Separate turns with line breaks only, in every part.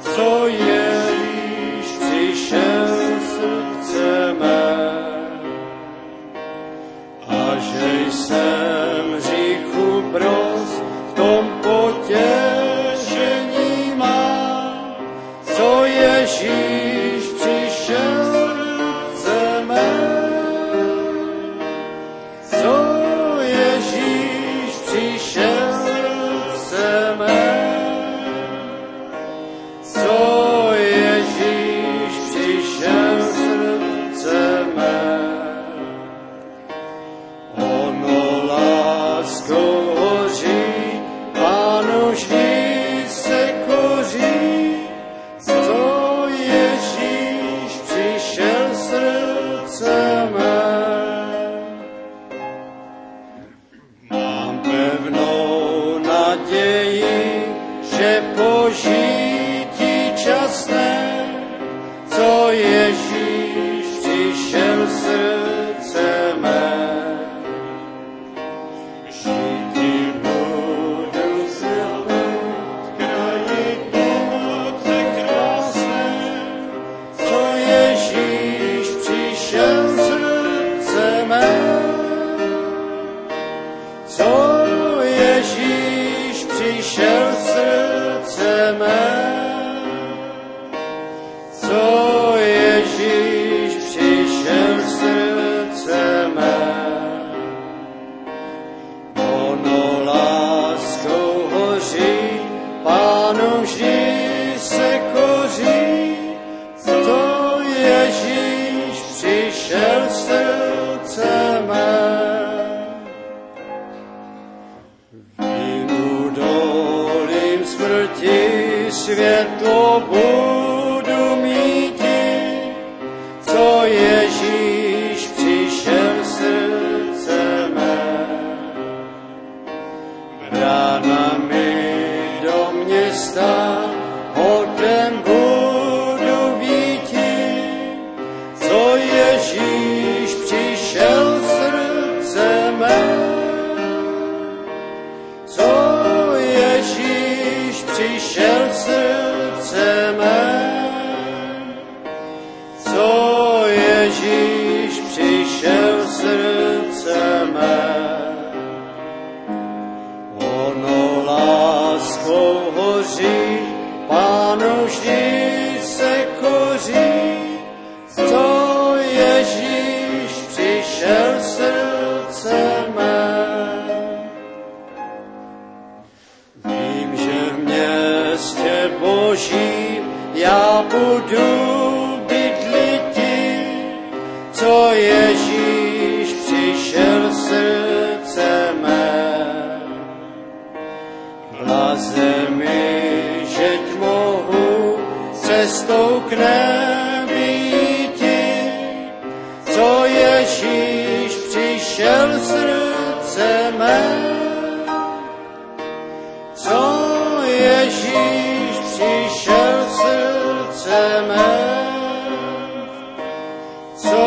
co jeść chci się srdce mé. A že jsem říchu bros, v tom potěšení mám, co Ježíš přišel srdce mé. Co Ježíš přišel se mé? Co Ježíš přišel srdce mé? Ono láskou hoří, Pánu vždy se koří. Co Ježíš přišel srdce mé? Mám pevnou naději, že požití časné, co Ježíš přišel srdce mé. Žití budu zjavný, v kraji moci krásné, co Ježíš přišel srdce mé. Co Ježíš přišel srdce mé? Co Ježíš přišel srdce mé? Ono láskou hoří, pánu vždy se koří. Co Ježíš přišel srdce mé? Vinu dolím smrti světlo budu míti, co Ježíš přišel srdce mé. Bránami do města hodem budu víti, co Ježíš přišel srdce mé. Co Ježíš přišel srdce mé? Co Ježíš přišel srdce mé? Ono láskou hoří, pánu vždy se koří. Co Ježíš přišel srdce mé? Vím, že v městě Božím já budu bydliti, co Ježíš přišel srdce mé. Blaze mi, žeť mohu cestou k nebi jíti, co Ježíš přišel srdce mé. Co Ježíš přišel srdce mé? Co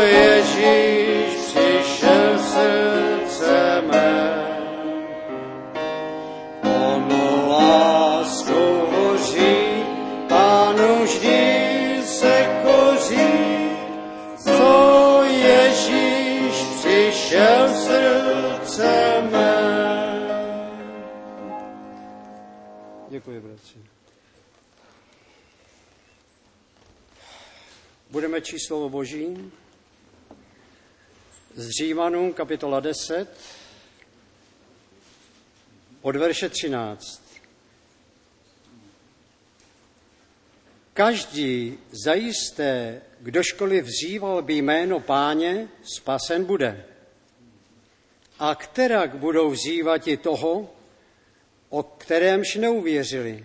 Ježíš přišel srdce mé? Ono láskou hoří, pánu vždy se koří. Co Ježíš přišel srdce mé? Děkuji, bratři. Budeme číst slovo Boží z Římanům kapitola 10 od verše 13. Každý zajisté, kdo školy vzýval by jméno páně, spasen bude. A kterak budou vzývat i toho, o kterémž neuvěřili.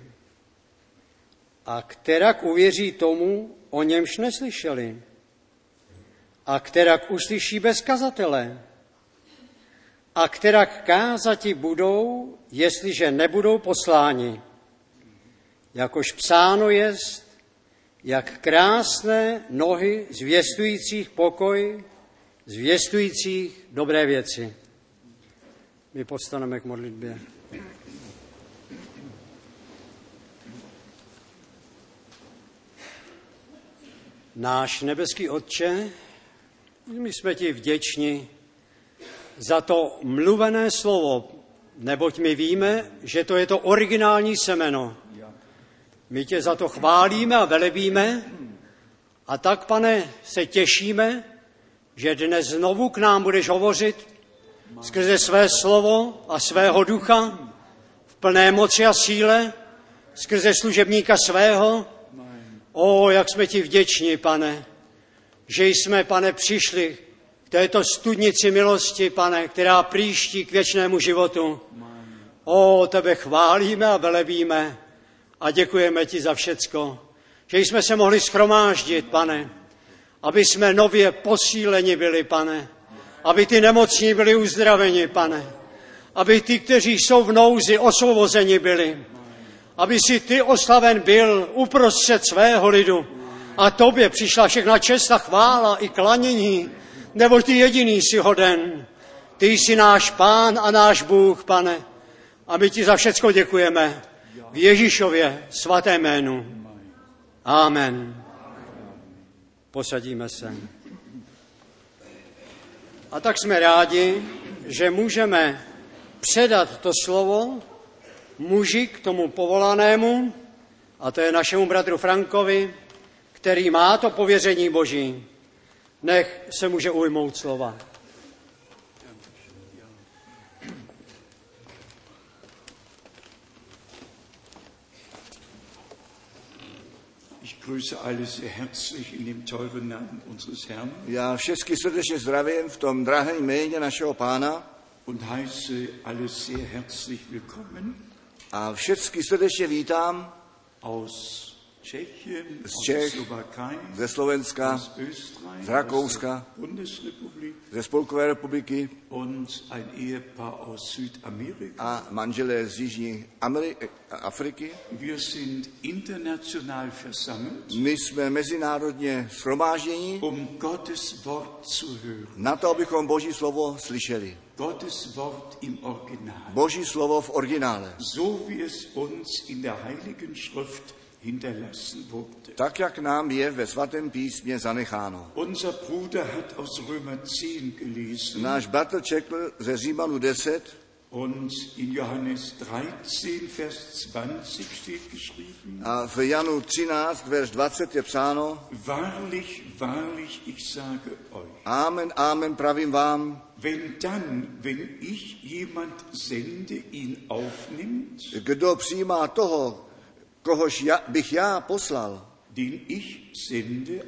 A kterak uvěří tomu, o němž neslyšeli. A kterak uslyší bez kazatele. A kterak kázati budou, jestliže nebudou posláni. Jakož psáno jest, jak krásné nohy zvěstujících pokoj, zvěstujících dobré věci. My postaneme k modlitbě. Náš nebeský Otče, my jsme ti vděční za to mluvené slovo, neboť my víme, že to je to originální semeno. My tě za to chválíme a velebíme a tak, pane, se těšíme, že dnes znovu k nám budeš hovořit skrze své slovo a svého ducha v plné moci a síle, skrze služebníka svého. O, jak jsme ti vděční, pane, že jsme, pane, přišli k této studnici milosti, pane, která příští k věčnému životu. O, tebe chválíme a velebíme a děkujeme ti za všecko, že jsme se mohli schromáždit, pane, aby jsme nově posíleni byli, pane, aby ty nemocní byli uzdraveni, pane, aby ty, kteří jsou v nouzi, osvobozeni byli, aby si ty oslaven byl uprostřed svého lidu a tobě přišla všechna čest a chvála i klanění, nebo ty jediný jsi hoden. Ty jsi náš pán a náš Bůh, pane, a my ti za všecko děkujeme. V Ježíšově svaté jménu. Amen. Posadíme se. A tak jsme rádi, že můžeme předat to slovo muži k tomu povolanému, a to je našemu bratru Frankovi, který má to pověření Boží. Nech se může ujmout slova.
Ich grüße alle sehr herzlich in dem teuren Namen unseres Herrn
Já všechny srdečně zdravím v tom drahém jméně našeho pána
und heiße alle sehr herzlich willkommen
a všechny srdečně vítám
aus Tschechien,
Z
aus der
Čech,
Slowakei,
ze Slovenska,
aus Österreich,
z Rakouska.
aus der Bundesrepublik
ze Spolkové republiky
und ein Ehepaar aus Südamerika.
a manželé z Jižní Ameri- eh, Afriky.
Wir sind international versammelt,
My jsme mezinárodně shromáždění
um Gottes Wort zu hören.
na to, abychom Boží slovo slyšeli.
Gottes Wort im Original.
Boží slovo v originále.
So wie es uns in der Heiligen Schrift hinterlassen wurde.
Tak, jak nám je ve svatém písmě zanecháno.
Unser Bruder hat aus Römer 10 gelesen
Náš bratr četl ze Římanu 10
und in Johannes 13, Vers 20 steht geschrieben,
a v Janu 13, verš 20 je psáno
Wahrlich, wahrlich, ich sage euch,
Amen, amen, pravím vám,
wenn dann, wenn ich jemand sende, ihn aufnimmt,
Kdo přijímá toho, kohož já, bych já poslal,
den ich sende,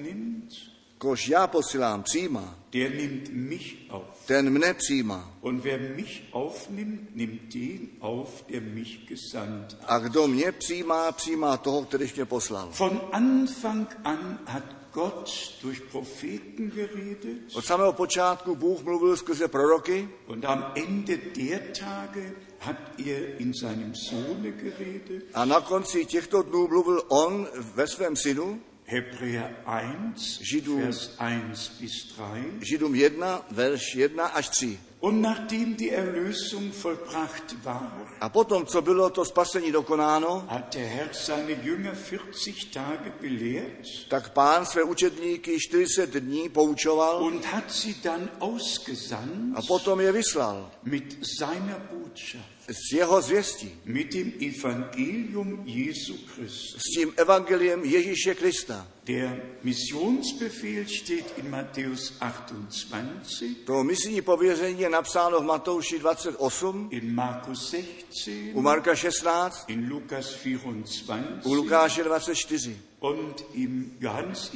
aufnimmt,
kohož já posílám, přijímá,
der nimmt mich auf.
ten mne přijímá.
Und wer mich aufnimmt, nimmt den auf, der mich gesandt hat.
A kdo mě přijímá, přijímá toho, který mě poslal.
Von Anfang an hat Gott durch Propheten geredet
Od samého počátku Bůh mluvil skrze proroky
und am Ende der Tage hat er in seinem Sohne geredet.
a na konci těchto dnů mluvil on ve svém synu,
Hebräer 1,
Jiddu.
Vers 1 bis 3.
Židům 1, verš 1 až 3.
Und nachdem die Erlösung vollbracht war,
A potom, co bylo to spasení dokonáno,
hat der Herr seine Jünger 40 Tage belehrt
tak pán své učedníky 40 dní poučoval
und hat sie dann ausgesandt
a potom je vyslal
mit seiner Botschaft,
s jeho zvěstí.
mit dem Evangelium Jesu Christus.
s tím evangeliem Ježíše Krista.
Der Missionsbefehl steht in Matthäus 28,
To misijní pověření je napsáno v Matouši 28,
in Markus
u
16,
Marka 16,
in Lukas
u
24
Lukáše 24
und im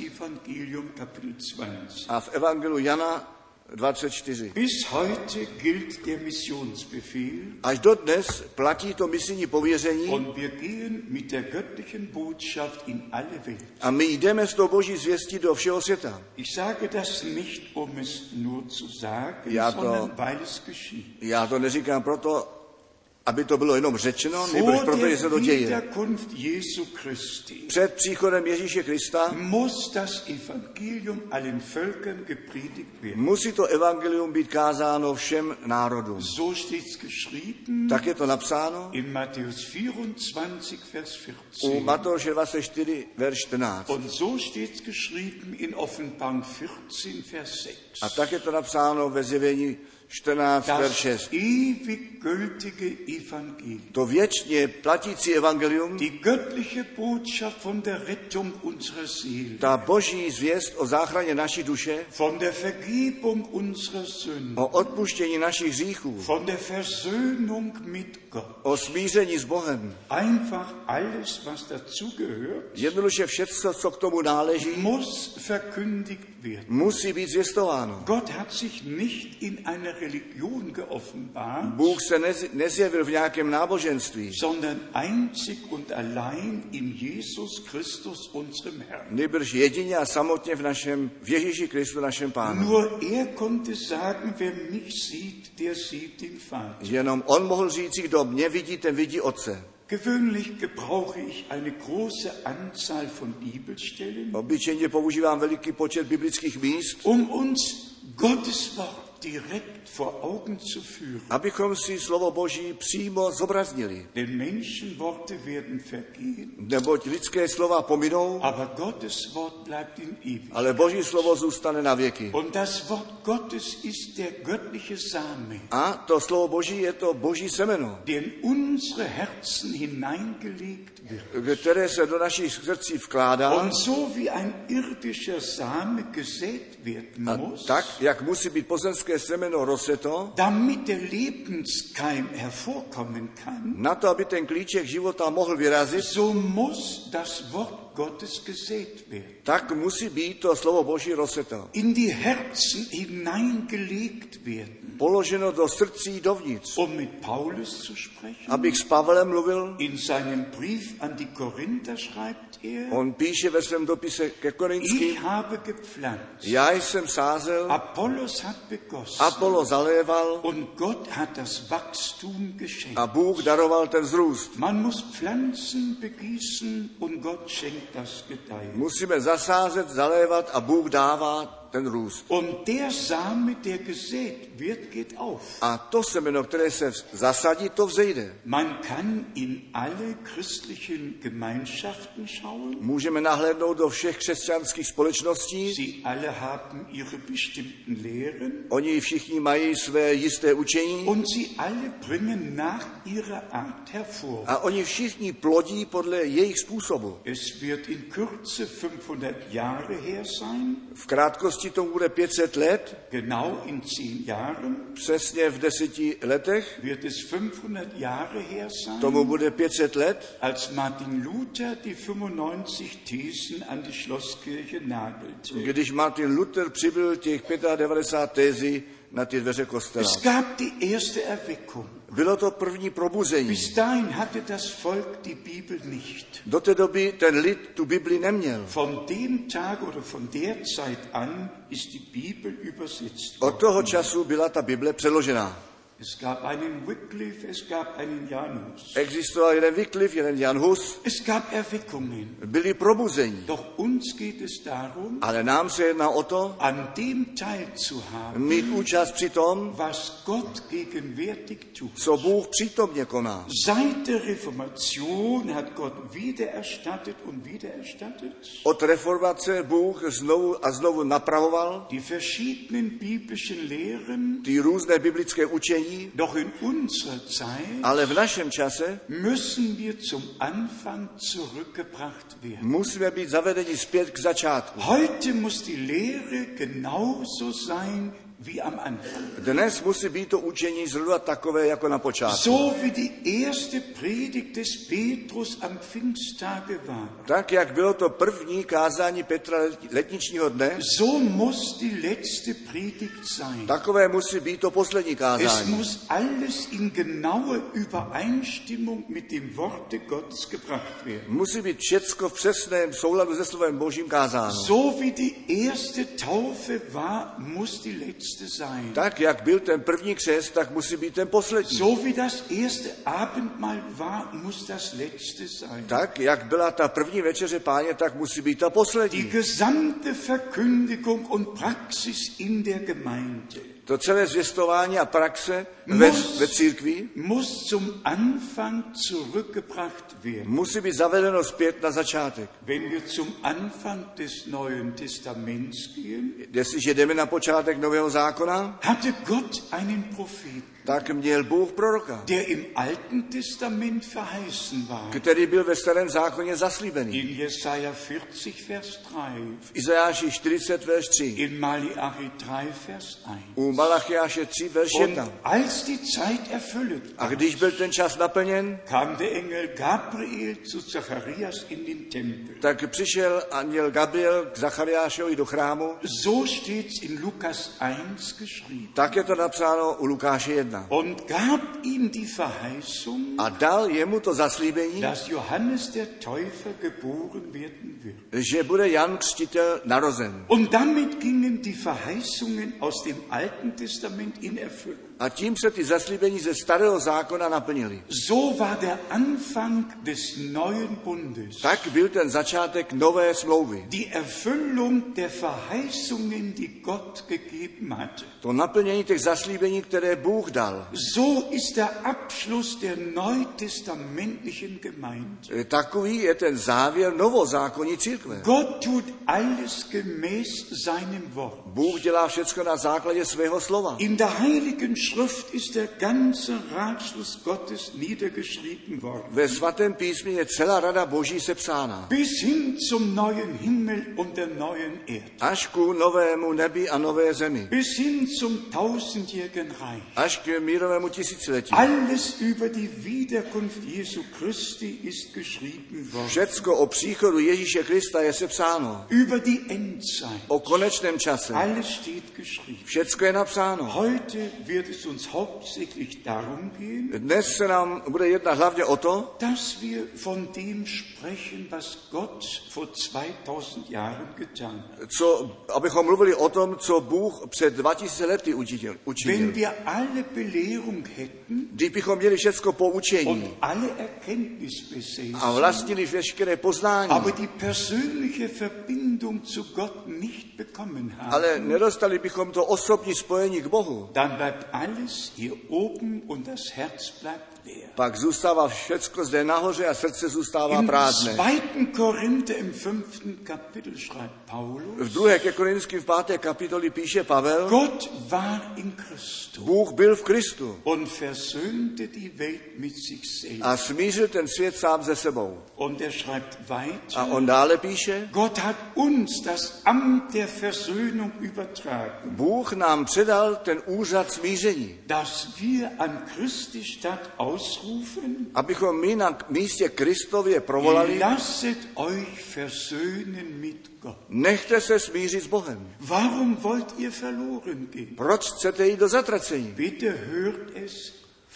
Johannesevangelium Kapitel 20.
a v evangelu Jana 24.
Bis heute gilt der Missionsbefehl
Až dodnes platí to misijní pověření
und wir gehen mit der göttlichen Botschaft in alle Welt.
a my jdeme s tou boží zvěstí do všeho světa.
Ich sage das nicht, um es nur zu sagen,
Ja,
sondern
doch.
weil es geschieht.
Já to neříkám proto, aby to bylo jenom řečeno, nebož
Vor
protože se
der
to děje.
Wiederkunft Jesu Christi
Před příchodem Ježíše Krista
muss das Evangelium allen Völkern gepredigt werden.
musí to evangelium být kázáno všem národům.
So steht es geschrieben
Tak je to napsáno
in Matthäus 24, Vers
u
14.
Matouše 24, verš 14.
Und so steht es geschrieben in Offenbarung 14, Vers 6.
A tak je to napsáno ve zjevení 14, verš
Das
6.
ewig gültige Evangelium,
To věčně platící evangelium,
die göttliche Botschaft von der Rettung unserer Seele,
ta boží zvěst o záchraně naší duše,
von der Vergebung unserer Sünden,
o odpuštění našich hříchů,
von der Versöhnung mit Gott.
o smíření s Bohem.
Einfach alles, was dazugehört,
Jednoduše všecko, co k tomu náleží,
muss verkündigt werden.
musí být zvěstováno.
Gott hat sich nicht in einer Religion geoffenbart,
Bůh se nez- nezjevil v nějakém náboženství,
sondern einzig und allein in Jesus Christus, unserem Herrn.
nýbrž jedině a samotně v, našem, v Ježíši Kristu, našem pánu.
Nur er konnte sagen, wer mich sieht, der sieht den Vater.
Jenom on mohl říci, kdo mě vidí, ten vidí Otce.
Gewöhnlich gebrauche ich eine große Anzahl von Bibelstellen,
Obyčejně používám veliký počet biblických míst,
um uns Gottes Wort direkt vor Augen zu führen.
abychom si slovo Boží přímo zobraznili.
Denn Menschenworte werden vergehen,
Neboť lidské slova pominou,
aber Gottes Wort bleibt in ewig.
ale Boží slovo zůstane na věky.
Und das Wort Gottes ist der göttliche Same,
A to slovo Boží je to Boží semeno,
der in unsere Herzen hineingelegt wird.
které se do našich srdcí vkládá.
Und so wie ein irdischer Same gesät werden
A
muss,
tak, jak musí být pozemské semeno roseto,
damit der Lebenskeim hervorkommen kann,
na to, aby ten klíček života mohl vyrazit,
so muss das Wort Gottes gesät werden,
tak musí být to slovo Boží roseto.
in die Herzen hineingelegt werden,
Položeno do srdcí dovnitř.
um mit Paulus zu sprechen.
Abych s Pavlem mluvil,
In seinem Brief an die Korinther schreibt er,
on píše ve svém dopise ke
ich
Korinským,
habe gepflanzt,
já jsem sázel,
Apollos hat begossen
Apollo zaléval,
und Gott hat das Wachstum geschenkt.
A Bůh daroval ten vzrůst.
Man muss Pflanzen begießen und Gott schenkt das Gedeihen.
Musíme zasázet, zalévat a Bůh dává ten růst.
Und der Same, der gesät wird, geht auf.
A to semeno, které se vz- zasadí, to vzejde.
Man kann in alle christlichen Gemeinschaften schauen.
Můžeme nahlédnout do všech křesťanských společností.
Sie alle haben ihre bestimmten Lehren
Oni všichni mají své jisté učení
und sie alle bringen nach ihrer Art hervor.
a oni všichni plodí podle jejich způsobu.
Es wird in Kürze 500 Jahre her sein,
V krátkosti tomu bude 500 let,
genau in zehn Jahren
přesně v deseti letech,
wird es 500 Jahre her sein.
tomu bude 500 let,
als Martin Luther die 95 Thesen an die Schlosskirche nagelte.
když Martin Luther přibyl těch 95 tézí na ty dveře kostela.
Es gab die erste Erweckung.
Bylo to první probuzení.
Bis dahin hatte das Volk die Bibel nicht.
Do té doby ten lid tu Bibli neměl.
Von dem Tag oder von der Zeit an ist die Bibel übersetzt.
Od toho času byla ta Bible přeložená.
Es gab einen Wycliffe, es gab einen Janus.
Existoval jeden Wycliffe, jeden Jan Hus,
Es gab Erweckungen.
byli probuzení.
Doch uns geht es darum,
Ale nám se jedná o to,
an dem teilzuhaben,
mít účast při tom,
was Gott gegenwärtig tut.
co Bůh přítomně koná.
Seit der Reformation hat Gott wiedererstattet und wiedererstattet.
Od reformace Bůh znovu a znovu napravoval
Die verschiedenen biblischen Lehren,
ty různé biblické učení,
doch in unserer Zeit
ale v našem čase
müssen wir zum Anfang zurückgebracht werden.
musíme být zavedeni zpět k začátku.
Heute muss die Lehre genauso sein wie am Anfang.
Dnes musí být to učení zhruba takové jako na počátku.
So wie die erste Predigt des Petrus am Pfingsttage war,
Tak, jak bylo to první kázání Petra let- letničního dne,
so muss die letzte Predigt sein.
Takové musí být to poslední
Es
kázání.
muss alles in genauer Übereinstimmung mit dem Worte Gottes gebracht werden.
Musí být všecko v přesném souladu se slovem Božím kázáno.
So wie die erste Taufe war, muss die letzte sein.
Tak, jak byl ten první křest, tak musí být ten poslední.
So wie das erste Abendmahl war, muss das letzte sein.
Tak, jak byla ta první večeře páně, tak musí být ta
Die
poslední.
gesamte Verkündigung und Praxis in der Gemeinde
To celé zvěstování a praxe ve, ve církvi
muss zum Anfang zurückgebracht werden.
musí být zavedeno zpět na začátek.
Wenn wir zum Anfang des Neuen Testaments gehen,
Jestliže jdeme na počátek Nového zákona,
hatte Gott einen Propheten,
tak měl Bůh proroka,
der im Alten Testament verheißen war.
který byl ve starém zákoně zaslíbený.
In Jesaja 40, Vers 3,
V Izajáši 40, verš 3,
in Malachi 3, Vers 1.
u Malachiáše 3, verš 1.
Und als die Zeit erfüllt
A
war,
když byl ten čas naplněn,
kam der Engel Gabriel zu Zacharias in den Tempel.
tak přišel anděl Gabriel k Zachariášovi do chrámu,
So steht's in Lukas 1 geschrieben.
tak je to napsáno u Lukáše 1.
Und gab ihm die Verheißung,
A dal jemu to zaslíbení,
dass Johannes der Täufer geboren werden wird.
že bude Jan Křtitel narozen.
Und damit gingen die Verheißungen aus dem Alten Testament in Erfüllung.
A tím se ty zaslíbení ze starého zákona naplnily.
So war der Anfang des neuen Bundes.
Tak byl ten začátek nové smlouvy.
Die Erfüllung der Verheißungen, die Gott gegeben hatte.
To naplnění těch zaslíbení, které Bůh dal.
So ist der Abschluss der neutestamentlichen Gemeinde.
E, Takový je ten závěr novozákonní církve.
Gott tut alles gemäß seinem Wort.
Bůh dělá všechno na základě svého slova.
In der Heiligen Schrift ist der ganze Ratschluss Gottes niedergeschrieben worden.
Ve svatém písmě je celá rada boží sepsána.
Bis hin zum neuen Himmel und der neuen Erde.
Až ku novému nebi a nové zemi.
Bis hin zum tausendjährigen Reich.
Až k mírovému tisíciletí.
Alles über die Wiederkunft Jesu Christi ist geschrieben worden.
Všecko o příchodu Ježíše Krista je sepsáno.
Über die Endzeit.
O konečném čase.
Alles steht geschrieben.
Všecko je napsáno.
Heute wird es uns hauptsächlich darum gehen,
Dnes se nám bude jednat hlavně o to,
dass wir von dem sprechen, was Gott vor 2000 Jahren getan hat.
co, abychom mluvili o tom, co Bůh před 2000 lety učinil. učinil.
Wenn wir alle Belehrung hätten
Kdybychom měli všecko
und
poučení
alle Erkenntnis besäßen,
a vlastnili veškeré poznání,
aber die persönliche Verbindung zu Gott nicht bekommen haben,
ale nedostali bychom to osobní spojení k Bohu,
dann bleibt alles hier oben und das Herz bleibt leer.
pak zůstává všecko zde nahoře a srdce zůstává
Im
prázdné.
2. Korinther im 5. Kapitel schreibt Paulus,
V 2. ke Korinským v 5. kapitoli píše Pavel,
Gott war in Christus
Bůh byl v Kristu
und versöhnte die Welt mit sich selbst.
a smířil ten svět sám ze sebou.
Und er schreibt weiter,
A on dále píše,
Gott hat uns das Amt der Versöhnung übertragen,
Bůh nám předal ten úřad smíření.
dass wir an Christi statt ausrufen,
abychom my na místě Kristově provolali,
lasset euch versöhnen mit Gott.
nechte se smířit s Bohem.
Warum wollt ihr verloren gehen?
Proč chcete jít do zatracení?
Bitte hört es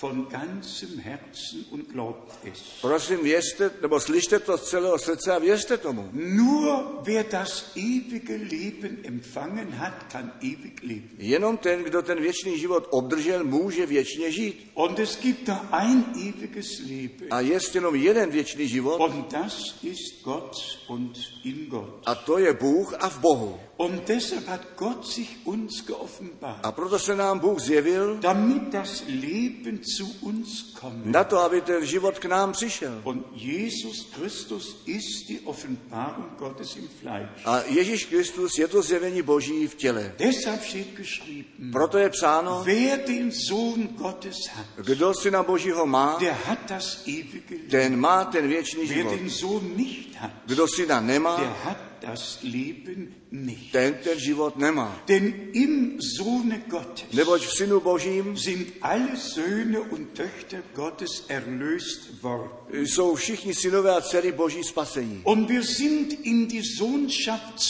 von ganzem Herzen und glaubt es.
Prosím, věřte, nebo slyšte to z celého srdce a věřte tomu.
Nur wer das ewige Leben empfangen hat, kann ewig leben.
Jenom ten, kdo ten věčný život obdržel, může věčně žít.
Und es gibt nur ein ewiges Leben.
A jest jenom jeden věčný život,
Und das ist Gott und in Gott.
a to je Bůh a v Bohu.
Und deshalb hat Gott sich uns geoffenbart,
A proto se nám Bůh zjevil
damit das Leben zu uns kommt.
na to, aby ten život k nám přišel.
Und Jesus Christus ist die Offenbarung Gottes im Fleisch.
A Ježíš Kristus je to zjevení Boží v těle.
Deshalb steht geschrieben,
Proto je psáno,
wer den Sohn Gottes hat,
kdo syna Božího má,
der hat das ewige Leben.
ten má ten věčný
Wer
život.
den Sohn nicht hat,
Kdo syna nemá,
der hat das Leben nicht.
ten ten život nemá.
Denn im Sohne Gottes
Neboť v Synu Božím
sind alle Söhne und Töchter Gottes erlöst worden.
jsou všichni synové a dcery Boží spasení.
Und wir sind in die Sohnschaft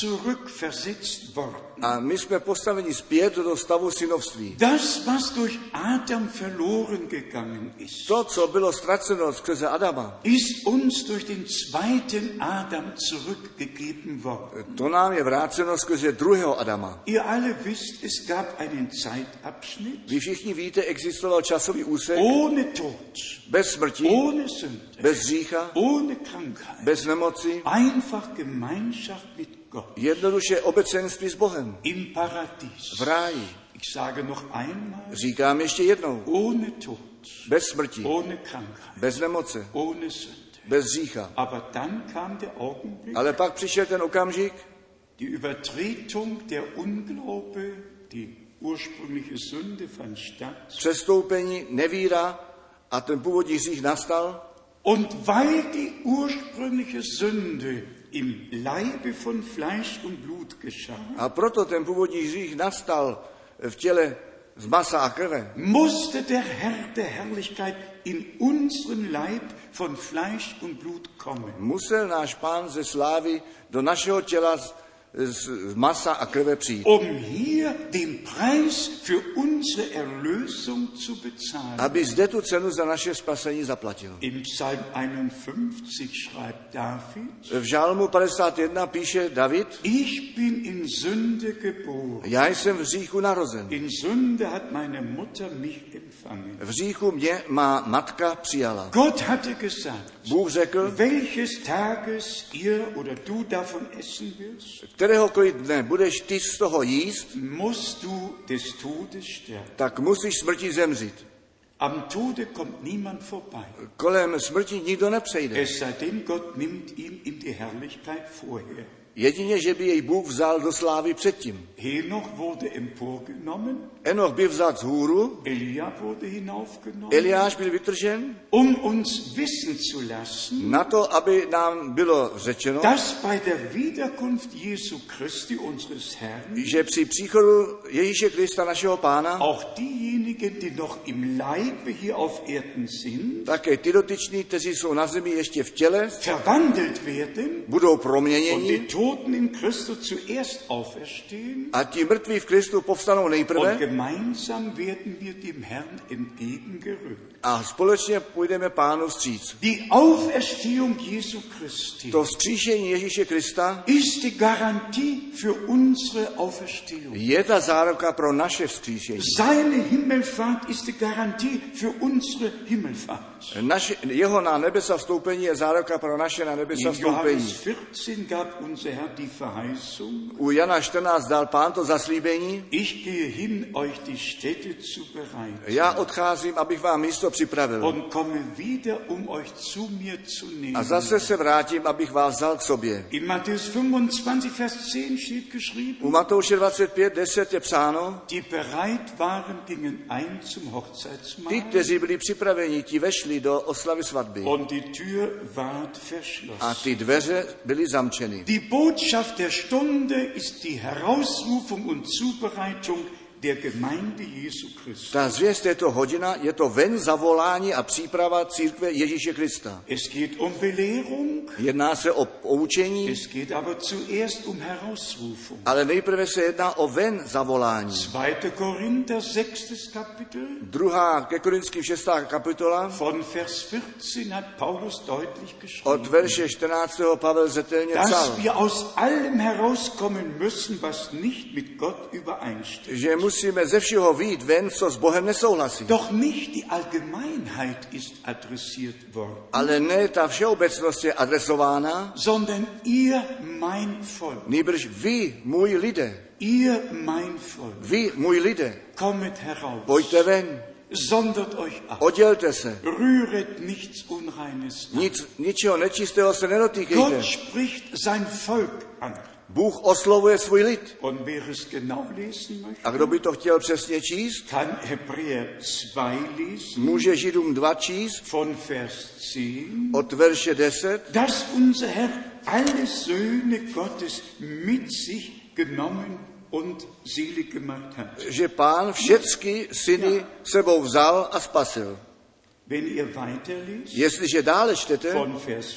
zurückversetzt worden.
A my jsme postaveni zpět do stavu synovství.
Das, was durch Adam verloren gegangen ist,
To, co bylo ztraceno skrze Adama,
ist uns durch den zweiten Adam zurückgegeben gegeben worden.
To nám je vráceno skrze druhého Adama.
Ihr alle wisst, es gab einen Zeitabschnitt
Vy všichni víte, existoval časový úsek
ohne Tod,
bez smrti,
ohne Sünde,
bez hřícha,
ohne Krankheit,
bez nemoci,
einfach Gemeinschaft mit Gott
jednoduše obecenství s Bohem
im Paradies.
v ráji.
Ich sage noch einmal,
Říkám ještě jednou,
ohne Tod,
bez smrti,
ohne Krankheit,
bez nemoce,
ohne Sünde.
bez hřícha.
Aber dann kam der Augenblick,
Ale pak přišel ten okamžik,
Die Übertretung der Unglaube, die ursprüngliche Sünde fand statt.
přestoupení, nevíra a ten původní hřích nastal.
Und weil die ursprüngliche Sünde im Leibe von Fleisch und Blut geschah,
A proto ten původní hřích nastal v těle z masa a krve.
musste der Herr der Herrlichkeit in unseren Leib von Fleisch und Blut kommen.
Musel náš pán ze slávy do našeho těla z, z, z masa a krve přijít,
um hier den Preis für unsere Erlösung zu bezahlen.
aby zde tu cenu za naše spasení zaplatil.
Im Psalm 51 schreibt David,
V žálmu 51 píše David,
Ich bin in Sünde geboren.
já jsem v hříchu narozen.
In Sünde hat meine Mutter mich empfangen.
V hříchu mě má matka přijala.
Gott hatte gesagt,
Bůh řekl,
welches Tages ihr oder du davon essen wirst,
kteréhokoliv dne budeš ty z toho jíst,
musst du des Todes sterben.
tak musíš smrti zemřít.
Am Tode kommt niemand vorbei,
Kolem smrti nikdo nepřejde.
es sei denn, Gott nimmt ihn in die Herrlichkeit vorher.
Jedině, že by jej Bůh vzal do slávy předtím.
Henoch wurde emporgenommen,
Enoch byl vzat z hůru,
Elia wurde hinaufgenommen,
Eliáš byl vytržen,
um uns wissen zu lassen,
na to, aby nám bylo řečeno,
dass bei der Wiederkunft Jesu Christi, unseres Herrn,
že při příchodu Ježíše Krista, našeho pána,
auch diejenigen, die noch im Leibe hier auf Erden sind,
také ty dotyční, kteří jsou na zemi ještě v těle,
verwandelt werden
budou
und die
proměněni
Toten in Christus zuerst auferstehen
a ti mrtví v Kristu povstanou
und
nejprve
gemeinsam werden wir dem Herrn entgegengerückt.
a společně půjdeme pánu vstříc.
Die Auferstehung Jesu Christi
To vzkříšení Ježíše Krista
ist die Garantie für unsere Auferstehung.
je ta záruka pro naše vzkříšení.
Seine Himmelfahrt ist die Garantie für unsere Himmelfahrt.
Naše, jeho na nebesa vstoupení je záruka pro naše na nebesa
In Johannes
vstoupení.
14 gab unser Herr die Verheißung,
U Jana 14 dal pán to zaslíbení.
ich gehe hin, euch die Städte zu bereiten
Já odcházím, abych vám místo připravil.
und komme wieder, um euch zu mir zu
A
nehmen.
zase se vrátím, abych vás vzal k sobě.
In Matthäus 25, Vers 10 steht
U
geschrieben,
Matouše 25, 10 je psáno,
die bereit waren, gingen ein zum
ty,
Hochzeitsmahl
kteří byli připraveni, ti vešli do oslavy svatby.
und die Tür ward
A
verschlossen.
ty dveře byly zamčeny.
Die Botschaft der Stunde ist die Herausrufung und Zubereitung der Gemeinde Jesu Christi.
Ta zvěst této hodina je to ven zavolání a příprava církve Ježíše Krista.
Es geht um Belehrung,
Jedná se o poučení,
Es geht aber zuerst um Herausrufung.
ale nejprve se jedná o ven zavolání.
2. Korinther, 6. Kapitel.
Druhá ke Korinským 6. kapitola
Von Vers 14 hat Paulus deutlich
od
geschrieben,
verše 14. Pavel zetelně psal,
dass wir aus allem herauskommen müssen, was nicht mit Gott übereinstimmt.
že musíme ze všeho výjít ven, co s Bohem nesouhlasí.
Doch nicht die Allgemeinheit ist adressiert worden,
Ale ne ta všeobecnost je adresována,
sondern ihr mein Volk,
nýbrž vy, můj lidé,
ihr mein Volk,
vy, můj lidé,
kommet heraus,
pojďte ven,
sondert euch ab,
oddělte se,
rühret nichts Unreines an.
nic, ničeho nečistého se nedotýkejte.
Gott spricht sein Volk an.
Bůh oslovuje svůj lid.
Und wer es genau lesen
A
möchte,
kdo by to chtěl přesně číst,
kann Hebräer 2 lesen
může Židům 2 číst
von Vers 10,
od verše 10,
dass unser Herr alle Söhne Gottes mit sich genommen und selig gemacht hat.
že pán všecky syny sebou vzal a spasil.
Wenn ihr weiterliest,
Jestliže dále čtete
von Vers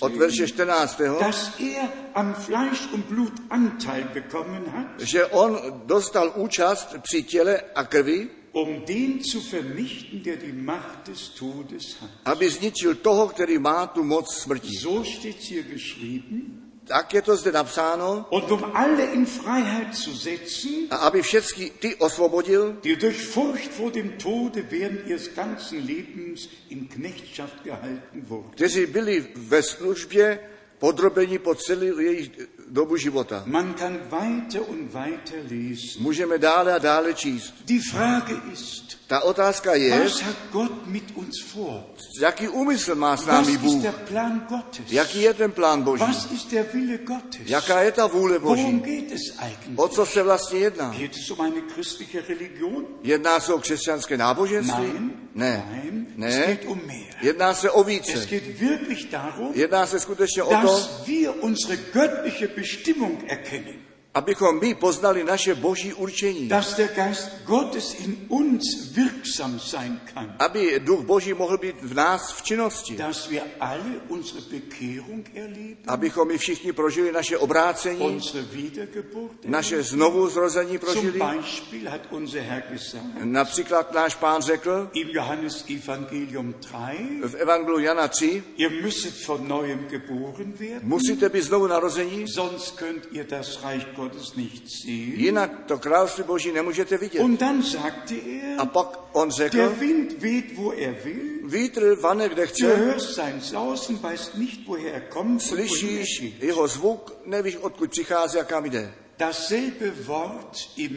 od
14,
verše 14.,
dass er am Fleisch und Blut Anteil bekommen hat,
že on dostal účast při těle a krvi,
um den zu vernichten, der die Macht des Todes hat.
aby zničil toho, který má tu moc smrti.
So steht hier geschrieben,
Tak je to zde napsáno.
Und um alle in Freiheit zu setzen,
A aby všechny ty osvobodil,
die durch Furcht vor dem Tode während ihres ganzen Lebens in Knechtschaft gehalten wurden.
kteří byli ve službě podrobeni po celou jejich dobu života.
Man kann weiter und weiter lesen.
Můžeme dále a dále číst.
Die Frage ist,
Ta otázka je,
was hat Gott mit uns vor?
jaký úmysl má s
Was
námi
ist
Bůh?
der Plan Gottes?
Jaký je ten plán Boží?
Was ist der Wille Gottes?
Jaká je ta vůle
Worum
Boží?
geht es eigentlich?
O co se vlastně jedná?
Geht es um eine christliche Religion?
Jedná se o křesťanské náboženství?
Nein,
Ne.
nein, es
Ne.
geht um mehr.
Jedná se o více.
Es geht wirklich darum,
Jedná se skutečně o to,
dass wir unsere göttliche Bestimmung erkennen,
abychom my poznali naše boží určení.
dass der Geist Gottes in uns wirksam sein kann,
Aby duch boží mohl být v nás v činnosti.
dass wir alle unsere Bekehrung erleben,
Abychom my všichni prožili naše obrácení,
unsere Wiedergeburt.
naše znovu zrození
Zum
prožili.
Beispiel hat unser Herr gesagt,
Například náš pán řekl
im Johannes Evangelium 3,
v Evangeliu Jana 3,
ihr müsstet von neuem geboren werden,
musíte být znovu narození,
sonst könnt ihr das Reich Gottes nicht sehen.
jinak to království boží nemůžete vidět.
Und dann sagte
A
er,
pak on řekl,
der Wind weht, wo er will,
vítr vane, kde
Du
chce,
hörst sein Sausen, weißt nicht, woher er kommt. und wohin er
slyšíš
geht.
jeho zvuk, nevíš, odkud přichází a kam jde.
Dasselbe Wort im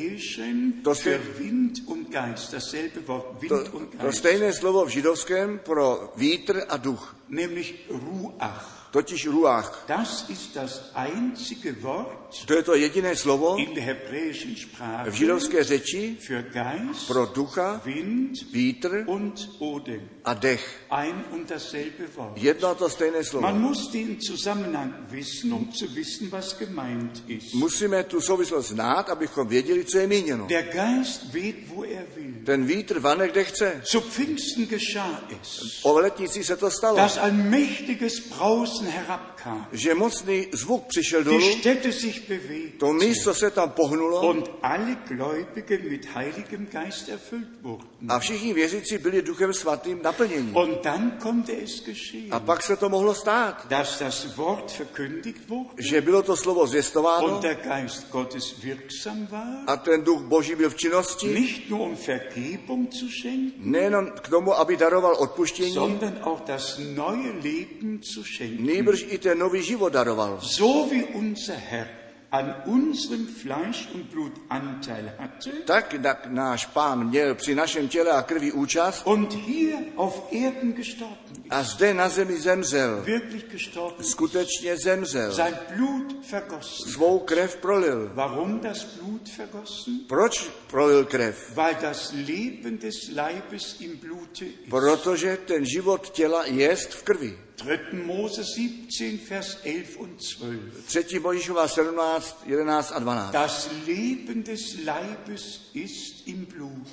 Hebräischen
Das
für
steht-
Wind und Geist. Dasselbe Wort Wind
To,
und
to
Geist.
stejné slovo v židovském pro vítr a duch,
Nämlich Ruach.
totiž ruach.
Das ist das einzige Wort
To je to jediné slovo
in der hebräischen
v
Sprache
židovské řeči
für Geist,
pro ducha,
Wind
vítr
und Odem.
a dech.
Ein und dasselbe Wort.
Jedno a to stejné
Man
slovo.
muss den Zusammenhang wissen, um zu wissen, was gemeint ist.
Musíme tu souvislost znát, abychom věděli, co je míněno.
Der Geist weht, wo er will.
Ten vítr vane, kde chce.
Zu Pfingsten geschah es,
O letnici se to stalo,
dass ein mächtiges Brausen herabkam,
že mocný zvuk přišel
die
dolů,
Städte sich bewegten
to místo se tam pohnulo
und alle Gläubigen mit Heiligem Geist erfüllt wurden.
a všichni věřící byli duchem svatým naplnění.
Und dann konnte es geschehen,
A pak se to mohlo stát,
dass das Wort verkündigt wurde
že bylo to slovo
und
zvěstováno
der Geist Gottes wirksam war,
a ten duch boží byl v činnosti,
nicht nur um Vergebung zu schenken,
nejenom k tomu, aby daroval odpuštění,
sondern auch das neue Leben zu schenken.
nýbrž i ten nový život daroval.
So wie unser Herr an unserem Fleisch und Blut Anteil hatte
Tak na- náš pán měl při našem těle a krvi účast
und hier auf Erden gestorben
a zde na zemi zemřel.
ist, wirklich gestorben ist,
Skutečně zemřel.
sein Blut vergossen.
Svou krev prolil.
Warum das Blut vergossen?
Proč prolil krev?
Weil das Leben des Leibes im Blute ist.
Protože ten život těla jest v krvi.
3. Mose 17, Vers 11 und 12.
3. Mojžíšová 17, 11 a 12.
Das Leben des Leibes ist im Blut.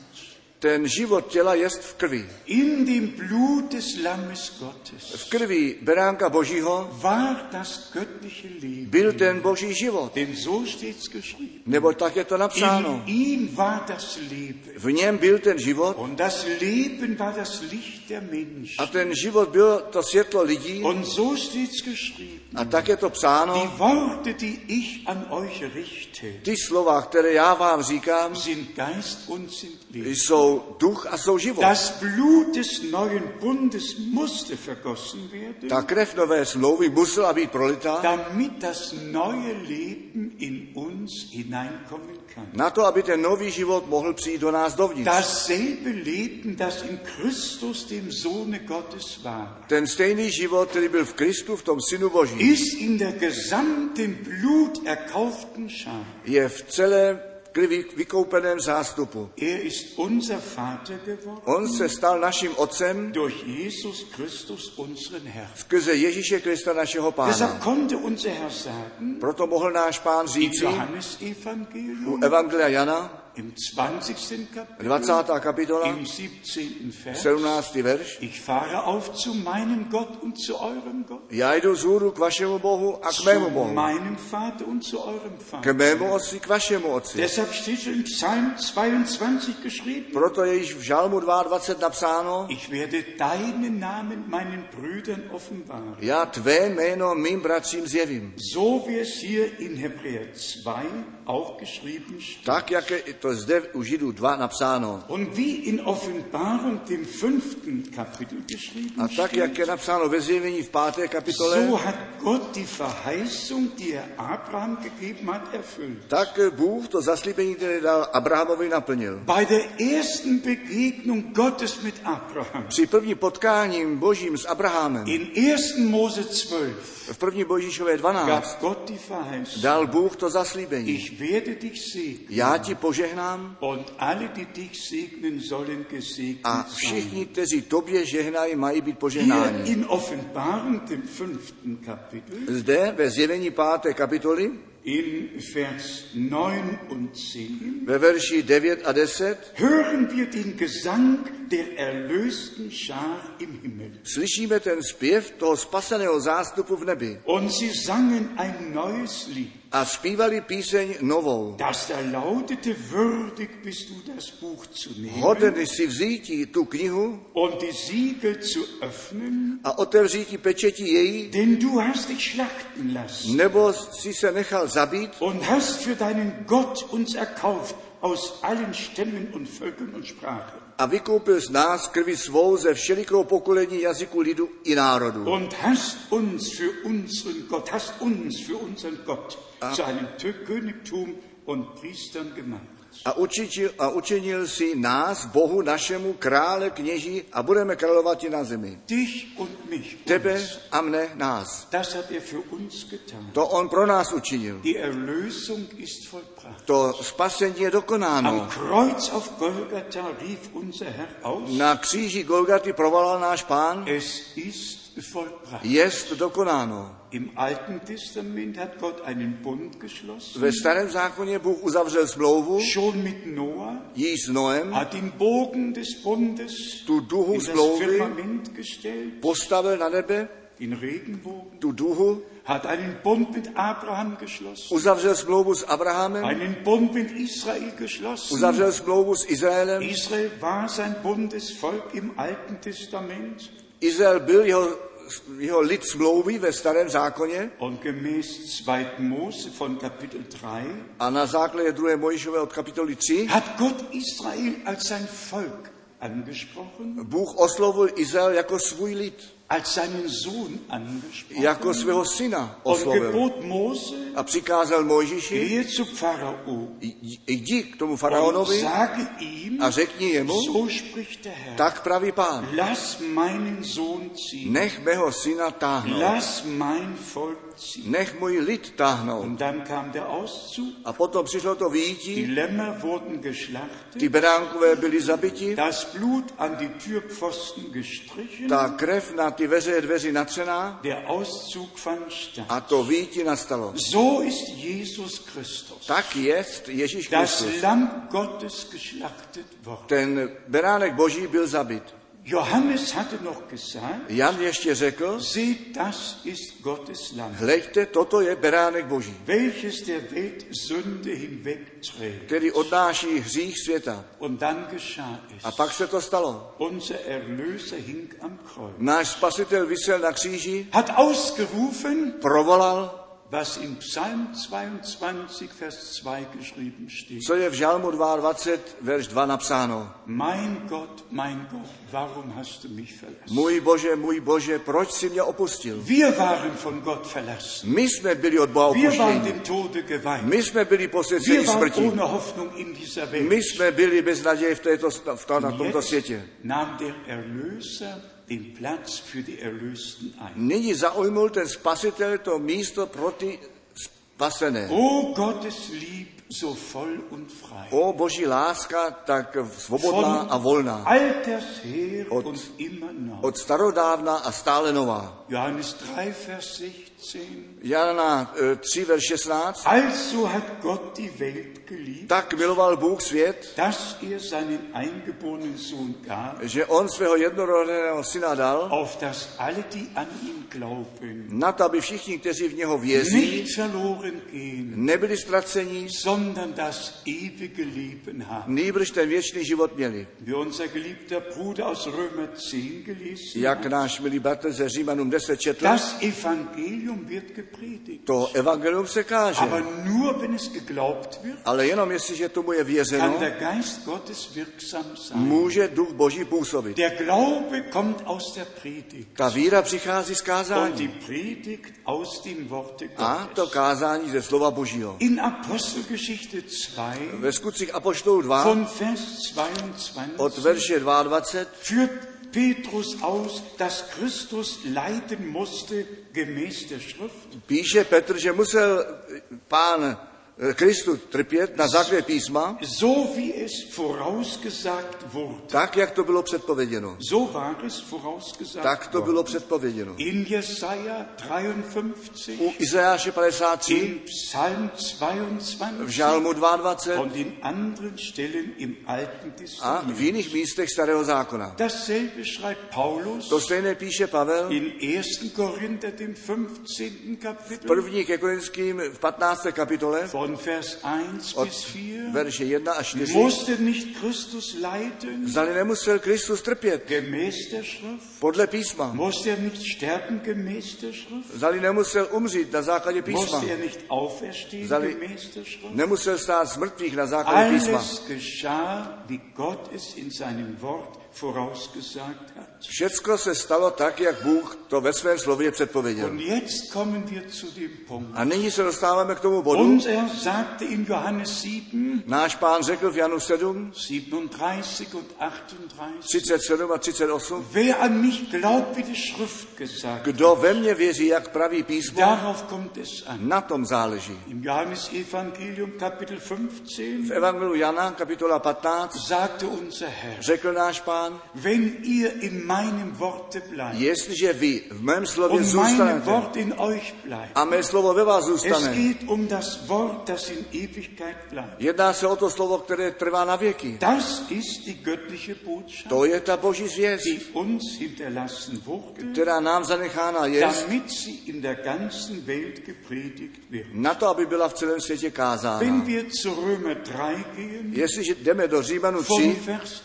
Ten život těla jest v krvi.
In dem Blut des Lammes Gottes.
V krvi beránka božího
war das göttliche Leben.
byl ten boží život.
Denn so steht's geschrieben.
Nebo tak je to napsáno.
In ihm war das Leben.
V něm byl ten život
Und das Leben war das Licht der
a
Menschen.
ten život byl to světlo lidí
Und so steht's geschrieben.
a tak je to psáno.
Die Worte, die ich an euch richte,
Ty slova, které já vám říkám,
sind Geist und sind Leben.
jsou duch a jsou život.
Das Blut des neuen Bundes musste vergossen
Ta
werden,
krev nové smlouvy musela být prolita
damit das neue Leben in uns hineinkommen kann.
na to, aby ten nový život mohl přijít do nás dovnitř.
Dasselbe Leben, das in Christus, dem Sohne Gottes war,
Ten stejný život, který byl v Kristu, v tom Synu Boží,
ist in der gesamten Blut erkauften Schar.
je v celém krvi vykoupeném zástupu.
Er ist unser Vater geworden
On se stal naším otcem
durch Jesus Christus, unseren Herrn.
skrze Ježíše Krista, našeho
Deshalb
pána.
konnte unser Herr sagen,
Proto mohl náš pán
im
říci u
Johannesevangelium,
Evangelia Jana,
im 20. Kapitel,
20. Kapitola,
im 17. Vers,
17. verš.
ich fahre auf zu meinem Gott und zu eurem Gott,
Já jdu z hůru k vašemu Bohu a k mému
zu
Bohu.
meinem Vater und zu eurem Vater.
K mému otci, k vašemu otci.
Deshalb steht schon im Psalm 22 geschrieben,
Proto je již v Žalmu 22 napsáno,
ich werde deinen Namen meinen Brüdern offenbaren.
já tvé jméno mým bratřím zjevím.
So wie es hier in Hebräer 2 auch geschrieben steht.
Tak, jak je to zde u Židů 2 napsáno.
Und wie in Offenbarung dem fünften Kapitel geschrieben
A tak, jak je
steht,
napsáno ve zjevení v 5. kapitole,
so hat Gott die Verheißung, die er Abraham gegeben hat, erfüllt.
tak Bůh to zaslíbení, které dal Abrahamovi, naplnil.
Bei der ersten Begegnung Gottes mit Abraham
Při prvním potkáním božím s Abrahamem
in 1. Mose 12
v první Božíšové 12
gab Gott die Verheißung,
dal Bůh to zaslíbení.
ich werde dich segnen
Já ti požehnám
und alle, die dich segnen, sollen
a
gesegnet sein.
všichni, kteří tobě žehnají, mají být
Hier
požehnáni.
in Offenbarung dem fünften Kapitel
Zde ve zjevení 5. kapitoly,
in Vers 9 und 10
ve verši 9 a 10,
hören wir den Gesang der erlösten Schar im Himmel.
slyšíme ten zpěv toho spaseného zástupu v nebi
Und sie sangen ein neues Lied,
a zpívali píseň novou.
das da lautete, würdig bist du das Buch zu nehmen
Hoden si vzítí tu knihu
und die Siegel zu öffnen,
a otevřítí pečetí její,
denn du hast dich schlachten lassen
nebo si se nechal zabít
und hast für deinen Gott uns erkauft aus allen Stämmen und Völkern und Sprachen.
a vykoupil z nás krvi svou ze všelikou pokolení jazyku lidu i národu.
Und hast uns für unseren Gott, hast uns für unseren Gott
Ah.
zu einem Tö- Königtum und Priestern gemacht.
A, učičil, a učinil si nás, Bohu našemu, krále, kněží a budeme královat i na zemi.
Dich und mich.
Tebe
Uns.
a mne, nás.
Das hat er für uns getan.
To on pro nás učinil.
Die Erlösung ist vollbracht.
To spasení je
Am
dokonáno.
Kreuz auf Golgatha rief unser Herr aus,
Na kříži Golgaty provolal náš pán,
es ist vollbracht.
jest dokonáno.
Im Alten Testament hat Gott einen Bund geschlossen.
Ve starém zákoně Bůh uzavřel smlouvu
Schon mit Noah
již s Noem,
hat den Bogen des Bundes
tu
in
duhu
das
smlouvy
Firmament gestellt.
postavil na nebe,
den Regenbogen,
tu duhu
hat einen Bund mit Abraham geschlossen,
uzavřel smlouvu s Abrahamem,
einen Bund mit Israel geschlossen.
Uzavřel smlouvu s Izraelem.
Israel war sein Bundesvolk im Alten Testament
Izrael byl jeho, jeho lid smlouvy ve starém zákoně
und gemäß 2. Mose von Kapitel 3
a na základě druhé Mojišové od kapitoly 3
hat Gott Israel als sein Volk angesprochen,
Bůh oslovil Izrael jako svůj lid,
als seinen Sohn angesprochen
jako svého syna
und
oslovil.
gebot Mose,
A přikázal Mojžíši,
gehe zu Pharao
"J- jdi k tomu
und
faraonovi
sage ihm,
a řekni jemu,
so spricht der Herr.
tak praví pán,
Lass meinen Sohn ziehen.
nech mého syna táhnout,
Lass mein Volk ziehen.
nech můj lid táhnout.
Und dann kam der Auszug.
A potom přišlo to
Die
výjití,
Lämmer wurden
ty
geschlachtet.
beránkové byli zabiti,
Das Blut an die Türpfosten gestrichen.
ta krev na ty veře je dveři natřená
Der Auszug fand statt.
a to výjití nastalo.
So ist Jesus Christus,
Tak jest Ježíš
das
Kristus.
Lamm Gottes, geschlachtet worden.
Ten beránek boží byl zabit.
Johannes hatte noch gesagt,
Jan ještě řekl,
seht, das ist Gottes Lamm,
hleďte, toto je beránek boží,
welches der Welt Sünde hinwegträgt.
který odnáší hřích světa.
Und dann geschah es.
A pak se to stalo.
Unser Erlöser hing am Kreuz.
Náš spasitel vysel na kříži,
Hat ausgerufen,
provolal,
was in Psalm 22, Vers 2 geschrieben steht.
co je v Žalmu 22, verš 2 napsáno.
Mein Gott, mein Gott, warum hast du mich verlassen?
Můj bože, můj bože, proč si mě opustil?
Wir waren von Gott verlassen.
My jsme byli od Boha
Wir waren
opuštěni.
dem Tode geweiht.
My jsme byli posvěceni
Wir waren
smrti.
ohne Hoffnung in dieser
My
Welt.
jsme byli bez naděje v, této, v to, na tomto
Jetzt
světě.
nahm der Erlöser den Platz für die Erlösten ein.
Nyní zaujmul ten spasitel to místo pro ty spasené.
O Gottes Lieb, so voll und frei.
O boží láska, tak svobodná a volná.
alters her
Od-
und immer noch.
Od starodávna a stále nová.
Johannes 3, Vers 16. 16.
Jana eh, 3, verš 16.
Also hat Gott die Welt geliebt,
Tak miloval Bůh svět,
dass er seinen eingeborenen Sohn gab,
že on svého jednorozeného syna dal,
auf dass alle, die an ihn glauben,
na to, aby všichni, kteří v něho věří,
nicht verloren gehen,
nebyli ztraceni,
sondern das ewige Leben haben.
nýbrž ten věčný život měli.
Wie unser geliebter Bruder aus Römer 10 gelesen
Jak
hat,
náš milý bratr ze Římanům 10 četl,
das Evangelium wird gepredigt.
to evangelium se káže.
Aber nur wenn es geglaubt wird,
Ale jenom jestliže tomu je
kann
věřeno,
der Geist Gottes wirksam sein.
může duch boží působit.
Der Glaube kommt aus der Predigt
Ta víra přichází z
und die
kázání.
Predigt aus dem Worte
A to
Gottes.
kázání ze slova božího.
In Apostelgeschichte 2
Ve skutcích Apoštolů 2
von Vers
od
22
verše 22
führt Petrus aus, dass Christus leiden musste gemäß der Schrift.
píše Petr, že musel pán eh, Kristus trpět na základě písma,
So wie es vorausgesagt wurde,
tak, jak to bylo předpověděno.
so war es vorausgesagt.
Tak to
worden.
bylo předpověděno.
In Jesaja 53,
U Izajáše 53,
in Psalm
v
22
Žálmu 22
und in anderen Stellen im Alten
a v
Testament.
jiných místech Starého zákona.
Dasselbe schreibt
To
Paulus
stejné píše Pavel
in 1. Korinther, dem 15. Kapitel,
první ke Korinským v 15. kapitole
von Vers 1
od
bis 4.
verše 1 až 4.
Musste nicht Christus leiden
Zdali nemusel Kristus trpět
gemäß der Schrift?
podle písma.
Musste er nicht sterben gemäß der Schrift?
Zdali nemusel umřít na základě písma.
Musste er nicht auferstehen
Sali-
gemäß der Schrift?
Nemusel stát z mrtvých na základě písma.
Alles geschah, wie Gott es in seinem Wort vorausgesagt hat.
Všecko se stalo tak, jak Bůh to ve svém slově
Und
předpověděl.
jetzt kommen wir zu dem Punkt.
A nyní se dostáváme k tomu bodu.
Unser sagte in Johannes 7,
Náš pán řekl v Janu 7,
37 und 38,
37 a 38,
wer an mich glaubt, wie die Schrift gesagt,
kdo ve mně věří, jak praví písmo,
darauf kommt es an.
na tom záleží.
Im Johannes Evangelium Kapitel
V
15
Evangeliu Jana, kapitola 15,
sagte unser Herr,
řekl náš pán,
wenn ihr in meinem Worte bleibt
jestliže vy v mém slově
und mein
zůstanete
Wort in euch bleibt,
a mé slovo ve vás
Es
zůstane,
geht um das Wort, das in Ewigkeit bleibt.
jedná se o to slovo, které trvá na věky.
Das ist die göttliche Botschaft,
To je ta boží zvěst,
die uns hinterlassen wurde,
která nám zanechána je,
damit sie in der ganzen Welt gepredigt wird.
na to, aby byla v celém světě
Wenn
kázána.
wir zu Römer 3 gehen,
Jestliže jdeme do Římanu
von
3,
Vers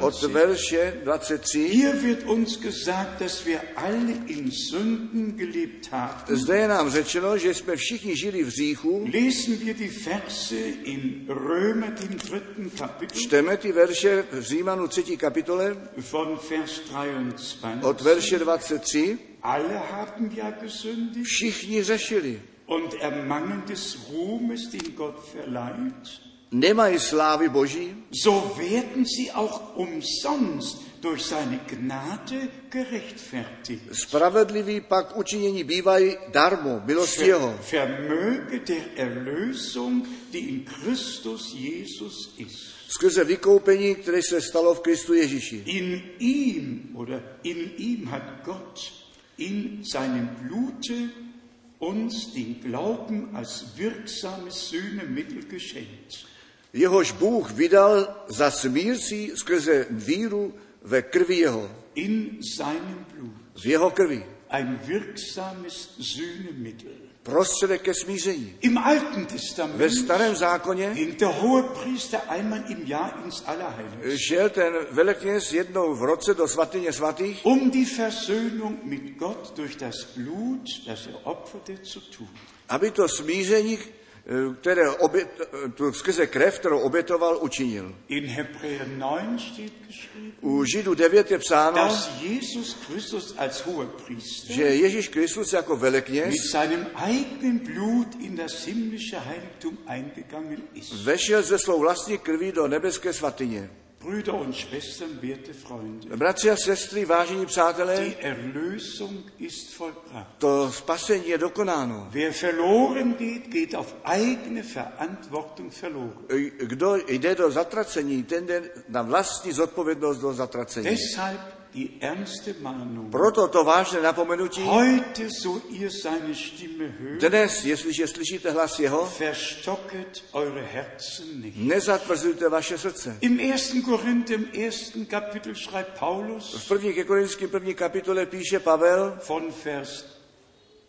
od
23,
verše 23,
hier wird uns gesagt, dass wir alle in Sünden gelebt haben.
zde je nám řečeno, že jsme všichni žili v říchu,
Lesen wir die Verse in Römer, dem dritten Kapitel,
čteme ty verše v Římanu 3. kapitole,
von Vers 23.
od verše 23,
Alle haben ja gesündigt
všichni řešili.
und ermangeln des Ruhmes, den Gott verleiht.
Nemají slávy boží,
So werden sie auch umsonst durch seine Gnade gerechtfertigt.
spravedliví pak učinění bývají darmo, milost jeho.
Vermöge der Erlösung, die in Christus Jesus ist.
Skrze vykoupení, které se stalo v Kristu Ježíši.
In ihm oder in ihm hat Gott in seinem Blute uns den Glauben als wirksames Sühnemittel geschenkt.
Jehož Bůh vydal za smírcí skrze víru ve krvi jeho.
In seinem Blut.
Z jeho krvi.
ein wirksames Sühnemittel.
Prostředek ke smíření.
Im Alten
Ve
Testament
starém zákoně
ging Äh, der Hohepriester einmal im Jahr ins Allerheiligste,
šel ten velekněz jednou v roce do svatyně svatých,
um die Versöhnung mit Gott durch das Blut, das er opferte, zu tun.
aby to smíření, eh, které obět, eh, tu skrze krev, kterou obětoval, učinil.
In Hebräer 9 steht geschrieben,
U Židů 9 je psáno,
dass Jesus Christus als Hohepriester
že Ježíš Kristus jako velekněz
mit seinem eigenen Blut in das himmlische Heiligtum eingegangen ist.
vešel ze svou vlastní krví do nebeské svatyně.
Brüder und Schwestern, werte Freunde,
Bratři a sestry, vážení přátelé,
die Erlösung ist vollbracht.
to spasení je dokonáno.
Wer verloren geht, geht auf eigene Verantwortung verloren.
Kdo jde do zatracení, ten jde na vlastní zodpovědnost do zatracení.
Deshalb die ernste Mahnung.
Proto to vážné napomenutí,
Heute, so ihr seine Stimme hört,
dnes, jestliže slyšíte hlas jeho,
verstocket eure Herzen nicht.
nezatvrzujte vaše srdce.
Im 1. Korinther, im ersten Kapitel schreibt Paulus
V první ke Korinským první kapitole píše Pavel
von Vers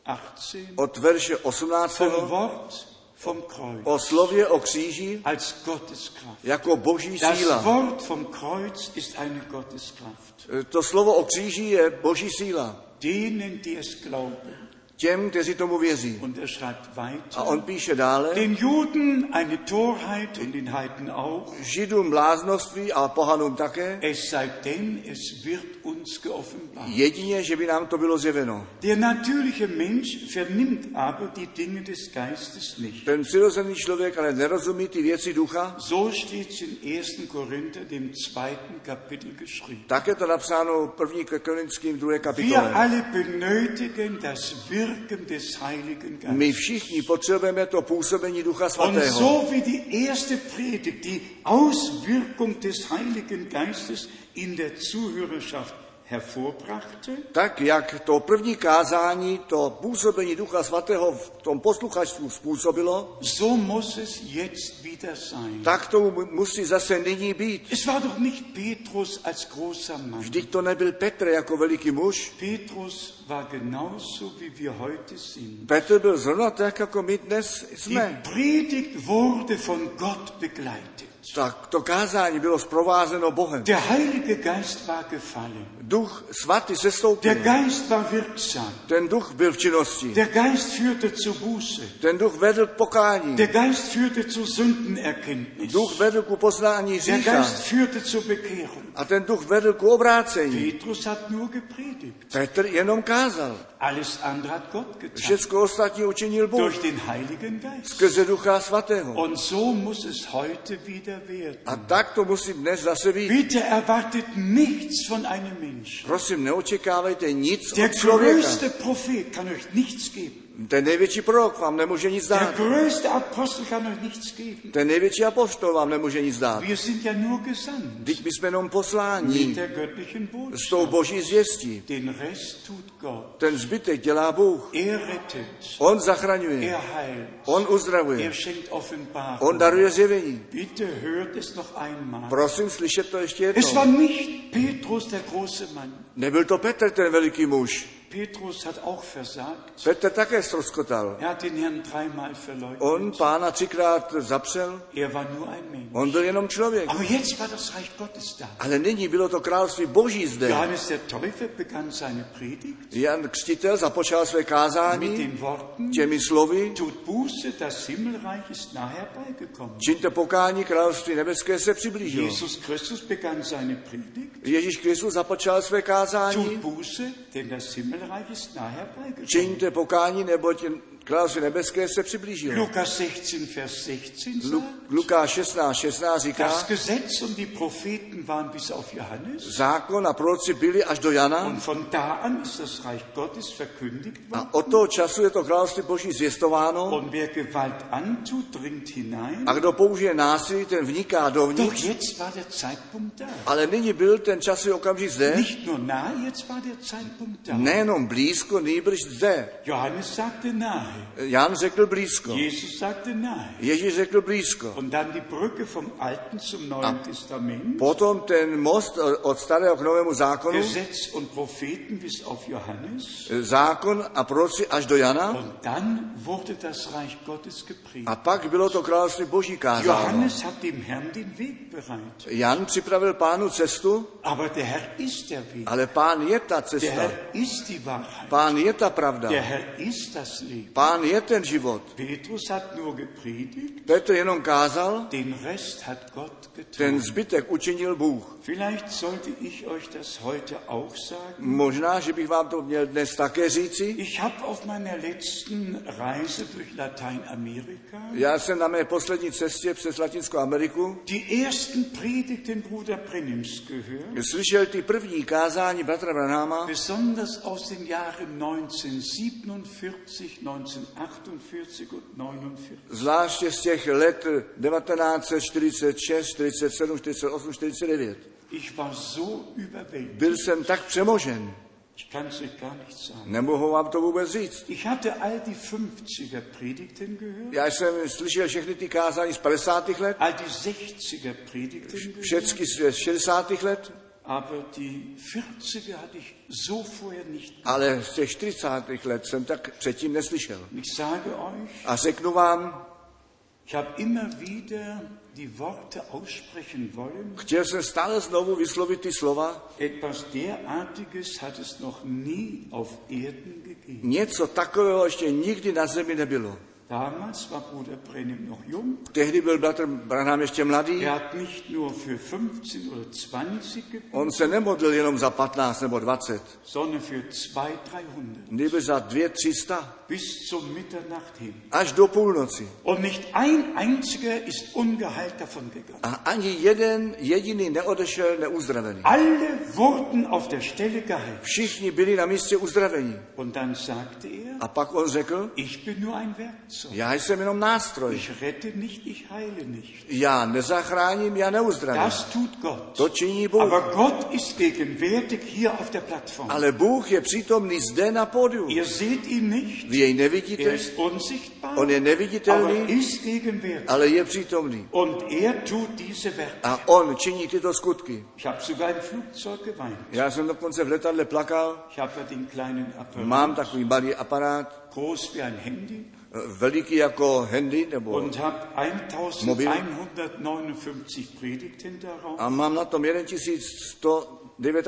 18
od verše 18.
vom Wort vom Kreuz
o slově o kříži
als Gotteskraft.
jako boží
Das
síla.
Wort vom Kreuz ist eine Gotteskraft.
E, To slovo o kříži je boží síla
Denen, die es glauben.
těm, kteří tomu věří.
Und er schreibt
A
weiter.
on píše dále,
Den Juden eine Torheit und den Heiden auch.
židům bláznoství a pohanům také,
Es sei denn, es wird uns geoffenbart.
jedině, že by nám to bylo zjeveno.
Der natürliche Mensch vernimmt aber die Dinge des Geistes nicht.
Ten přirozený člověk ale nerozumí ty věci ducha,
So steht es in 1. Korinther, dem zweiten Kapitel, geschrieben.
tak je to napsáno v první ke Korinským druhé
Wir
kapitole.
alle benötigen das Wirken des Heiligen Geistes.
My všichni potřebujeme to působení Ducha
Und
Svatého.
so wie die erste Predigt die Auswirkung des Heiligen Geistes in der Zuhörerschaft hervorbrachte,
Tak, jak to první kázání, to působení Ducha Svatého v tom posluchačstvu způsobilo,
so muss es jetzt wieder sein.
tak to mu- musí zase nyní být.
Es war doch nicht Petrus als großer Mann.
Vždyť to nebyl Petr jako veliký muž.
Petrus war genauso, wie wir heute sind.
Petr byl zrovna tak, jako my dnes
Die
jsme.
Predigt wurde von Gott begleitet.
Tak to kázání bylo zprovázeno Bohem.
Der Heilige Geist war gefallen.
Duch svatý sestoupil.
Der Geist war wirksam.
Ten duch byl v činnosti.
Der Geist führte zur Buße.
Ten duch vedl k pokání.
Der Geist führte zur Sündenerkenntnis.
Duch vedl ku poznání
Der
řícha.
Geist führte zur Bekehrung.
A ten duch vedl ku obrácení.
Petrus hat nur gepredigt.
Petr jenom kázal.
Alles andere hat Gott getan.
Všecko ostatní učinil Bůh.
Durch den Heiligen Geist.
Skrze ducha svatého.
Und so muss es heute wieder werden.
A tak to musí dnes zase být.
Bitte erwartet nichts von einem Menschen.
Prosím, neočekávejte nic
Der
od člověka.
größte Prophet kann euch nichts geben.
Ten největší prorok vám nemůže nic
Der
dát.
größte Apostel kann euch nichts geben.
Ten největší apoštol vám nemůže nic dát.
Wir sind ja nur gesandt
Vždyť my jsme jenom
mit
poslání
der göttlichen
s tou
Botschaft.
boží zvěstí.
Den Rest tut Gott.
Ten zbytek dělá Bůh.
Er rettet,
On zachraňuje.
er heilt,
On
er
uzdravuje.
schenkt
On
Offenbarung.
daruje zjevení.
Bitte hört es noch einmal.
Prosím slyšet to ještě
Es war
jednou.
nicht Petrus der große Mann.
Nebyl to Petr ten veliký muž.
Petrus hat auch versagt.
Petr také ztroskotal.
Er hat den Herrn dreimal verleugnet.
On pána třikrát zapřel.
Er war nur ein Mensch.
On byl jenom člověk.
Aber jetzt war das Reich Gottes da.
Ale nyní bylo to království boží zde.
Johannes der Täufer begann seine Predigt
Jan Křtitel započal své
mit
kázání
den Worten,
těmi slovy.
tut Buße, das Himmelreich ist nah herbeigekommen.
Čiňte pokání, království nebeské se přiblížilo.
Jesus Christus begann seine Predigt,
Ježíš Kristus započal své
tut
kázání.
Buße, denn das Himmelreich ist nah herbeigekommen.
Čiňte pokání, neboť království nebeské se přiblížilo.
Lukas 16, Vers 16
Lu-
sagt,
Lukáš 16, 16
Das
říká,
Gesetz und die Propheten waren bis auf Johannes.
zákon a proroci byli až do Jana
Und von da an ist das Reich Gottes verkündigt worden.
a od toho času je to království boží zvěstováno
Und wer Gewalt antut, dringt hinein.
a kdo použije násilí, ten vniká
Doch
dovnitř.
jetzt war der Zeitpunkt da.
Ale nyní byl ten časový okamžik zde,
Nicht nur nahe, jetzt war der Zeitpunkt da.
nejenom blízko, nýbrž zde.
Johannes sagte nahe.
Jan řekl blízko,
Jesus sagte nahe.
Ježíš řekl blízko.
Und dann die Brücke vom Alten zum Neuen Testament.
Potom ten most od starého k novému zákonu,
Gesetz und Propheten bis auf Johannes.
zákon a proroci až do Jana,
Und dann wurde das Reich Gottes gepredigt.
a pak bylo to království boží kázáno.
Johannes hat dem Herrn den Weg bereitet.
Jan připravil pánu cestu,
Aber der Herr ist der Weg.
ale pán je ta
Der
cesta,
Herr ist die Wahrheit.
pán je ta pravda,
Der Herr ist das Leben.
pán je ten život.
Petrus hat nur gepredigt,
Petr jenom kázal,
den Rest hat Gott
ten
getan.
zbytek učinil Bůh.
Vielleicht sollte ich euch das heute auch sagen.
Možná, že bych vám to měl dnes také říci.
Ich habe auf meiner letzten Reise durch Lateinamerika
Já jsem na mé poslední cestě přes Latinskou Ameriku
die ersten Predigten Bruder Brenims gehört,
slyšel ty první kázání bratra Branáma,
besonders aus den Jahren 1947, 1948 und 49.
zvláště z těch let 1946, 47, 48, 49.
Ich war so überwältigt.
Byl jsem tak přemožen.
Ich kann es euch gar nicht sagen.
Nemohu vám to vůbec říct.
Ich hatte all die 50er Predigten gehört,
Já jsem slyšel všechny ty kázání z 50. let,
all die 60er Predigten gehört,
všechny z 60. let,
aber die 40er hatte ich so vorher nicht.
ale z těch 40. let jsem tak předtím neslyšel.
Und ich sage euch,
A řeknu vám,
ich habe immer wieder die Worte aussprechen wollen.
chtěl jsem stále znovu vyslovit ty slova,
Etwas derartiges hat es noch nie auf Erden gegeben.
něco takového ještě nikdy na zemi nebylo.
Damals war Bruder Brennim noch jung.
Tehdy byl bratr Branham ještě mladý,
Er hat nicht nur für 15 oder 20 gebetet,
on se nemodlil jenom za 15 nebo 20,
sondern für 200, 300
nebo za 2 300,
bis zur Mitternacht hin.
až do půlnoci.
Und nicht ein einziger ist ungeheilt davon gegangen.
A ani jeden jediný neodešel neuzdravený.
Alle wurden auf der Stelle geheilt.
Všichni byli na místě uzdravení.
Und dann sagte er,
A pak on řekl,
ich bin nur ein Werkzeug.
já jsem jenom nástroj.
Ich rette nicht, ich heile nicht.
Já nezachráním, já neuzdravím.
Das tut Gott.
To činí Bůh.
Aber Gott ist gegenwärtig hier auf der Plattform.
Ale Bůh je přítomný zde na pódiu.
Ihr seht ihn nicht.
Vy jej
Er
nevidíte,
ist unsichtbar,
on je
aber
neviditelný,
ist gegenwärtig.
ale je přítomný.
Und er tut diese Werke.
A on činí tyto skutky.
Ich habe sogar im Flugzeug geweint.
Já jsem dokonce v letadle plakal,
Ich habe ja den kleinen Apparat,
mám takový malý aparát,
groß wie ein Handy,
eh, veliký jako handy, nebo
und habe 1159 Predigten darauf.
a mám na tom 1159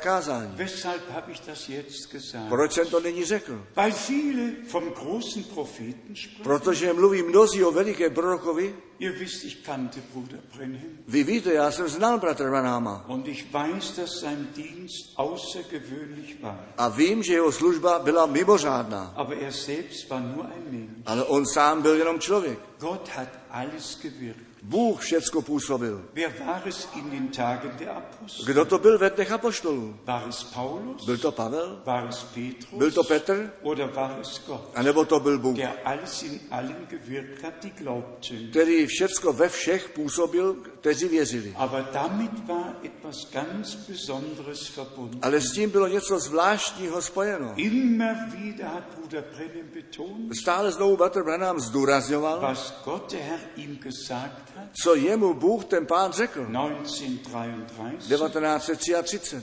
kázání.
Weshalb habe ich das jetzt gesagt?
Proč jsem to nyní řekl?
Weil viele vom großen Propheten sprechen.
Protože mluví mnozí o velikém prorokovi.
Ihr wisst, ich kannte Bruder Brenhem
Vy víte, já jsem znal bratra Branhama
und ich weiß, dass sein Dienst außergewöhnlich war.
a vím, že jeho služba byla mimořádná,
Aber er selbst war nur ein Mensch.
ale on sám byl jenom člověk.
Gott hat alles gewirkt.
Bůh všecko působil.
Wer war es in den Tagen der Apostel?
Kdo to byl ve dnech apoštolů?
War es Paulus?
Byl to Pavel?
War es Petrus?
Byl to Petr?
Oder war es Gott,
A nebo to byl Bůh,
der alles in allen gewirkt hat, die glaubten?
který všecko ve všech působil, kteří věřili.
Aber damit war etwas ganz Besonderes verbunden.
Ale s tím bylo něco zvláštního spojeno.
Immer wieder hat Bruder Brennan betont,
Stále znovu bratr Branham zdůrazňoval,
was Gott der Herr ihm gesagt hat.
co jemu Bůh ten pán řekl.
No. 1933,
1933,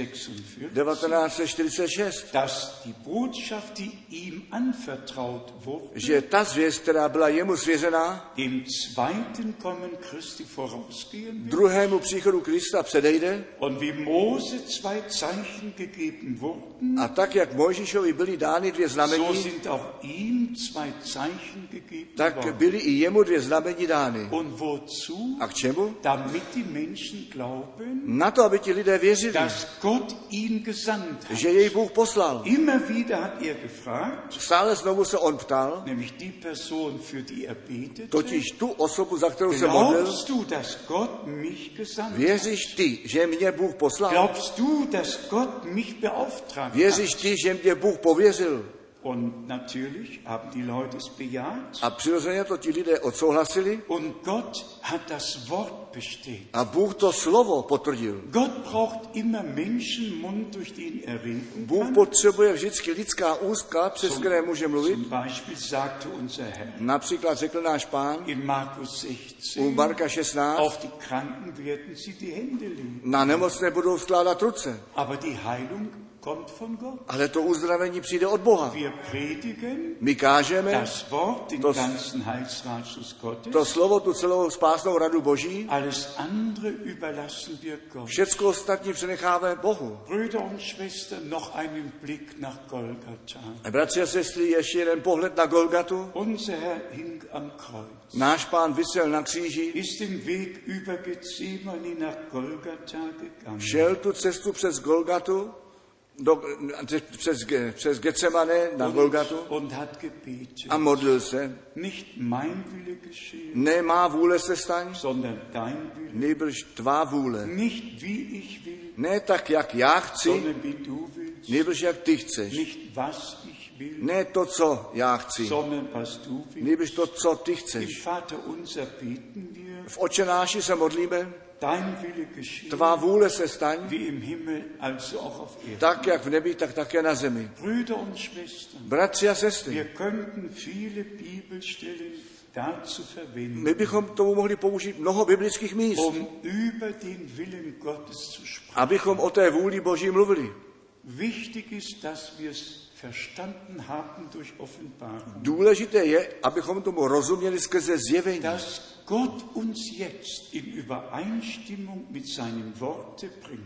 1946,
1946,
dass die Botschaft, die ihm anvertraut wurde,
že ta zvěst, která byla jemu svěřená,
dem zweiten Kommen Christi vorausgehen wird.
druhému příchodu Krista předejde
Und wie Mose zwei Zeichen gegeben wurden,
a tak, jak Mojžíšovi byly dány dvě
so
znamení,
sind auch ihm zwei Zeichen gegeben
tak
worden.
byly i jemu dvě znamení dány.
Und wozu?
A k čemu?
Damit die Menschen glauben,
Na to, aby ti lidé věřili,
dass Gott ihn gesandt
že
hat.
jej Bůh poslal.
Immer wieder hat er gefragt,
Stále znovu se on ptal,
nämlich die Person, für die er betete,
totiž tu osobu, za kterou
No.
se modlil,
glaubst du, dass Gott mich gesandt hat?
věříš ty, že mě Bůh poslal?
Glaubst du, dass Gott mich beauftragt hat?
Věříš ty, že mě Bůh pověřil?
Und natürlich haben die Leute es bejaht.
A přirozeně to ti lidé odsouhlasili
Und Gott hat das Wort bestätigt.
a Bůh to slovo potvrdil.
Gott braucht immer Menschenmund, durch den er reden
Bůh
kann.
potřebuje vždycky lidská úzka, přes které může mluvit.
Zum Beispiel sagte unser Herr
Například řekl náš pán
in Markus
u
16,
Marka 16,
auf die Kranken werden sie die Hände legen.
na nemocné budou vkládat ruce,
Aber die Heilung kommt von Gott.
ale to uzdravení přijde od Boha.
Wir predigen
My kážeme
das Wort, den
Das-
ganzen Heilsratschluss Gottes.
to slovo, tu celou spásnou radu Boží,
Alles andere überlassen wir Gott.
všecko ostatní přenecháme Bohu.
Brüder und Schwestern, noch einen Blick nach Golgatha.
Bratři a sestry, ještě jeden pohled na Golgatu.
Unser Herr hing am Kreuz,
Náš pán vysel na kříži,
ist den Weg über Gethsemane nach Golgatha gegangen.
šel tu cestu přes Golgatu, do, přes, Ge- přes Getsemane na Golgatu
und, und hat gebetet,
a modlil se.
nicht mein Wille geschehe,
Ne má vůle se staň,
sondern dein Wille.
nejbrž tvá vůle.
Nicht wie ich will,
Ne tak, jak já chci,
sondern wie du willst.
nejbrž jak ty chceš.
Nicht was ich will,
Ne to, co já chci,
sondern was du willst.
nejbrž to, co ty
Im
chceš.
Vater unser beten wir,
V očenáši se modlíme,
dein Wille geschehe,
Tvá vůle se staň,
wie im Himmel, also auch auf Erden.
tak jak v nebi, tak také na zemi.
Brüder und Schwestern,
Bratři a sestry,
wir könnten viele Bibelstellen dazu verwenden,
my bychom k tomu mohli použít mnoho biblických míst,
um über den Willen Gottes zu sprechen.
abychom o té vůli Boží mluvili.
Wichtig ist, dass wir es verstanden haben durch Offenbarung,
Důležité je, abychom tomu rozuměli skrze zjevení,
dass Gott uns jetzt in Übereinstimmung mit seinem Worte bringt.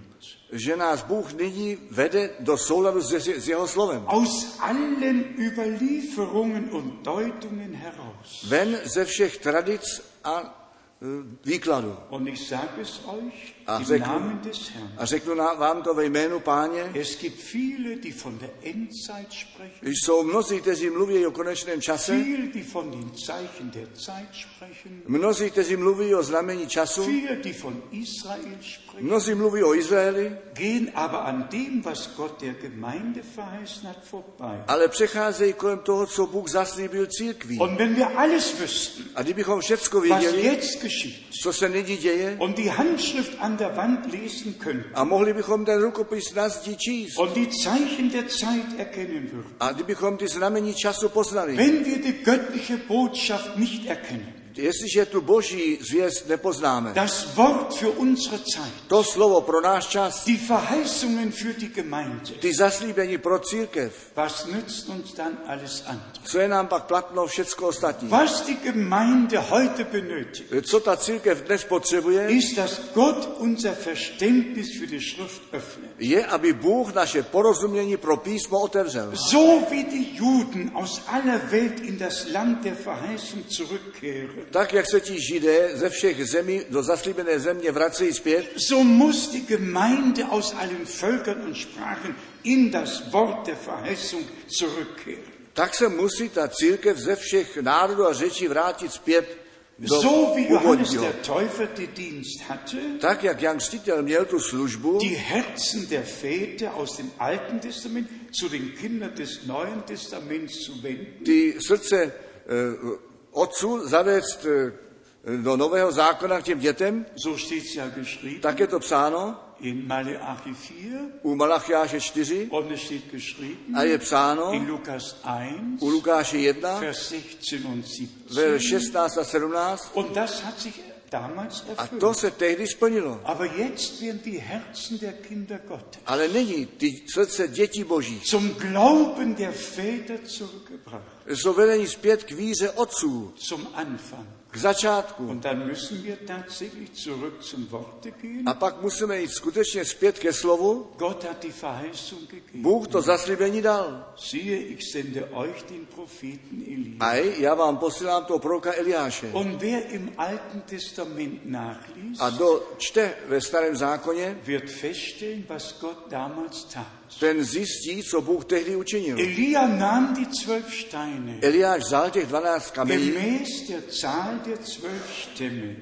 že nás Bůh nyní vede do souladu s, s jeho slovem.
Aus allen Überlieferungen und Deutungen heraus.
Ven ze všech tradic a eh, výkladů.
Und ich sage es euch
Ach,
im
sehr
Namen des Herrn.
A řeknu na- vám to ve jménu páně,
Es gibt viele, die von der Endzeit sprechen,
jsou mnozí, kteří mluví o konečném čase,
viele, die von den Zeichen der Zeit sprechen,
mnozí, kteří mluví o znamení času,
viele, die von Israel sprechen.
mnozí mluví o Izraeli,
gehen aber an dem, was Gott der Gemeinde verheißen hat, vorbei.
ale přecházejí kolem toho, co Bůh zaslíbil církví.
Und wenn wir alles wüssten,
A kdybychom všecko
was
věděli,
jetzt geschieht,
co se nyní děje,
und die Handschrift an der Wand lesen könnten,
a mohli bychom ten rukopis na zdi číst,
und die Zeichen der Zeit erkennen würden,
a kdybychom ty znamení času poznali,
wenn wir die göttliche Botschaft nicht erkennen,
jestliže tu boží zvěst nepoznáme,
das Wort für unsere Zeit,
to slovo pro náš čas,
die Verheißungen für die Gemeinde,
ty zaslíbení pro církev,
was nützt uns dann alles andere?
co je nám pak platno všecko ostatní.
Was die Gemeinde heute benötigt,
Co ta církev dnes potřebuje,
ist, dass Gott unser Verständnis für die Schrift öffnet.
je, aby Bůh naše porozumění pro písmo otevřel.
So wie die Juden aus aller Welt in das Land der Verheißung zurückkehren,
Tak, jak se ti židé ze všech zemí do zaslíbené země vracejí zpět,
so muss die Gemeinde aus allen Völkern und Sprachen in das Wort der Verheißung zurückkehren.
tak se musí ta církev ze všech národů a řečí vrátit zpět do
So wie Johannes
původního.
der Täufer den Dienst hatte,
Tak, jak Jan Stitel měl tu službu,
die Herzen der Väter aus dem Alten Testament zu den Kindern des Neuen Testaments zu wenden,
ty srdce eh, otců zavést eh, do nového zákona k těm dětem,
so steht es ja geschrieben
tak je to psáno
in Maleachi 4
u Malachiáše 4
und es steht geschrieben
a je psáno
in Lukas 1,
u Lukáše 1,
Vers 16 und 17.
ve 16 a 17
Und das hat sich damals
a to
erfüllt.
se tehdy splnilo.
Aber jetzt werden die Herzen der Kinder Gottes
Ale nyní ty srdce dětí božích
zum Glauben der Väter zurückgebracht,
jsou vedení zpět k víře otců,
zum Anfang.
k začátku.
Und dann müssen wir tatsächlich zurück zum Worte gehen.
A pak musíme jít skutečně zpět ke slovu.
Gott hat die Verheißung gegeben.
Bůh to zaslíbení dal.
Siehe, ich sende euch den Propheten Elia.
A já vám posílám toho proroka Eliáše.
Und wer im Alten Testament nachliest,
A do čte ve starém zákoně,
wird feststellen, was Gott damals tat.
ten zjistí, co Bůh tehdy učinil.
Elia nahm die zwölf Steine.
Eliáš vzal těch 12 kamení
Gemäß der Zahl der zwölf Stämme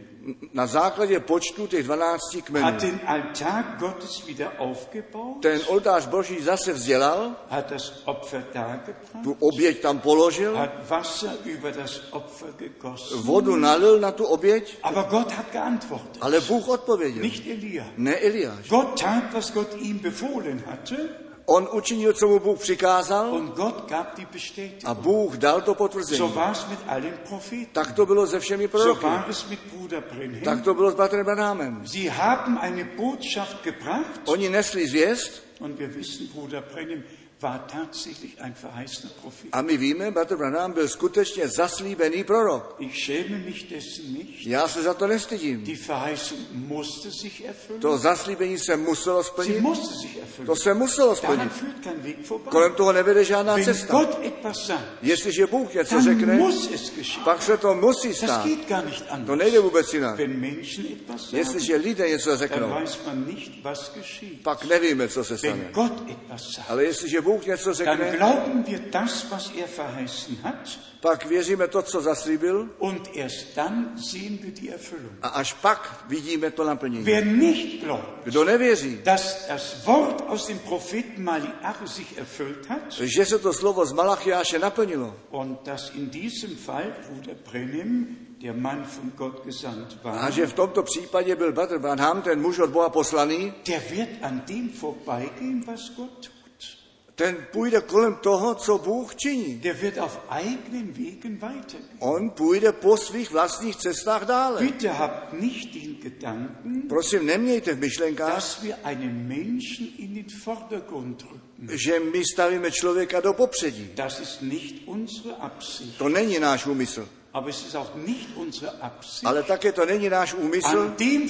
na základě počtu těch 12 kmenů.
hat den Altar Gottes wieder aufgebaut,
Ten oltář boží zase vzdělal,
hat das Opfer dargebracht,
tu oběť tam položil,
hat Wasser über das Opfer gegossen.
vodu nalil na tu oběť,
Aber Gott hat geantwortet,
ale Bůh odpověděl.
nicht Elia.
Ne Eliáš.
Gott tat, was Gott ihm befohlen hatte,
On učinil, co mu Bůh přikázal
und Gott gab die
a
Bestätigung.
Bůh dal to
So
potvrzení.
war es mit allen Propheten.
Tak to bylo se všemi
So
proroky.
war es mit Bruder
Tak
Brenhem.
to bylo s Patrem Branhamem.
Sie haben eine Botschaft gebracht,
Oni nesli zvěst
und wir wissen, Bruder Brenhem war tatsächlich ein verheißener Prophet.
a my víme, Bratr Branham byl skutečně zaslíbený prorok.
Ich schäme mich dessen nicht.
Já se za to nestydím.
Die Verheißung musste sich erfüllen.
To zaslíbení se muselo
Sie
splnit.
musste sich
To
erfüllen.
se muselo
Daran
splnit.
führt kein Weg vorbei.
Kolem toho nevede žádná
Wenn
cesta.
Gott etwas sagt,
Jestliže Bůh něco
dann
řekne,
muss es geschehen.
pak se to musí
Das
stát.
geht gar nicht
To nejde
anders.
vůbec jinak.
Wenn Menschen etwas sagen,
Jestliže lidé něco
dann
řeknou,
weiß man nicht, was geschieht.
pak nevíme, co se
Wenn
stane.
Gott etwas sagt,
Ale jestliže Bůh něco
dann
řekne,
glauben wir das, was er verheißen hat,
pak věříme to, co zaslíbil
und erst dann sehen wir die Erfüllung.
a až pak vidíme to naplnění.
Wer nicht glaubt,
Kdo nevěří,
dass das Wort aus dem Propheten Maliach sich erfüllt hat
že se to slovo z Malachiáše naplnilo
und dass in diesem Fall Bruder Brenim, der Mann von Gott gesandt
a
war,
že v tomto případě byl Bratr Branham, ten muž od Boha poslaný,
der wird an dem vorbeigehen, was Gott tut.
ten půjde kolem toho, co Bůh činí.
Der wird auf eigenen Wegen weitergehen.
On půjde po svých vlastních cestách dále.
Bitte habt nicht den Gedanken,
Prosím, nemějte v myšlenkách,
dass wir einen Menschen in den Vordergrund rücken.
že my stavíme člověka do popředí.
Das ist nicht unsere Absicht.
To není náš úmysl.
Aber es ist auch nicht unsere Absicht,
Ale také to není náš úmysl
an dem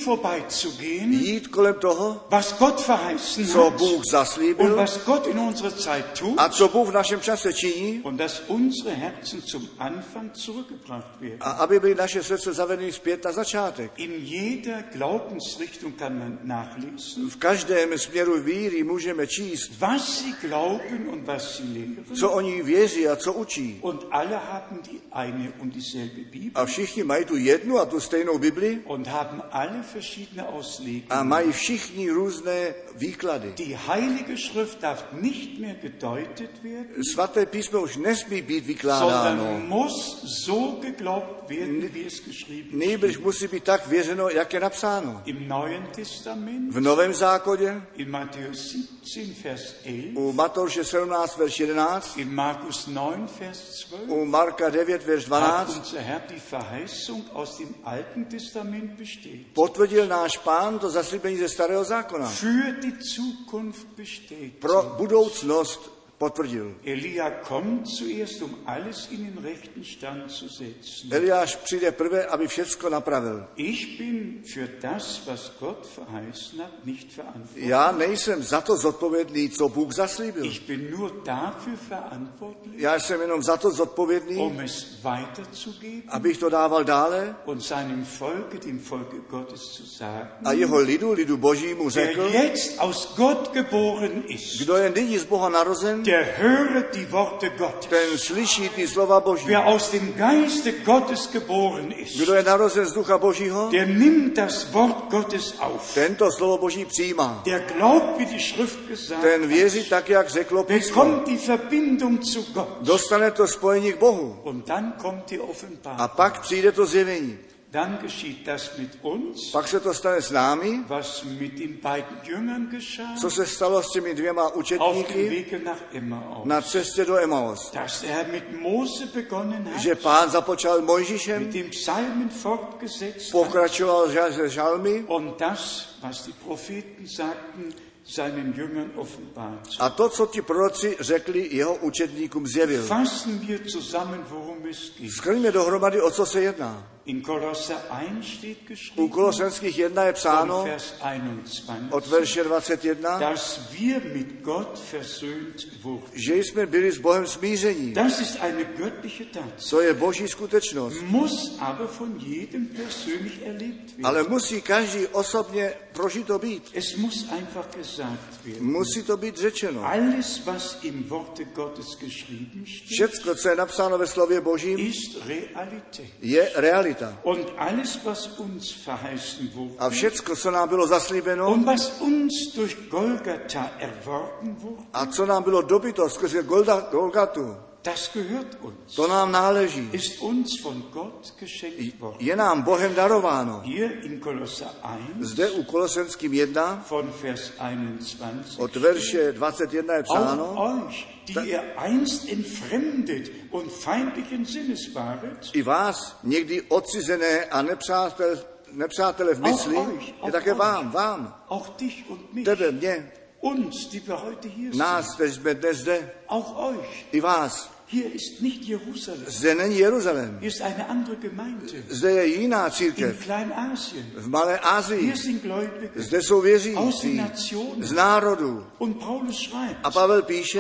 vorbeizugehen,
jít kolem toho,
was Gott verheißen
co
hat
Bůh
und
zaslíbil
was Gott in unserer Zeit tut
a co Bůh v našem čase činí,
und dass unsere Herzen zum Anfang zurückgebracht werden.
a aby byly naše srdce zavedeny zpět na začátek.
In jeder Glaubensrichtung kann man nachlesen,
V každém směru víry můžeme číst,
was sie glauben und was sie lehren.
co oni věří a co učí.
Und alle haben die eine und dieselbe Bibel
A všichni mají tu jednu a tu stejnou Bibli
und haben alle verschiedene Auslegungen.
a mají všichni různé výklady.
Die Heilige Schrift darf nicht mehr gedeutet werden,
Svaté písmo už nesmí být vykládáno.
sondern muss so geglaubt werden, wie es geschrieben ist.
Nejbrž musí být tak věřeno, jak je napsáno.
Im Neuen Testament,
V Novém zákoně,
in Matthäus 17, Vers 11,
u Matouše 17, verš 11,
in Markus 9, Vers 12,
u Marka 9, verš
hat
12,
unser Herr die Verheißung aus dem Alten Testament bestätigt,
potvrdil náš pán to zaslíbení ze starého zákona.
für die Zukunft bestätigt.
Ah. Pro budoucnost potvrdil.
Elia kommt zuerst, um alles in den rechten Stand zu setzen.
Eliáš přijde prvé, aby všecko napravil.
Ich bin für das, was Gott verheißen hat, nicht verantwortlich.
Já nejsem za to zodpovědný, co Bůh zaslíbil.
Ich bin nur dafür verantwortlich,
Já jsem jenom za to zodpovědný,
um es weiterzugeben
abych to dával dále
und seinem Volke, dem Volke Gottes zu sagen,
a jeho lidu, lidu božímu
der
řekl,
jetzt aus Gott geboren ist,
kdo je nyní z Boha narozen,
der höre die Worte Gottes.
ten slyší ty slova boží.
Wer aus dem Geiste Gottes geboren ist,
Kdo je narozen z ducha božího,
der nimmt das Wort Gottes auf.
tento slovo boží přijímá.
Der glaubt, wie die Schrift gesagt
Ten
hat,
věří tak, jak řeklo písmo.
bekommt die Verbindung zu Gott.
Dostane to spojení k Bohu.
Und dann kommt die
A
Offenbarung.
pak přijde to zjevení.
Dann geschieht das mit uns,
Pak se to stane s námi,
was mit den beiden Jüngern geschah,
co se stalo s těmi dvěma
auf dem
učetníky
Wege nach Emmaus.
na cestě do Emaus.
Dass er mit Mose begonnen
Že
hat,
pán započal Mojžíšem,
mit dem Psalmen fortgesetzt hat
pokračoval ža- se žalmy
und das, was die Propheten sagten, seinen Jüngern offenbart.
a to, co ti proroci řekli, jeho učetníkům zjevil.
Fassen wir zusammen, worum es geht.
Skrňme dohromady, o co se jedná.
In Kolosser 1 steht
U
geschrieben,
Kolosenských 1 je
von
psáno
Vers
od
21,
verše 21,
dass wir mit Gott versöhnt wurden.
že jsme byli s Bohem smíření.
Das ist eine göttliche Tatsache,
To je boží skutečnost.
muss aber von jedem persönlich erlebt werden.
Ale musí každý osobně prožito být.
Es muss einfach gesagt werden.
Musí to být řečeno.
Alles, was im Worte Gottes geschrieben steht,
Všecko, co je napsáno ve slově Božím,
ist Realität.
je realita.
Und alles, was uns verheißen
A
wurde
všecko, co nám bylo zaslíbeno
und was uns durch Golgatha erworben wurde,
a co nám bylo dobyto skrze Golda- Golgatu,
das gehört uns,
to nám náleží.
ist uns von Gott geschenkt worden.
Je nám Bohem darováno.
Hier in Kolosser 1
Zde u Kolosenským 1
von Vers 21
od verše 21 je psáno,
Auch euch, die ihr einst entfremdet und feindlichen Sinnes waret,
i vás někdy odcizené a nepřátel, nepřátele v mysli, je také vám, vám,
auch dich und mich,
tebe, mě,
uns, die wir heute hier sind,
nás, kteří jsme dnes zde,
auch euch.
i vás.
Hier ist nicht Jerusalem,
Zde není Jeruzalém,
hier ist eine andere Gemeinde
zde je jiná
in
církev,
Kleinasien.
v Malé Asii.
Hier sind Gläubige
Zde jsou
aus den
věřící z
Nationen.
národů.
Und Paulus
A
schreibt,
Pavel píše,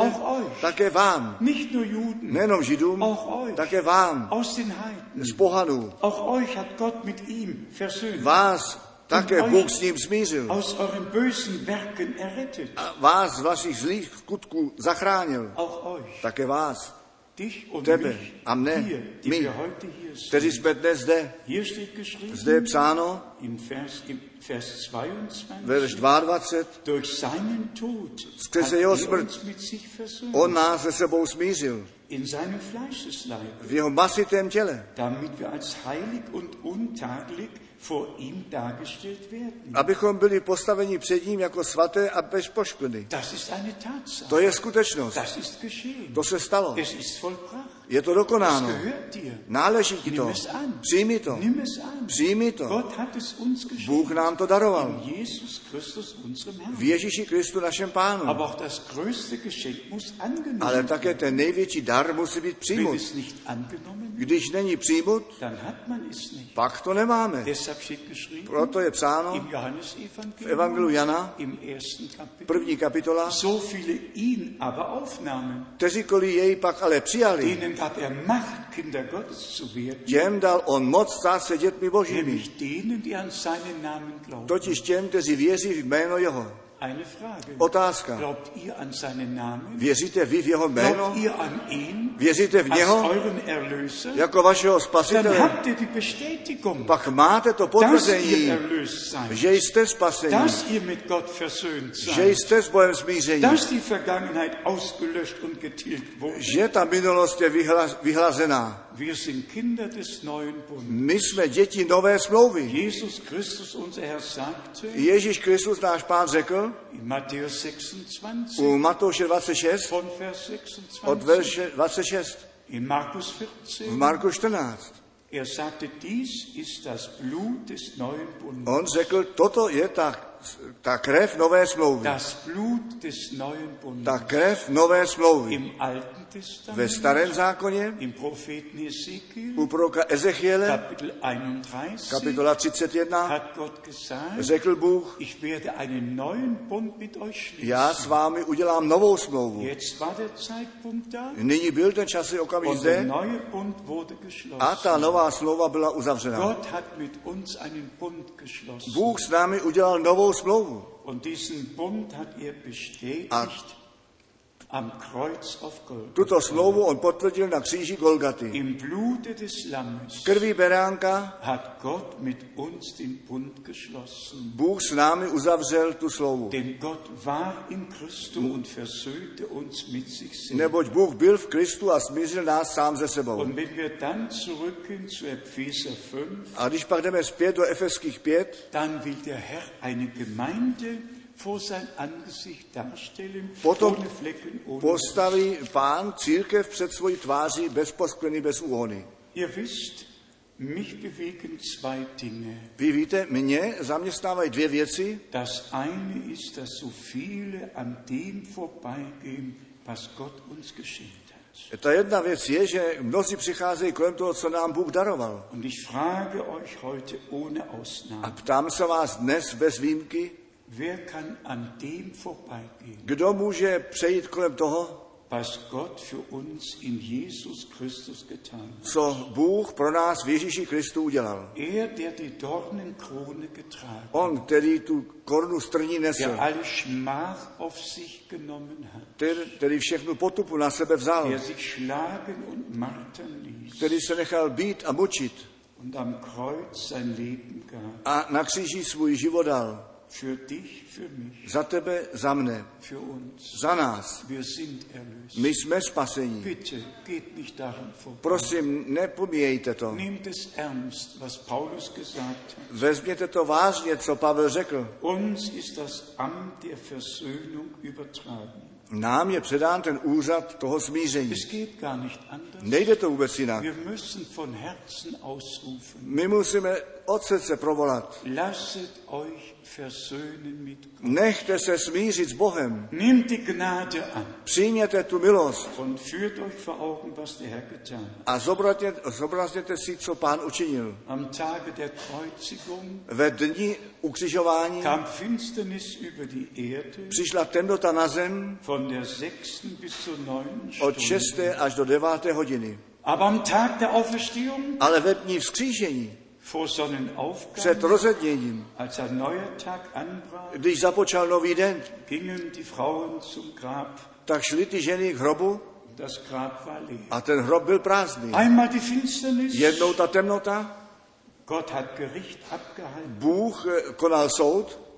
také vám,
nicht nur Juden,
nejenom Židům,
auch euch,
také vám,
aus den Heiden.
z pohanů.
Auch euch hat Gott mit ihm versöhnt.
Vás také
euch
Bůh s ním smířil.
aus euren bösen Werken errettet.
A vás z vašich zlých skutků zachránil.
Auch euch,
Také vás,
dich und
Tebe,
mich,
am Ne-
hier, die
mich.
wir heute hier sind.
kteří jsme dnes zde.
Hier steht geschrieben,
Zde je psáno,
im Vers, im Vers 22,
verš 22,
durch seinen Tod
Skrze
hat
jeho
er
smrt.
uns mit sich versöhnt,
on nás se sebou smířil
in seinem Fleischesleib,
v jeho masitém těle,
damit wir als heilig und untadelig vor ihm dargestellt werden.
abychom byli postaveni před ním jako svaté a bez poškvrny.
Das ist eine Tatsache.
To je skutečnost.
Das ist geschehen.
To se stalo.
Es ist vollbracht.
Je to
Es
dokonáno.
gehört dir.
Náleží ti to.
Nimm es an.
Přijmi to.
Nimm es an.
Přijmi to.
Gott hat es uns
Bůh
geschenkt.
nám to daroval.
In Jesus Christus, unserem Herrn.
V Ježíši Kristu našem pánu.
Aber auch das größte Geschenk muss angenommen
Ale
werden.
také ten největší dar musí být
Wenn
přijmut.
es nicht angenommen wird,
Když není přijmut,
dann hat man es nicht.
pak to nemáme.
Deshalb steht geschrieben
Proto je
im
psáno v Evangeliu
Johannesevangelium
Jana,
im ersten Kapitel.
první kapitola,
So viele ihn aber aufnahmen,
kteříkoliv jej pak ale přijali,
denen gab er Macht, Kinder Gottes zu werden,
těm dal on moc stát se dětmi božími,
nämlich denen, die an seinen Namen glauben.
totiž těm, kteří věří v jméno jeho.
Eine Frage.
Otázka,
Glaubt ihr an seinen Namen?
věříte vy v jeho jméno?
Glaubt ihr an ihn?
Věříte v
Als
něho
euren Erlöser?
jako vašeho
Dann
spasitele?
habt ihr die Bestätigung,
Pak máte to
dass ihr
potvrzení,
erlöst seid,
že jste spasení,
dass ihr mit Gott versöhnt
že
seid,
jste s Bohem smíření,
dass die Vergangenheit ausgelöscht und getilgt wurde.
že ta minulost je vyhla- vyhlazená.
Wir sind Kinder des neuen Bundes.
My jsme děti nové smlouvy.
Jesus Christus, unser Herr, sagte
Ježíš Kristus, náš pán, řekl
in Matthäus 26,
u Matouše 26,
von Vers
od
26,
verše 26,
in Markus
v
14,
Marku 14.
er sagte, dies ist das Blut des neuen Bundes.
On řekl, toto je ta, ta krev nové smlouvy.
Das Blut des neuen Bundes.
Ta krev nové smlouvy.
Im Alten
Ve
Testament,
starém zákoně
im Propheten Ezekiel,
u proroka Ezechiele,
Kapitel 31,
kapitola 31,
hat Gott gesagt,
řekl Bůh,
ich werde einen neuen Bund mit euch
já
schließen.
s vámi udělám novou smlouvu.
Jetzt war der Zeitpunkt da
Nyní byl ten časový okamžik
und der
zde
neue Bund wurde
a ta
geschlossen.
nová smlouva byla uzavřena.
Gott hat mit uns einen Bund geschlossen
Bůh s námi udělal novou smlouvu
und diesen Bund hat er
a
bestätigt am Kreuz auf Gold.
tuto smlouvu on potvrdil na kříži Golgaty.
Im Blute des Lammes
Krví beránka
hat Gott mit uns den Bund geschlossen.
Bůh s námi uzavřel tu smlouvu.
Denn Gott war in Christum und versöhnte uns mit sich selbst.
Neboť Bůh byl v Kristu a smířil nás sám ze sebou.
Und wenn wir dann zurückgehen zu Epheser 5,
A když pak jdeme zpět do Efeských 5,
dann will der Herr eine Gemeinde vor sein Angesicht darstellen,
Potom
ohne Flecken, ohne
postaví pán církev před svoji tváří bez poskvrny, bez úhony.
Ihr wisst, mich bewegen zwei Dinge.
Vy víte, mě zaměstnávají dvě věci.
Das eine ist, dass so viele an dem vorbeigehen, was Gott uns geschenkt hat.
Ta jedna věc je, že mnozí přicházejí kolem toho, co nám Bůh daroval.
Und ich frage euch heute ohne
A
Ausnahme,
ptám se vás dnes bez výjimky,
wer kann an dem vorbeigehen,
kdo může přejít kolem toho,
was Gott für uns in Jesus Christus getan hat?
co Bůh pro nás v Ježíši Kristu udělal.
Er, der die Dornenkrone getragen hat,
On, který tu korunu strní nesl,
der alle Schmach auf sich genommen hat,
ten, který všechnu potupu na sebe vzal,
der sich schlagen und martern ließ
který se nechal být a mučit
und am Kreuz sein Leben gab.
a na kříži svůj život dal.
Für dich, für mich,
Za tebe, za mne,
für uns.
za nás.
Wir sind erlöst.
My jsme spasení.
Bitte geht nicht daran vorbei.
Prosím, nepomíjejte to.
Nehmt es ernst, was Paulus gesagt hat.
Vezměte to vážně, co Pavel řekl.
Uns ist das Amt der Versöhnung übertragen.
Nám je předán ten úřad toho smíření.
Es geht gar nicht anders.
Nejde to vůbec jinak.
Wir müssen von Herzen ausrufen.
My musíme od srdce provolat.
Lasset euch versöhnen mit Gott.
Nechte se smířit s Bohem.
Nehmt die Gnade an
Přijměte tu milost
und führt euch vor Augen, was der Herr getan hat.
a zobrazněte, zobrazněte si, co pán učinil.
Am Tage der Kreuzigung
Ve dni ukřižování
kam Finsternis über die Erde
přišla temnota na zem,
von der sechsten bis zur neunten
od
Stunde.
6. až do 9. hodiny.
Aber am Tag der Auferstehung
Ale ve dní vzkříšení
vor Sonnenaufgang,
Před rozedněním,
als ein neuer Tag anbrach,
když započal nový den,
gingen die Frauen zum Grab.
tak šli ty ženy k hrobu
Das Grab war leer.
a ten hrob byl prázdný.
Einmal die Finsternis.
Jednou ta temnota,
Gott hat Gericht abgehalten.
Bůh eh, konal soud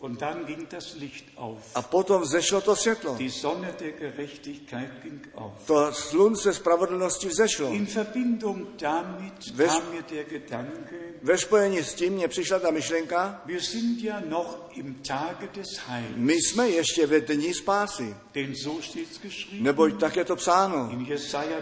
Und dann ging das Licht auf.
a potom vzešlo to světlo.
Die Sonne der Gerechtigkeit ging auf.
To slunce spravedlnosti vzešlo.
In Verbindung damit
Wes-
kam mir der Gedanke,
Ve spojení s tím mě přišla ta myšlenka,
wir sind ja noch im Tage des Heils.
my jsme ještě ve dní spásy,
Denn so steht es geschrieben
neboť tak je to psáno
in Jesaja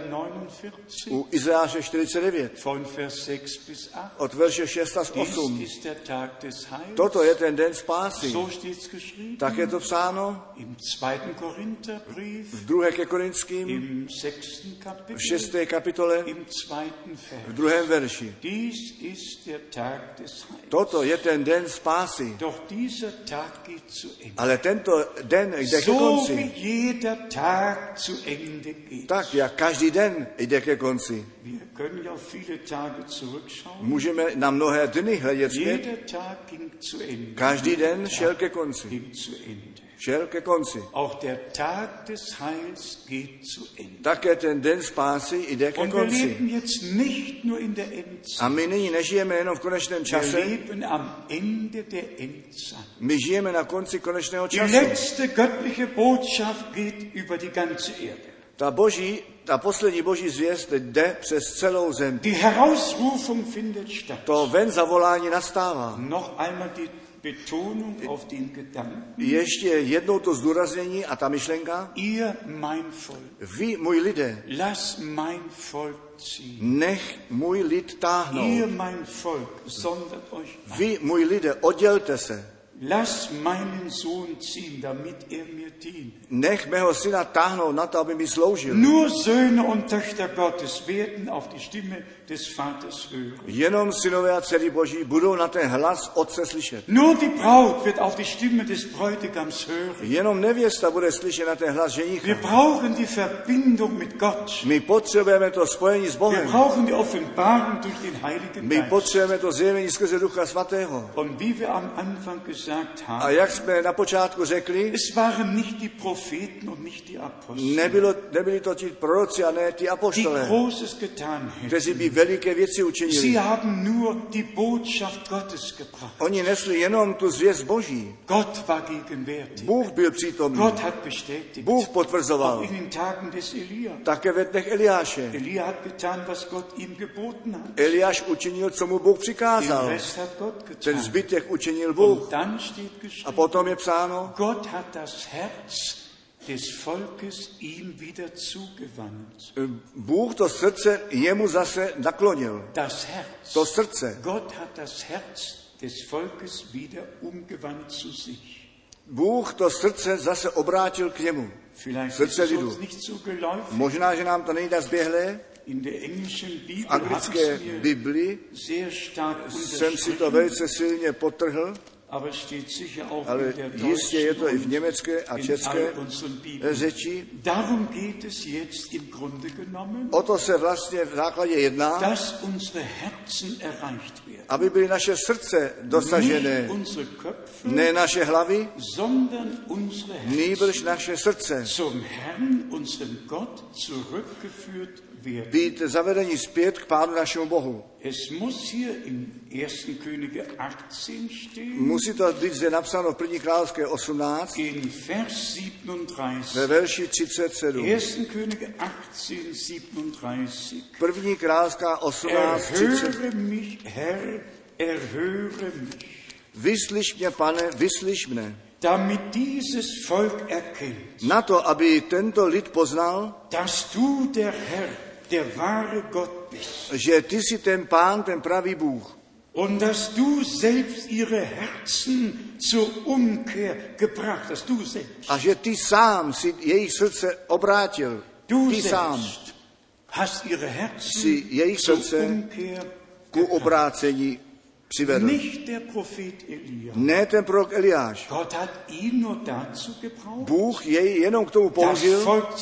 49,
u Izeáše 49,
von Vers 6 bis 8.
od verše 6 až
Dies
8.
ist der Tag des Heils.
Toto je ten den spásy.
So steht es geschrieben
Tak je to psáno
im zweiten Korintherbrief,
v 2. ke Korinským,
im sechsten Kapitel,
v 6. kapitole,
im zweiten
v
Vers.
druhém verši.
Dies ist der Tag des Heils.
Toto je ten den spásy.
Doch dieser Tag geht zu Ende.
Ale tento den jde ke
So wie
konci.
jeder Tag zu Ende geht.
Tak, jak každý den jde ke konci.
Wir können ja auf viele Tage zurückschauen.
Můžeme na mnohé dny hledět zpět.
Jeder Tag ging zu Ende.
Každý den šel ke konci.
Ging zu Ende.
Šel ke konci.
Auch der Tag des Heils geht zu Ende.
Také ten den spásy jde ke
Und wir
konci.
leben jetzt nicht nur in der Endzeit.
A my nyní nežijeme jenom v konečném
Wir
čase,
leben am Ende der Endzeit.
my žijeme na konci konečného
Die
času.
letzte göttliche Botschaft geht über die ganze Erde.
Ta boží, ta poslední boží zvěst jde přes celou zem.
Die Herausrufung findet statt.
To ven zavolání nastává.
Noch einmal die Betonung auf den Gedanken.
Ještě jednou to zdůraznění a ta myšlenka.
Ihr, mein Volk,
Vy, můj lidé,
lass mein Volk ziehen.
nech můj lid
Ihr,
táhnout.
mein Volk, sondert euch ab.
Vy, můj lidé, oddělte se.
Lass meinen Sohn ziehen, damit er mir dient.
Nech mého syna táhnout na to, aby mi sloužil.
Nur Söhne und Töchter Gottes werden auf die Stimme des Vaters hören.
Jenom synové a dcery boží budou na ten hlas otce slyšet.
Nur die Braut wird auf die Stimme des Bräutigams hören.
Jenom nevěsta bude slyšet na ten hlas
Wir
ženicha.
brauchen die Verbindung mit Gott.
My potřebujeme to spojení s
Wir
Bohem.
brauchen die Offenbarung durch den Heiligen
My
Geist.
potřebujeme to zjevení skrze Ducha Svatého.
Und wie wir am Anfang gesagt
A
haben,
jak jsme na počátku řekli,
es waren nicht die Propheten und nicht die Apostel,
nebylo, nebyli to ti proroci a ne ti
die
apoštolé,
Großes getan hätten.
kteří by veliké věci
Sie
učinili.
haben nur die Botschaft Gottes gebracht.
Oni nesli jenom tu zvěst Boží.
Gott war gegenwärtig.
Bůh byl přítomný.
Gott hat bestätigt.
Bůh
Auch
potvrzoval.
in den Tagen des Elia.
Také ve dnech Eliáše.
Elia hat getan, was Gott ihm geboten hat.
Eliáš učinil, co mu Bůh
Den
přikázal.
Rest hat Gott
Ten
getan.
zbytek učinil Bůh.
Und dann steht
A
geschrieben,
potom je psáno,
Gott hat das Herz des Volkes ihm wieder zugewandt.
"E, Bůh to srdce jemu zase naklonil.
Das Herz.
To srdce.
Gott hat das Herz des Volkes wieder umgewandt zu sich.
Bůh to srdce zase obrátil k němu.
Vielleicht ist
Srdce
es uns
lidu.
nicht so geläufig.
Možná, že nám to není tak zběhlé.
In der englischen Bibel
V
habe
anglické
ich mir
Bibli
sehr stark
jsem si to
unterstrichen,
velice silně potrhl,
aber es steht sicher auch
ale
in der
jistě je to i v
deutschen
německé a
und in all
české
unseren Bibeln.
řeči.
Darum geht es jetzt im Grunde genommen,
O to se vlastně v základě jedná,
dass unsere Herzen erreicht werden.
aby byly naše srdce
Nicht
dosažené.
unsere Köpfe,
Ne naše hlavy,
sondern unsere Herzen
nýbrž naše srdce.
zum Herrn, unserem Gott, zurückgeführt werden.
Být zavedení zpět k Pánu našemu Bohu.
Es muss hier im 1. Könige 18 stehen,
Musí to být zde napsáno v první královské 18,
in Vers 37.
ve verši 37.
1. Könige 18, 37.
První královská 18, 30.
Erhöre mich, Herr, erhöre mich,
Vyslyš mě, pane, vyslyš mne.
damit dieses Volk erkennt,
Na to, aby tento lid poznal,
dass du der Herr, der wahre Gott bist
že ty jsi ten pán, ten pravý Bůh.
und dass du selbst ihre Herzen zur Umkehr gebracht hast, du selbst.
A že ty sám si jejich srdce obrátil.
Du
Ty sám
selbst hast ihre Herzen
si jejich
zur
srdce
Umkehr
ku obrácení přivedl.
Nicht der Prophet Elia.
Ne ten prorok Eliáš.
Gott hat ihn nur dazu gebraucht,
Bůh jej jenom k tomu
das
použil,
Volk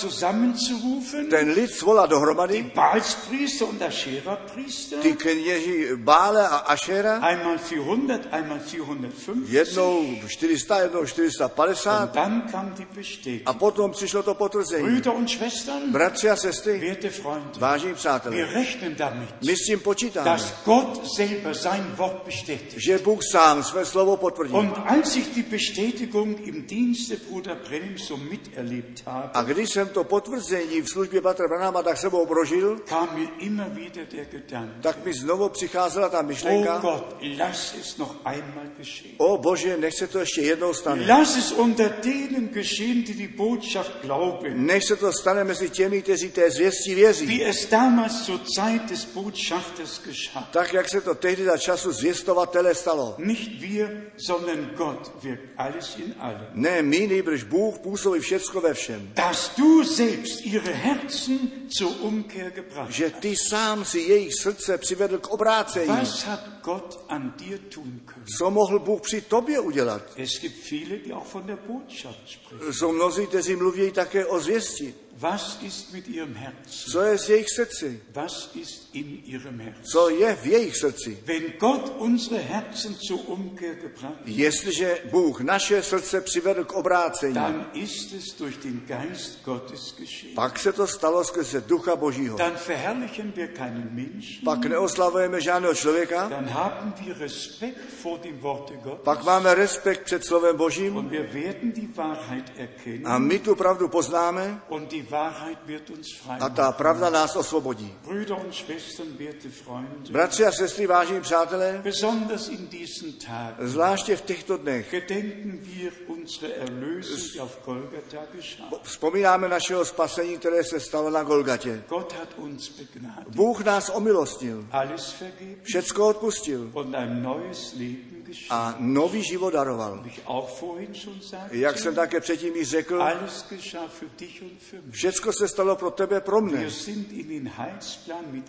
zusammenzurufen,
ten lid svolá
die
dohromady,
Baalspriester und Aschera-Priester,
ty kněží Bále a Ašera,
einmal 400, einmal 450.
jednou 400, jednou 450,
Und dann kam die Bestätigung.
a potom přišlo to potvrzení.
Brüder und Schwestern,
Bratři a sestry,
werte Freunde,
vážení
wir
přátelé,
rechnen damit,
my s tím počítáme,
dass Gott selber sein Wort bestätigt.
že Bůh sám své slovo potvrdí.
Und als ich die Bestätigung im Dienste Bruder Brenim so miterlebt habe,
A když jsem to potvrzení v službě Batra Branhama tak sebou prožil,
kam mir immer wieder der Gedanke,
tak mi znovu přicházela ta
oh
myšlenka,
Gott, lass es noch einmal geschehen.
o Bože, nech se to ještě jednou stane.
Lass es unter denen geschehen, die die Botschaft glauben,
Nech se to stane mezi těmi, kteří té zvěstí
wie
věří.
es damals zur Zeit des Botschafters geschah.
Tak, jak se to tehdy za času zvěstovatele stalo.
Nicht wir, sondern Gott wirkt alles in allem.
Ne my, nejbrž Bůh působí všecko ve všem.
Dass du selbst ihre Herzen zur Umkehr gebracht
Že
hast.
ty sám si jejich srdce přivedl k obrácení.
Was hat Gott an dir tun können?
Co mohl Bůh při tobě udělat?
Es gibt viele, die auch von der Botschaft sprechen.
Jsou mnozí, kteří mluví také o zvěsti.
Was ist mit ihrem Herzen?
Co je z jejich srdci?
Was ist in ihrem Herzen?
Co je v jejich srdci?
Wenn Gott unsere Herzen zur Umkehr gebracht hat,
Jestliže Bůh naše srdce přivedl k obrácení,
dann ist es durch den Geist Gottes geschehen.
pak se to stalo skrze Ducha Božího.
Dann verherrlichen wir keinen Menschen,
Pak neoslavujeme žádného člověka,
dann haben wir Respekt vor dem Worte
pak
Gottes
máme respekt před slovem Božím
und wir werden die Wahrheit
a
erkennen
my tu pravdu poznáme
und die Wahrheit wird uns frei
a
machen.
ta pravda nás osvobodí.
Brüder und Schwestern, werte Freunde,
Bratři a sestry, vážení přátelé,
besonders in diesen Tagen
zvláště v těchto dnech
gedenken wir unsere Erlösung, die auf Golgatha geschah.
vzpomínáme našeho spasení, které se stalo na Golgatě.
Gott hat uns begnadigt,
Bůh nás omilostnil,
alles vergeben
všecko odpustil
und ein neues Leben geschenkt.
a nový život daroval.
Wie ich auch vorhin schon sagte,
Jak jsem také předtím již řekl,
Alles geschah für dich und für mich.
všecko se stalo pro tebe, pro
Wir
mne.
sind in den Heilsplan mit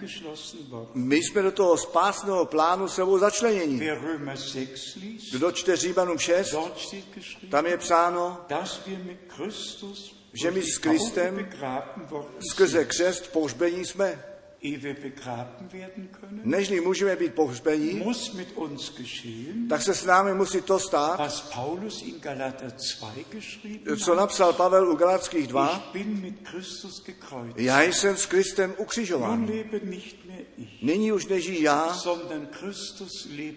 eingeschlossen worden.
My jsme do toho spásného plánu sebou začleněni.
Wer Römer 6 liest,
Kdo čte Římanům 6,
dort steht geschrieben,
tam je psáno,
dass wir mit Christus
Že my
durch
s
die Taufe
Kristem
begraben worden
skrze
sind,
křest pohřbení jsme.
ehe wir begraben werden können,
Nežli můžeme být pohřbení,
muss mit uns geschehen,
tak se s námi musí to stát,
was Paulus in Galater 2 geschrieben
E, co
hat.
napsal Pavel u Galackých 2.
Ich bin mit Christus gekreuzigt.
Já jsem s Kristem
Nun
ukřižován.
lebe nicht mehr ich,
Nyní už nežijí já,
sondern Christus lebt in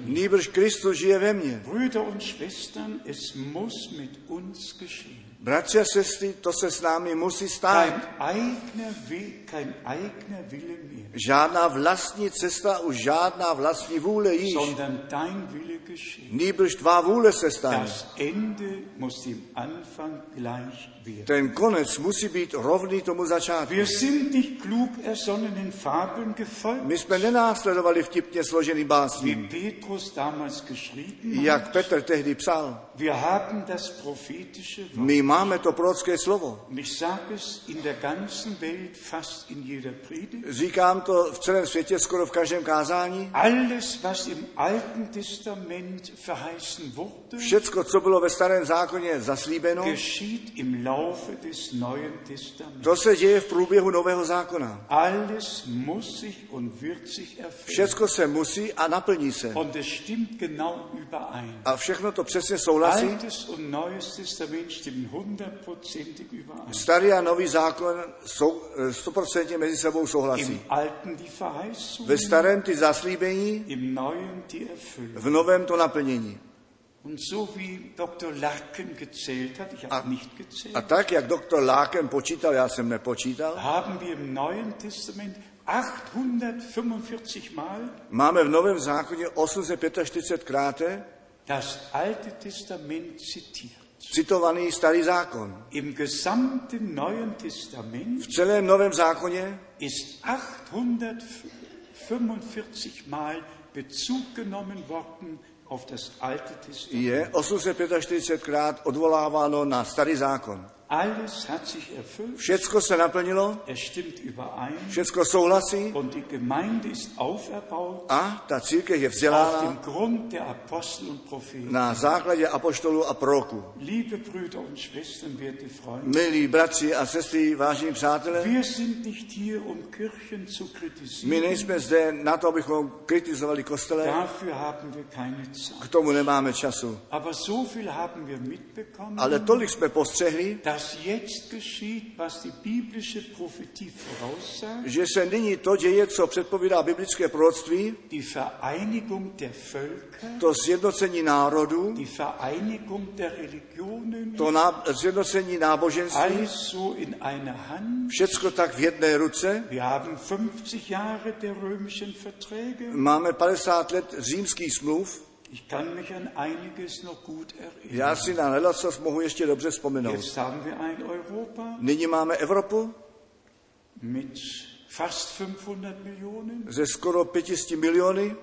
mir.
nýbrž Kristus žije ve mně.
Brüder und Schwestern, es muss mit uns geschehen.
Bratři a sestry, to se s námi musí stát.
Kein eigener Weg, kein eigener Wille mehr,
Žádná vlastní cesta, už žádná vlastní vůle již.
sondern dein Wille geschehen.
Nýbrž tvá vůle se stane.
Das Ende muss dem Anfang gleich werden.
Ten konec musí být rovný tomu začátku.
Wir sind nicht klug ersonnenen Fabeln gefolgt,
My jsme nenásledovali vtipně složený
wie
básním,
Petrus damals geschrieben hat.
jak Petr tehdy psal.
Wir haben das prophetische Wort.
My máme to prorocké slovo.
Und ich sage es in der ganzen Welt, fast in jeder Predigt.
Říkám to v celém světě, skoro v každém kázání.
Alles, was im Alten Testament verheißen wurde,
Všecko, co bylo ve starém zákoně zaslíbeno,
geschieht im Laufe des Neuen Testaments.
to se děje v průběhu nového zákona.
Alles muss sich und wird sich erfüllen.
Všecko se musí a naplní se.
Und es stimmt genau überein.
A všechno to přesně souhlasí.
Altes und Neues Testament stimmen hundertprozentig überein.
Starý a nový zákon jsou eh, stoprocentně mezi sebou
Im
souhlasí.
Alten die Verheißung,
Ve starém ty zaslíbení,
im Neuen die Erfüllung.
v novém to naplnění.
Und so wie Dr. Larkin gezählt hat, ich
Ah.
habe nicht
A
gezählt,
tak, jak doktor Lákem počítal, já jsem nepočítal,
haben wir im Neuen Testament 845 Mal
máme v novém zákoně 845 kráte
das Alte Testament zitiert.
citovaný starý zákon.
Im gesamten Neuen Testament
V celém novém zákoně
ist 845 Mal Bezug genommen worden auf das Alte Testament.
je 845 krát odvoláváno na starý zákon.
Alles hat sich erfüllt.
Všecko se naplnilo,
Es stimmt überein.
všecko souhlasí
Und die Gemeinde ist auferbaut
a ta církev je
auf
vzdělána
dem Grund der Apostel und Propheten.
na základě apoštolů a proroků.
Liebe Brüder und Schwestern, werte Freunde,
Milí bratři a sestry, vážení přátelé,
wir sind nicht hier, um Kirchen zu
my
kritisieren.
nejsme zde na to, abychom kritizovali kostele,
Dafür haben wir keine Zeit.
k tomu nemáme času.
Aber so viel haben wir mitbekommen,
Ale tolik jsme postřehli,
dass jetzt geschieht, was die biblische Prophetie voraussagt,
že se nyní to děje, co předpovídá biblické proroctví,
die Vereinigung der Völker,
to sjednocení národů,
die Vereinigung der Religionen,
to ná, sjednocení náboženství,
alles so in einer Hand.
všecko tak v jedné ruce.
Wir haben 50 Jahre der römischen Verträge.
Máme 50 let římských smluv,
Ich kann mich an einiges noch gut erinnern.
já si na hledacos mohu ještě dobře vzpomenout.
Jetzt haben wir ein Europa
Nyní máme Evropu
mit fast 500 Millionen,
ze skoro 500 miliony,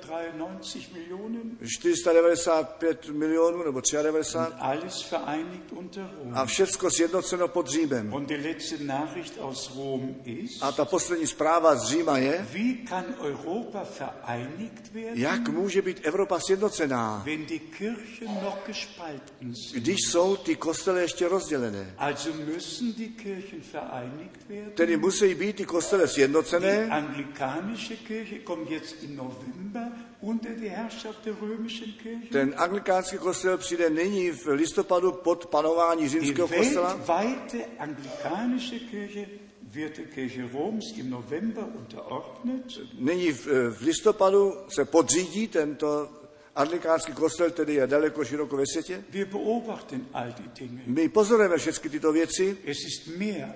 493 Millionen,
495 milionů nebo 93
alles vereinigt unter Rom.
a všecko sjednoceno pod Římem.
Und die letzte Nachricht aus Rom ist,
A ta poslední zpráva z Říma je,
wie kann Europa vereinigt werden,
jak může být Evropa sjednocená,
wenn die Kirchen noch gespalten sind?
když jsou ty kostely ještě rozdělené.
Also müssen die Kirchen vereinigt werden.
Tedy musí být ty kostele sjednocené,
Die anglikanische Kirche kommt jetzt im November unter die Herrschaft der römischen Kirche.
Ten anglikánský kostel přijde nyní v listopadu pod panování
Die
římského kostela.
weltweite anglikanische Kirche wird der Kirche Roms im November unterordnet.
Nyní v, eh, v listopadu se podřídí tento anglikánský kostel, tedy je daleko široko ve světě.
Wir beobachten all die Dinge.
My pozorujeme všechny tyto věci.
Es ist mehr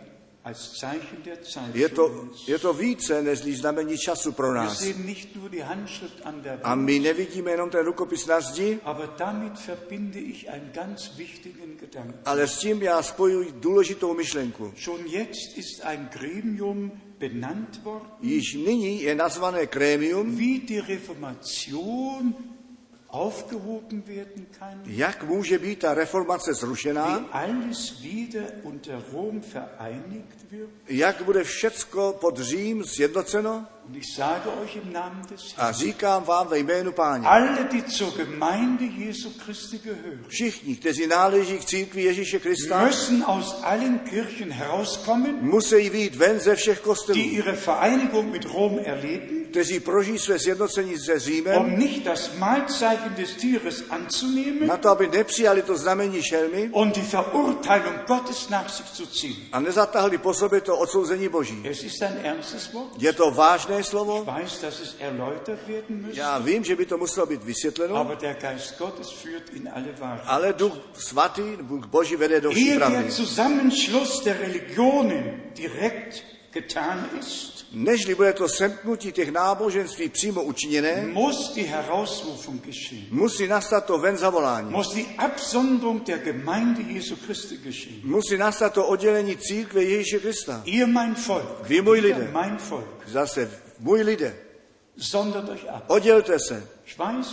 als Zeichen der Zeit.
Je
für
to,
uns.
je to více než znamení času pro
Wir
nás.
sehen nicht nur die Handschrift an der
A
Wand,
my nevidíme jenom ten rukopis na zdi,
aber damit verbinde ich einen ganz wichtigen Gedanken.
ale s tím já spojuji důležitou myšlenku.
Schon jetzt ist ein Gremium benannt worden,
Již nyní je nazvané krémium,
wie die Reformation aufgehoben werden kann,
jak může být ta reformace zrušená,
wie alles wieder unter Rom vereinigt wird.
jak bude všecko pod Řím sjednoceno
Und ich sage euch im Namen des Herrn,
a říkám vám ve jménu páně.
alle, die zur Gemeinde Jesu Christi gehören,
Všichni, kteří náleží k církvi Ježíše Krista,
müssen aus allen Kirchen herauskommen,
musí výjít ven ze všech kostelů,
die ihre Vereinigung mit Rom erleben,
kteří prožijí své sjednocení se Římem,
um nicht das Mahlzeichen des Tieres anzunehmen
na to, aby nepřijali to znamení šelmy
und die Verurteilung Gottes nach sich zu ziehen.
a nezatahli po sobě to odsouzení Boží.
Es ist ein ernstes Wort.
Je to vážné
Ich
slovo,
weiß, dass es erläutert werden muss.
já vím, že by to muselo být vysvětleno,
Aber der Geist Gottes führt in alle Wahrheit.
ale Duch svatý, Bůh Boží vede do vší
Ehe
pravdy.
der Zusammenschluss der Religionen direkt getan ist,
Nežli bude to semknutí těch náboženství přímo učiněné,
muss die Herausrufung geschehen,
musí nastat to ven zavolání.
muss die Absonderung der Gemeinde Jesu Christi geschehen.
Musí nastat to oddělení církve Ježíše Krista.
Ihr mein Volk,
Wie muy
ihr
líder.
mein Volk,
Zase, můj lidé,
sondert euch ab.
oddělte se.
Ich weiß,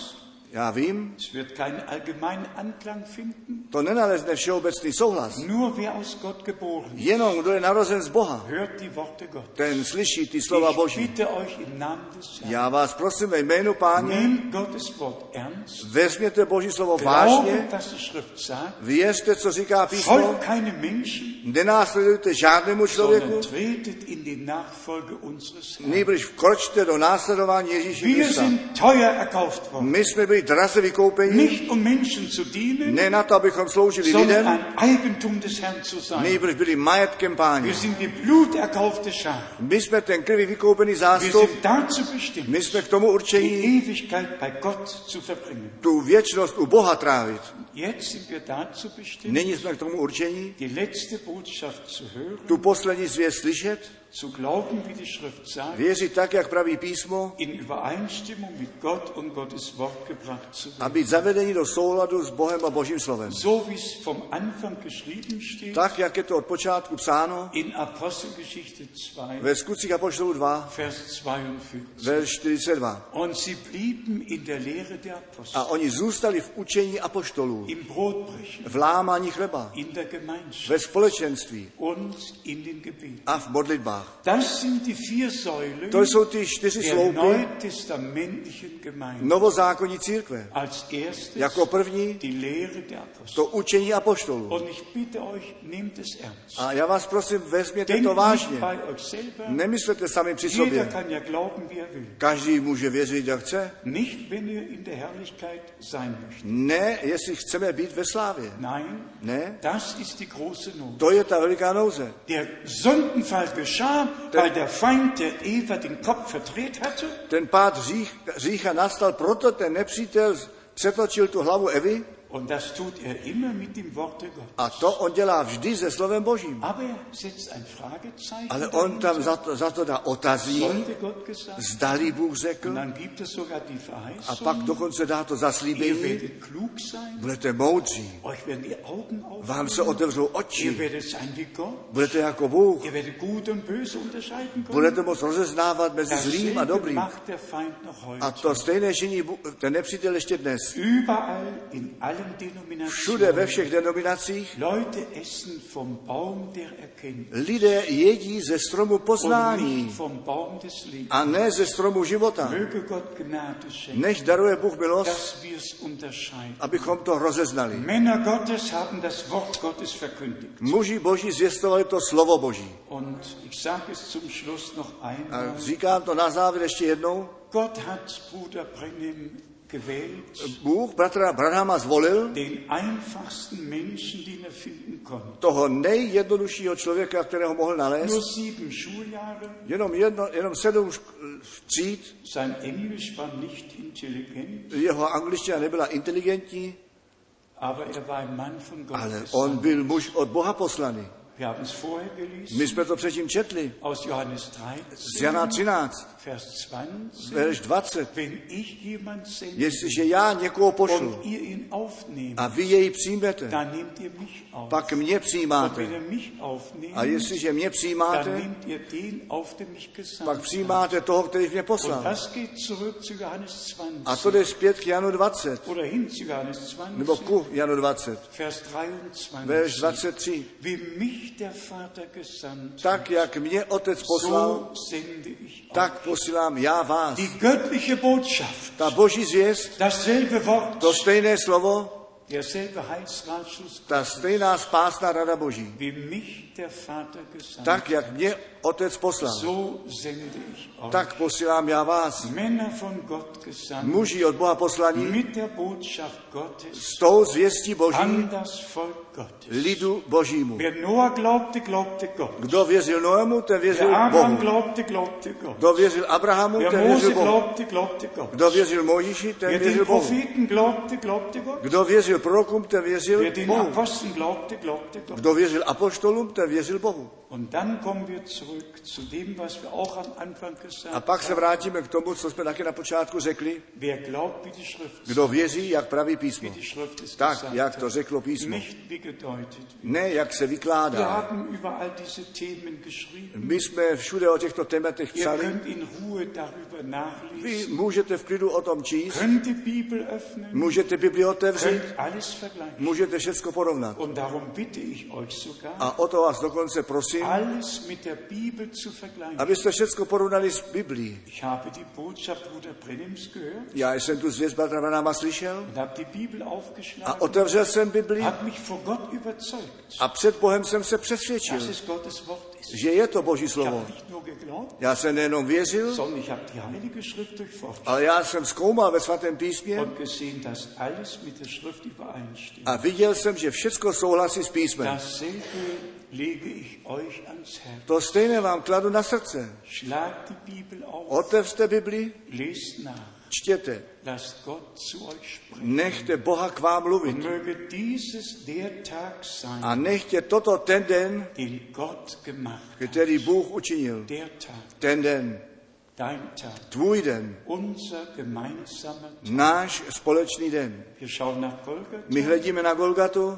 Já vím,
es wird keinen allgemeinen Anklang finden.
to nenalezne všeobecný souhlas.
Nur wer aus Gott geboren ist,
Jenom kdo je narozen z Boha,
hört die Worte Gottes.
ten slyší ty slova
Ich
Boží.
bitte euch im Namen des Herrn,
Já vás prosím ve jménu páně,
nehmt Gottes Wort ernst.
vezměte Boží slovo
Glaube,
vážně,
was die Schrift sagt.
věřte, co říká písmo,
Folgt keine Menschen,
nenásledujte žádnému člověku,
sondern tretet in die Nachfolge unseres Herrn.
nejbrž vkročte do následování Ježíše
Wir
Krista.
sind teuer erkauft worden.
My jsme byli draze vykoupeni,
Nicht um Menschen zu dienen,
ne na to, abychom sloužili
sondern
lidem,
ein Eigentum des Herrn zu sein.
nejbrž byli majetkem
Wir
páně.
sind die bluterkaufte Schar.
My jsme ten krvi vykoupený
Wir
zástup,
sind dazu bestimmt,
my jsme k tomu určení
die Ewigkeit bei Gott zu verbringen.
tu věčnost u Boha trávit.
Jetzt sind wir dazu bestimmt,
Není jsme k tomu určení
die letzte Botschaft zu hören,
tu poslední zvěst slyšet,
zu glauben, wie die Schrift sagt,
věřit tak, jak praví písmo,
in Übereinstimmung mit Gott und Gottes Wort gebracht zu werden.
a být zavedeni do souladu s Bohem a Božím slovem.
So wie es vom Anfang geschrieben steht,
Tak, jak je to od počátku psáno
in Apostelgeschichte 2,
ve Skutcích Apoštolů 2,
Vers 42.
verš 42.
Und sie blieben in der Lehre der
A
Apostel
Ah. oni zůstali v učení apoštolů modlitbu,
im Brotbrechen,
v lámání chleba,
in der Gemeinschaft
ve společenství
und in den Gebeten.
a v modlitbách.
Das sind die vier Säulen
To jsou ty čtyři
der
sloupy
neutestamentlichen Gemeinde.
novozákonní církve.
Als erstes
Jako první
die Lehre der Apostel.
to učení apoštolů.
Und ich bitte euch, nehmt es ernst.
A já vás prosím, vezměte
Denkt
to vážně.
nicht bei euch selber.
Nemyslete sami při
Jeder
sobě.
kann ja glauben, wie er will.
Každý může věřit, jak chce.
Nicht, wenn ihr in der Herrlichkeit sein möchtet.
Ne, jestli chceme být ve slávě.
Nein,
Ne,
das ist die große Not.
to je ta veliká nouze.
Der Sündenfall geschah,
Der-
weil der Feind der Eva den Kopf verdreht hatte
Ten pád řích, řícha nastal, proto ten nepřítel z- přetočil tu hlavu Evy
und das tut er immer mit dem Worte Gottes.
a to on dělá vždy se slovem Božím.
Aber er setzt ein Fragezeichen.
Ale on tam za to, za to dá otazí,
sollte Gott gesagt.
zdali Bůh řekl,
Und dann gibt es sogar die
a pak
Verheißung,
dokonce dá to
ihr
zaslíbení.
werdet klug sein,
Budete moudří,
euch werden die Augen
vám se
aufgehen,
otevřou
ihr
oči,
werdet sein wie Gott,
budete jako Bůh,
ihr werdet gut und böse unterscheiden können.
budete moct rozeznávat mezi zlým a
Dasselbe
dobrým.
macht der Feind noch
A
heute.
to stejné činí Bůh- ten nepřítel ještě dnes.
Überall, in allen
Všude ve
Denominationen,
všech denominacích
Leute essen vom Baum der Erkenntnis
lidé jedí ze stromu
und nicht
poznání
vom Baum des Lebens.
a ne ze stromu života.
Möge Gott Gnade schenken,
Nech daruje Bůh milost,
dass wir es unterscheiden.
abychom to rozeznali.
Männer Gottes haben das Wort Gottes verkündigt.
Muži boží zvěstovali to slovo boží.
Und ich sage es zum Schluss noch
A Äh,
einmal.
říkám to na závěr ještě jednou.
Gott hat Bruder Brennim gewählt,
Bůh bratra Branhama zvolil
den einfachsten Menschen, den er finden konnte.
toho nejjednoduššího člověka, kterého mohl
Nur
nalézt.
sieben Schuljahre.
Jenom, jedno, jenom sedm šk- tříd,
Sein Englisch war nicht intelligent,
jeho angličtina nebyla inteligentní,
aber er war ein Mann von
ale
Gottes.
on byl muž od Boha poslaný.
Wir haben es vorher gelesen.
My jsme to předtím četli.
Aus Johannes
Z Jana
13,
13,
Vers 20.
verš 20.
Wenn ich jemand sende
Jestliže já někoho pošlu
und ihr ihn aufnehmt,
a vy jej přijmete,
dann nehmt ihr mich auf.
pak mě
Und wenn
přijímáte.
ihr mich aufnehmt,
A jestliže mě
dann
přijímáte,
nehmt ihr den auf, der mich gesandt
pak
hat.
přijímáte toho, který mě
Und
poslal.
das geht zurück zu Johannes
A
20.
to jde zpět k Janu 20,
Oder hin zu Johannes
nebo
20,
ku Janu 20,
Vers 23.
verš 23.
Wie mich der Vater gesandt hat,
Tak, jak mě otec poslal,
so sende ich euch.
tak posílám já vás.
Die göttliche Botschaft,
Ta boží zvěst,
dasselbe Wort,
to stejné slovo,
derselbe Heilsratschluss,
ta stejná spásná rada boží.
wie mich der Vater gesandt
Tak,
hat,
jak mě otec poslal,
so sende ich euch.
tak posílám já vás.
Männer von Gott gesandt,
Muži od Boha poslaní
mit der Botschaft Gottes
s tou zvěstí boží
an das Volk Gottes.
lidu božímu.
Wer Noah glaubte, glaubte Gott.
Kdo věřil Noému, ten věřil
Wer Abraham
Bohu.
glaubte, glaubte Gott.
Kdo věřil Abrahamu,
Wer
ten věřil
Mose
Bohu.
glaubte, glaubte Gott.
Kdo věřil Mojžíši, ten
Wer den
věřil Bohu.
Propheten glaubte, glaubte Gott.
Kdo věřil prorokům, ten
Wer
věřil
den
Bohu.
Aposteln glaubte, glaubte Gott.
Kdo věřil apoštolům, ten věřil Bohu.
Und dann kommen wir zurück zu dem, was wir auch am Anfang
A
gesagt haben.
pak se vrátíme k tomu, co jsme také na počátku řekli.
Wer glaubt, wie die Schrift
Kdo věří, jak praví
wie
písmo.
die Schrift es
Tak,
gesagt
jak to
hat,
řeklo písmo.
nicht wie gedeutet.
Ne, jak se
Wir
vykládá.
haben über all diese Themen geschrieben.
My jsme všude o těchto tématech
Ihr
psali.
könnt in Ruhe darüber
Vy
nachlesen,
můžete v klidu o tom číst,
könnt die Bibel öffnen,
můžete Bibli otevřít,
könnt alles vergleichen.
můžete všechno porovnat.
Und darum bitte ich euch sogar,
A o to vás dokonce prosím,
alles mit der Bibel zu vergleichen.
abyste všechno porovnali s Biblí.
Ich habe die Botschaft Bruder Brennims gehört
Já jsem tu zvěst bratra Branhama slyšel
und habe die Bibel
a
aufgeschlagen,
otevřel jsem Bibli
habe mich vor Gott überzeugt,
a před Bohem jsem se
dass
přesvědčil,
es Gottes Wort ist.
že je to Boží
Ich habe
slovo.
nicht nur geglaubt,
Já jsem nejenom věřil,
sondern ich habe die Heilige Schrift durchforscht.
ale já jsem zkoumal ve svatém písmě
und gesehen, dass alles mit der Schrift übereinstimmt.
a viděl jsem, že všechno souhlasí s písmem.
Dasselbe lege ich euch ans Herz.
To stejné vám kladu na srdce.
Schlagt die Bibel auf,
Otevřte Bibli,
lest nach,
čtěte,
lasst Gott zu euch sprechen.
nechte Boha k vám mluvit.
Und möge dieses der Tag
A
sein,
nechtě toto ten den,
den Gott gemacht hat.
který Bůh učinil.
Der Tag,
Ten den,
dein Tag,
tvůj den,
unser gemeinsamer Tag.
náš společný den.
Wir schauen nach
My
Golgatha,
hledíme na Golgatu,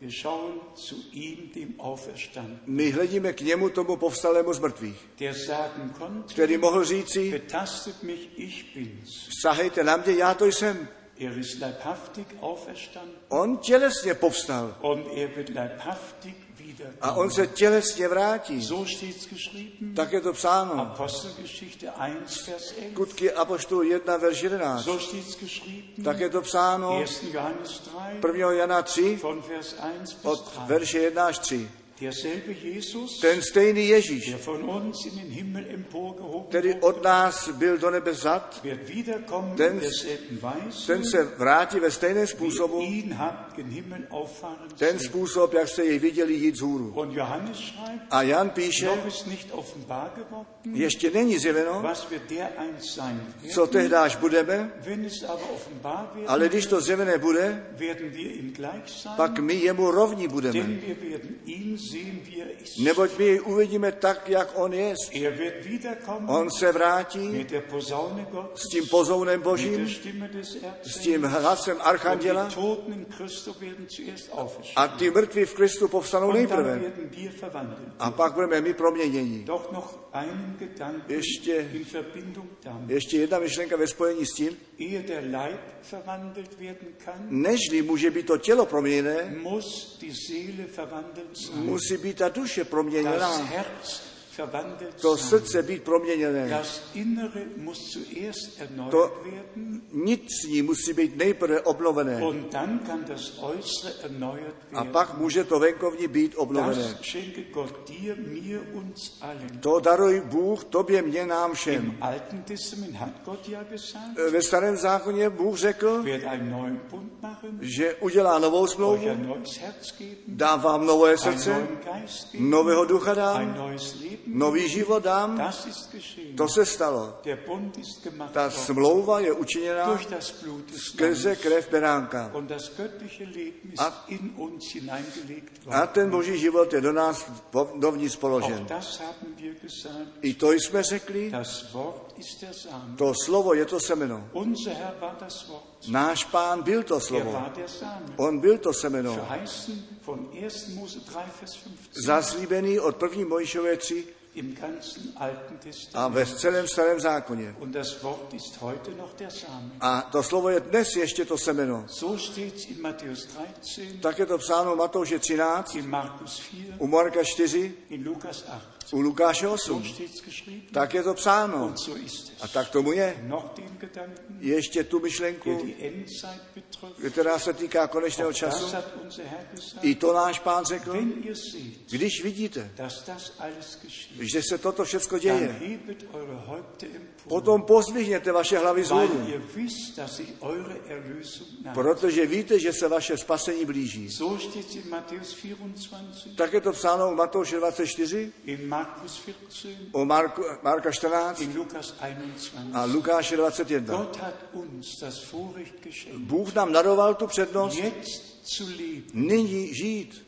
wir schauen zu ihm, dem Auferstandenen,
my hledíme k němu tomu povstalému z mrtvých,
der sagen konnte,
který mohl říci,
betastet mich, ich bin's.
sahejte na mě, já to jsem.
Er ist leibhaftig auferstanden
On tělesně povstal
und er wird leibhaftig wieder.
a on se tělesně vrátí.
So steht es geschrieben.
Tak je to psáno.
Apostelgeschichte 1, Vers 11.
Skutky Apoštolů 1, verš 11.
So steht es geschrieben.
Tak je to psáno
1. Johannes 3,
1. Jana 3,
von Vers 1 bis
od
3.
verše 1 až 3.
Derselbe Jesus,
Ten stejný Ježíš,
der von uns in den Himmel emporgehoben
který
wurde,
od nás byl do nebe zat,
wird wiederkommen
Denn-
in derselben Weise,
ten se vrátí ve stejném
wie ihr
způsobu,
ihn habt den Himmel auffahren
ten
sehen.
způsob, jak jste jej viděli jít z hůru.
Und Johannes schreibt,
A Jan píše,
noch ist nicht offenbar geworden,
ještě není zjeveno,
was wir dereinst sein
co
werden.
tehdy až budeme,
Wenn es aber offenbar
ale
wird,
když to zjevené bude,
werden wir ihm gleich sein,
pak my jemu rovní budeme.
denn wir werden ihn sehen, wie er ist.
Neboť my jej uvidíme tak, jak on je.
Er wird wiederkommen
On se vrátí
mit der Posaune Gottes,
s tím pozounem
mit der
božím,
Stimme des
s
Erzengels.
tím hlasem
Und
archanděla
die Toten in Christo werden zuerst auferstehen.
a ty mrtví v Kristu povstanou
Und dann
nejprve.
werden wir verwandelt.
A pak budeme my proměnění.
Doch noch einen Gedanken
Ještě-
in Verbindung damit.
Ještě jedna myšlenka ve spojení s tím,
Ehe der Leib verwandelt werden kann,
nežli může být to tělo proměněné,
muss die Seele verwandelt sein,
musí být ta duše
das
proměněná,
Herz verwandelt
to
sein,
srdce být proměněné.
das Innere muss zuerst
To-
erneuert werden
Vnitřní musí být nejprve obnovené
und dann kann das Äußere erneuert
a
werden.
pak může to venkovní být obnovené.
Das schenke Gott dir, mir, uns allen.
To daruj Bůh tobě, mě, nám všem.
Im Alten Testament hat Gott ja gesagt,
Ve starém zákoně Bůh řekl,
werde einen neuen Bund machen,
že udělá novou
euch
smlouvu,
ein neues Herz geben,
dá vám nové
einen
srdce,
neuen Geist geben,
nového ducha
ein
dám,
neues Leben.
nový život dám.
Das ist geschehen.
To se stalo.
Der Bund ist gemacht
Ta
worden
smlouva je učiněna
durch das Blut des
skrze
Lammes.
krev beránka.
Und das göttliche Leben ist
A-
in uns hineingelegt
A
worden.
ten boží život je do nás po- dovnitř
Auch
položen.
das haben wir gesagt.
I to jsme řekli,
Das Wort ist der Samen.
to slovo je to semeno.
Unser Herr war das Wort.
Náš pán byl to
Er
slovo.
war der Samen.
On byl to semeno.
Verheißen von 1. Mose 3, Vers 15
Zaslíbený od první Mojžové 3
im ganzen Alten
a ve
Testament.
celém starém zákoně.
Und das Wort ist heute noch der Samen.
A to slovo je dnes ještě to semeno.
So steht es in Matthäus 13,
Tak je to psáno v Matouše 13,
in Markus 4,
u Marka 4,
in Lukas 8.
u Lukáše
So
8.
steht es geschrieben
Tak je to psáno.
und so ist
A
es.
tak tomu je.
Noch den Gedanken,
Ještě tu
der
myšlenku,
die Endzeit betrifft.
která se týká
Auch
konečného času.
das hat unser Herr gesagt.
I to náš pán řekl,
Wenn ihr seht,
když vidíte,
dass das alles geschieht,
že se toto všechno
dann
děje,
hebet eure Häupter empor,
potom pozdvihněte vaše hlavy z hůru,
weil ihr wisst, dass sich eure Erlösung naht.
protože víte, že se vaše spasení blíží.
So steht es in Matthäus 24,
Tak je to psáno u Matouše 24,
in Markus 14,
u Marku, Marka 14
in Lukas
a
21.
Lukáše 21.
Gott hat uns das Vorrecht geschenkt,
Bůh nám daroval tu přednost
jetzt zu leben,
nyní žít,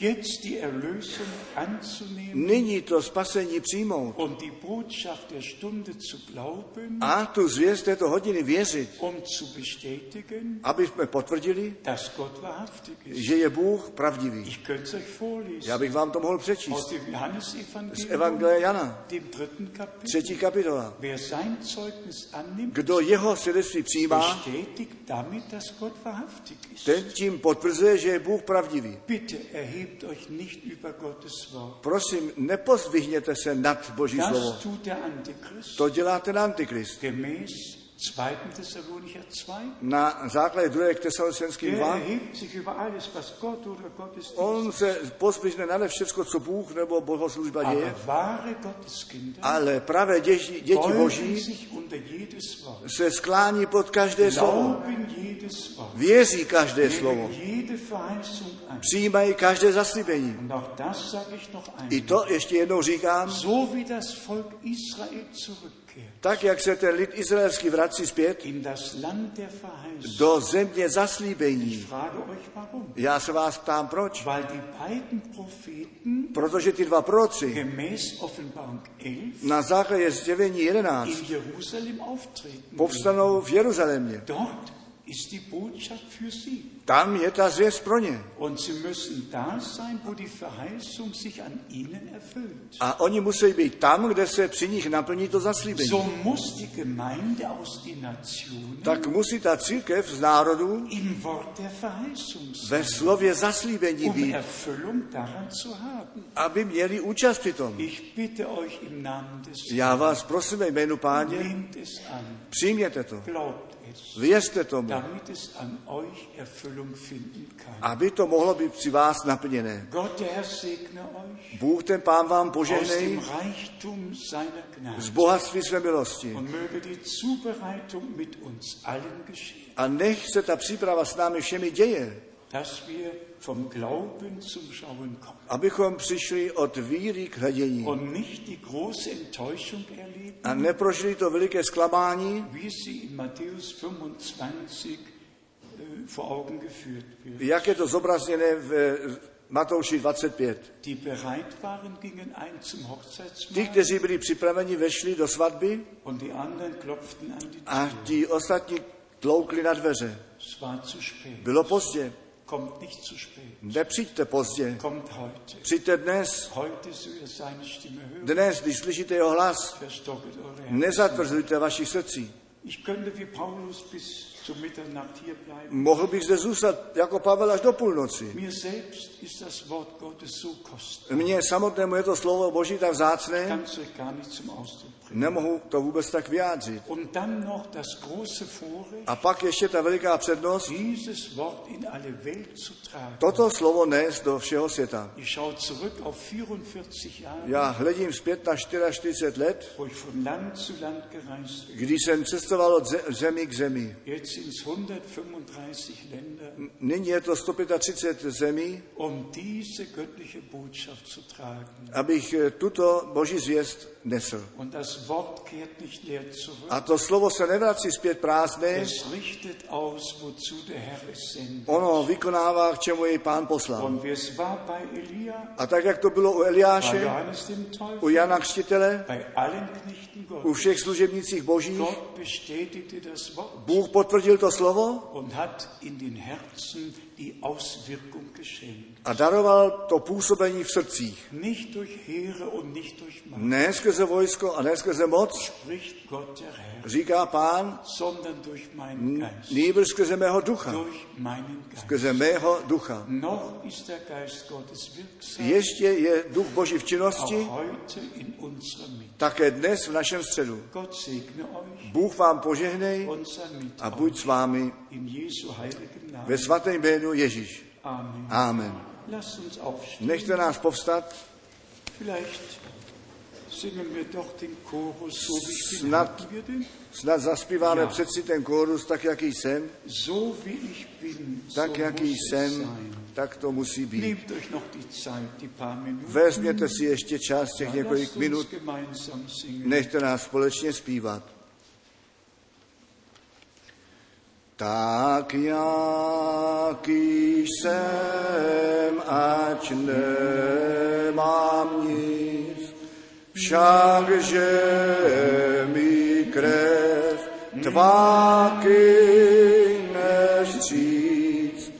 jetzt die Erlösung anzunehmen
nyní to spasení přijmout
und die Botschaft der Stunde zu glauben,
a tu zvěst této hodiny věřit,
um zu bestätigen,
aby jsme potvrdili,
dass Gott wahrhaftig ist.
že je Bůh pravdivý.
Ich könnte es euch
Já
vorlesen
bych vám to mohl
aus
přečíst
dem
z
Johannesevangelium,
Evangelia Jana,
dem dritten
třetí
Kapitel.
kapitola.
Wer sein Zeugnis annimmt,
Kdo jeho svědectví přijímá,
bestätigt damit, dass Gott wahrhaftig ist.
ten tím potvrzuje, že je Bůh pravdivý.
Bitte erhebt euch nicht über Gottes Wort.
Prosím, nepozdvihněte se nad Boží slovo.
Das tut der Antichrist
To dělá ten Antikrist.
gemäß 2. Thessalonicher 2.
Na základě 2. Tesalonicenským
Der
2.
erhebt sich über alles, was Gott oder Gottes ist.
On se pozdvihne nade všechno, co Bůh nebo bohoslužba děje,
Aber wahre Gotteskinder
ale pravé děti, děti
beugen
Boží
sich unter jedes Wort,
se sklání pod každé
No.
slovo.
glauben jedes Wort,
Věří každé slovo.
nehmen jede Verheißung an.
Přijímají každé zaslíbení.
Und auch das sage ich noch
I
einmal.
to ještě jednou říkám,
So wie das Volk Israel zurückkehrt
tak jak se ten lid izraelský vrací zpět
in das Land der Verheißung,
do země
Ich
zaslíbení.
frage euch warum.
Já se vás ptám, proč?
Weil die beiden Propheten
Protože ty dva proci
gemäß Offenbarung 11
na základě zjevení 11
in Jerusalem auftreten.
povstanou v Jeruzalémě.
Dort ist die Botschaft für sie.
Tam je ta zvěst pro ně.
Und sie müssen da sein, wo die Verheißung sich an ihnen erfüllt.
A oni musí být tam, kde se při nich naplní to zaslíbení.
So muss die Gemeinde aus den Nationen
Tak musí ta církev z národů
im Wort der Verheißung sein,
ve slově zaslíbení
um
být,
Erfüllung daran zu haben.
aby měli účast při tom.
Ich bitte euch im Namen des
Já vás prosím ve jménu páně,
nehmt es an,
přijměte to,
glaubt es,
věřte tomu,
damit es an euch Erfüllung finden kann.
aby to mohlo být při vás naplněné.
Gott, der Herr, segne euch
Bůh ten pán vám
aus dem
požehnej
Reichtum seiner
z
Gnade
bohatství své milosti.
und möge die Zubereitung mit uns allen geschehen,
A nech se ta příprava s námi všemi děje,
dass wir vom Glauben zum Schauen kommen
abychom přišli od víry k hledění
und nicht die große Enttäuschung erleben,
a neprožili to veliké zklamání,
wie es sie in Matthäus 25 äh, vor Augen geführt wird.
jak je to zobrazněné v eh, Matouši 25.
Die bereit waren, gingen ein zum
Ti,
Hochzeitsmahl
kteří byli připraveni, vešli do svatby
und die anderen klopften an die
a
Tür.
ti ostatní tloukli na dveře.
Es war zu spät.
Bylo pozdě.
Kommt nicht zu spät.
Nepřijďte pozdě.
Kommt heute.
Přijďte dnes.
Heute soll ihr seine Stimme hören.
Dnes, když slyšíte jeho hlas,
Verstocket eure Herzen.
nezatvrzujte vašich srdcí.
Ich könnte wie Paulus bis zur Mitternacht hier bleiben.
Mohl bych zde zůstat jako Pavel až do půlnoci.
Mir selbst ist das Wort Gottes so kostbar.
Mně samotnému je to slovo Boží tak
Ich
vzácné,
kann es euch gar nicht zum Ausdruck bringen.
nemohu to vůbec tak vyjádřit.
Und dann noch das große Vorrecht,
A pak ještě ta veliká přednost,
dieses Wort in alle Welt zu tragen.
toto slovo nést do všeho světa.
Ich schaue zurück auf 44 Jahre,
Já hledím zpět na 44 let,
wo ich von Land zu Land gereist bin.
když jsem cestoval od ze- zemi k zemi.
Jetzt sind es 135 Länder,
Nyní je to 135 zemí,
um diese göttliche Botschaft zu tragen.
abych eh, tuto boží zvěst nesl.
Und das Wort kehrt nicht leer zurück.
A to slovo se nevrací zpět prázdné,
Es richtet aus, wozu der Herr es sendet.
ono vykonává, k čemu jej pán poslal.
Und wie es war bei Elia,
A tak, jak to bylo u
bei
Eliáše,
Johannes dem
u
Teufel,
Jana Křtitele,
bei allen Knechten
u
Gottes,
všech služebnicích božích,
Gott bestätigte das Wort
Bůh potvrdil to slovo
und hat in den Herzen die Auswirkung geschenkt.
a daroval to působení v srdcích.
Nicht durch Heere und nicht durch Macht
Ne skrze vojsko a ne skrze moc,
spricht Gott der Herr,
říká pán,
sondern durch meinen Geist.
nýbrž skrze mého ducha,
Durch meinen Geist.
skrze mého ducha.
Noch ist der Geist Gottes wirksam,
Ještě je duch boží v činnosti,
auch heute in unserer Mitte.
také dnes v našem středu.
Gott segne euch
Bůh vám požehnej
und sei mit
a
euch.
buď s vámi
In Jesu heiligem
ve
Namen.
svatém jménu Ježíš.
Amen.
Amen.
Lasst uns aufstehen.
Nechte nás povstat,
Vielleicht singen wir doch den Chorus, so wie ich bin.
Snad-
Hatten wir den?
snad zaspíváme přeci ten kórus tak, jaký jsem,
So wie ich bin, so
tak, jaký
muss es
jsem,
sein.
tak to musí být.
Nehmt euch noch die Zeit, die paar Minuten.
Vezměte si ještě čas, těch
Dann
několik
lasst
minut,
uns gemeinsam singen.
Nechte nás společně zpívat. Tak jaký jsem, ať nemám nic, však že mi krev tváky nestříc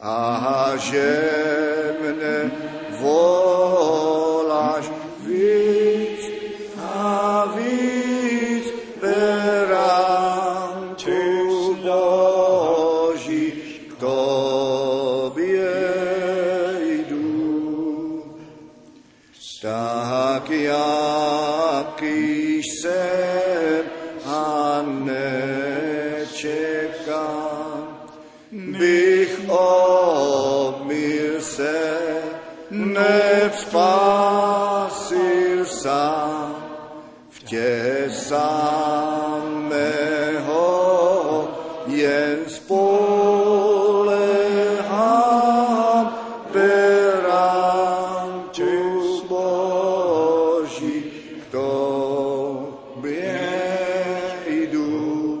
a že mne voláš víc a víc berám tu Boží, k tobě jdu. Tak jaký jsem a nečekám, bych omyl se, nevzpásil sám v tě samého jen spolehám berám tu Boží, k tobě jdu.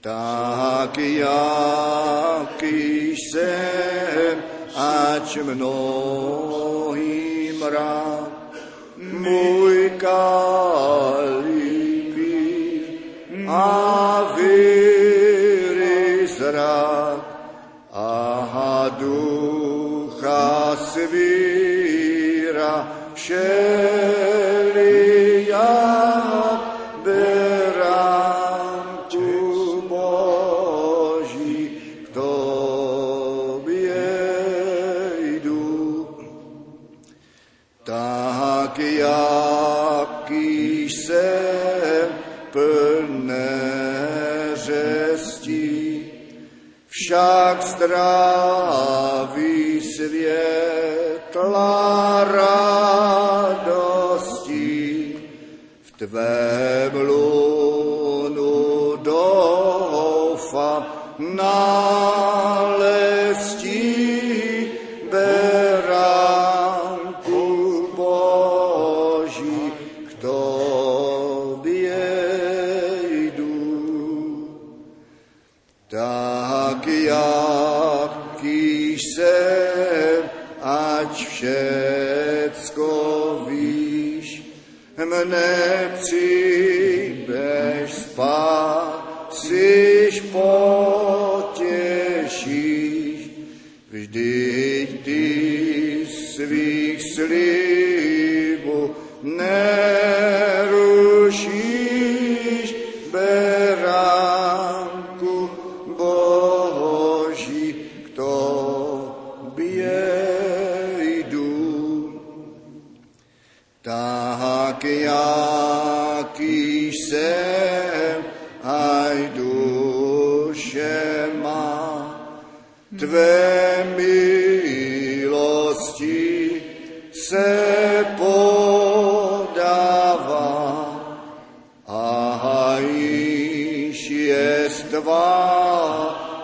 Tak jaký jsem, ač mnohým rád, můj kalipír a vír plné řesti, však stráví světla radosti v tvém lunu doufa nalezti beránku Boží k tobě jdu. Tak jak jsem, ať všecko víš, mne přijdeš spásíš, potěšíš, vždyť ty svých slibů nerušíš, beránku boží, k tobě jdu. Tak jak jsem, aj duše má, tvé milosti se podává. A již je tvá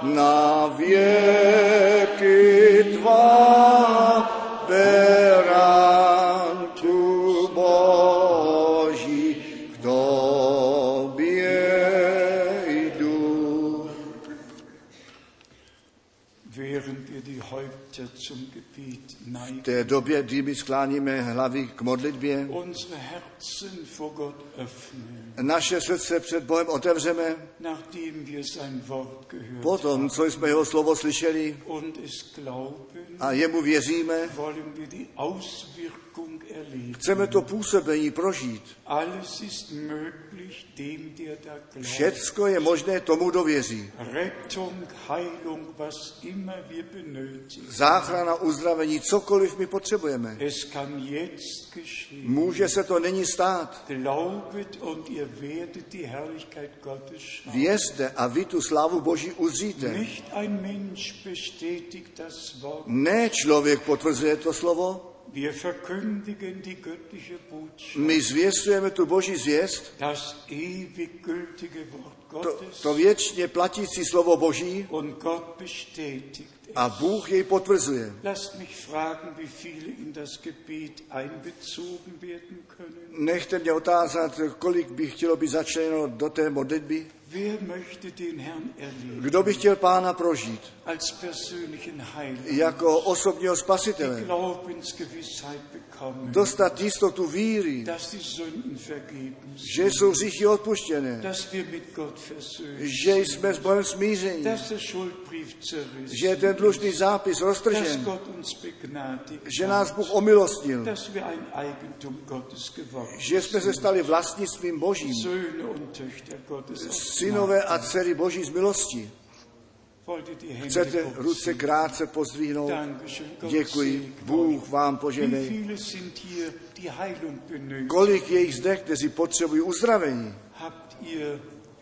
na věky tvá, berantu Boží, k tobě jdu.
Während wir die Häupter zum Gebet
V
neigen,
té době, kdy my skláníme hlavy k modlitbě,
unsere Herzen vor Gott öffnen,
naše srdce před Bohem otevřeme,
nachdem wir sein Wort gehört
potom, co jsme jeho slovo slyšeli
und es glauben,
a jemu věříme,
wollen wir die Auswirkung erleben.
chceme to působení prožít.
Alles ist möglich dem, der da glaubt.
Všecko je možné tomu, kdo věří.
Rettung, Heilung, was immer wir benötigen.
Záchrana, uzdravení, cokoliv my potřebujeme.
Es kann jetzt geschehen.
Může se to nyní stát.
Glaubet und ihr werdet die Herrlichkeit Gottes schauen.
Vězte a vy tu slávu Boží uzříte.
Nicht ein Mensch bestätigt das Wort.
Ne člověk potvrzuje to slovo,
Wir verkündigen die göttliche Botschaft.
my zvěstujeme tu Boží zvěst,
Das ewig gültige Wort
to,
Gottes.
to věčně platící slovo Boží
Und Gott bestätigt
a
es.
Bůh jej potvrzuje.
Lasst mich fragen, wie viele in das Gebet einbezogen werden können.
Nechte mě otázat, kolik by chtělo být začleněno do té modlitby.
Wer möchte den Herrn erleben
Kdo by chtěl Pána prožít
als persönlichen Heiligen,
jako osobního
die
spasitele?
Glaubensgewissheit bekommen,
Dostat jistotu víry,
dass die Sünden vergeben sind,
že jsou hříchy odpuštěné,
dass wir mit Gott versöhnt
že jsme s Bohem smíření,
dass der Schuldbrief
že je
zerrissen
ten dlužný zápis
dass
roztržen,
Gott uns begnadigt
že nás
hat,
Bůh omilostnil,
dass wir ein Eigentum Gottes geworden
že jsme se
sind,
stali vlastnictvím Božím,
Söhne und Töchter Gottes aus Gnade.
synové a dcery Boží z milosti.
Wollt ihr die Hände
Chcete ruce
hochziehen?
krátce pozdvihnout?
Dankeschön, Gott
Děkuji,
segne
Bůh vám
euch. Wie
poženej.
viele sind hier, die Heilung benötigen?
Kolik je jich zde, kteří potřebují uzdravení?
Habt ihr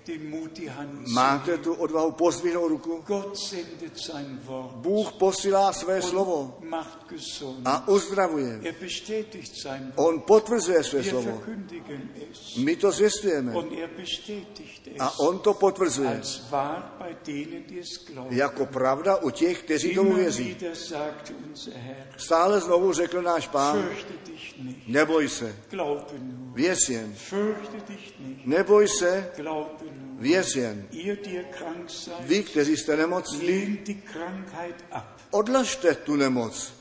den Mut, die Hand zu
Máte
nehmen?
tu odvahu pozdvihnout ruku?
Gott sendet sein Wort
Bůh posílá své slovo Ah.
und macht gesund.
a uzdravuje.
Er bestätigt sein Wort.
On potvrzuje své
Wir
slovo.
verkündigen es
My to zvěstujeme
und er bestätigt es
a on to potvrzuje
als wahr bei denen, die es glauben.
jako pravda u těch, kteří tomu
Immer
věří.
wieder sagte unser Herr,
Stále znovu řekl náš pán,
fürchte dich nicht,
neboj se,
glaube nur.
věř jen.
Fürchte dich nicht,
Neboj se,
glaube nur.
věř jen.
Ihr, die ihr krank seid,
Vy, kteří jste nemocní,
lehnt die Krankheit ab.
odlažte tu nemoc.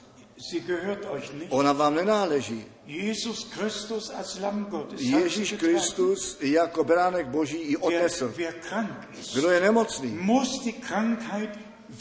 Sie gehört euch nicht.
Ona vám nenáleží.
Jesus Christus als Lamm Gottes hat
Ježíš
sie getragen.
Kristus jako beránek boží ji odnesl.
Wer, wer krank ist,
Kdo je nemocný,
muss die Krankheit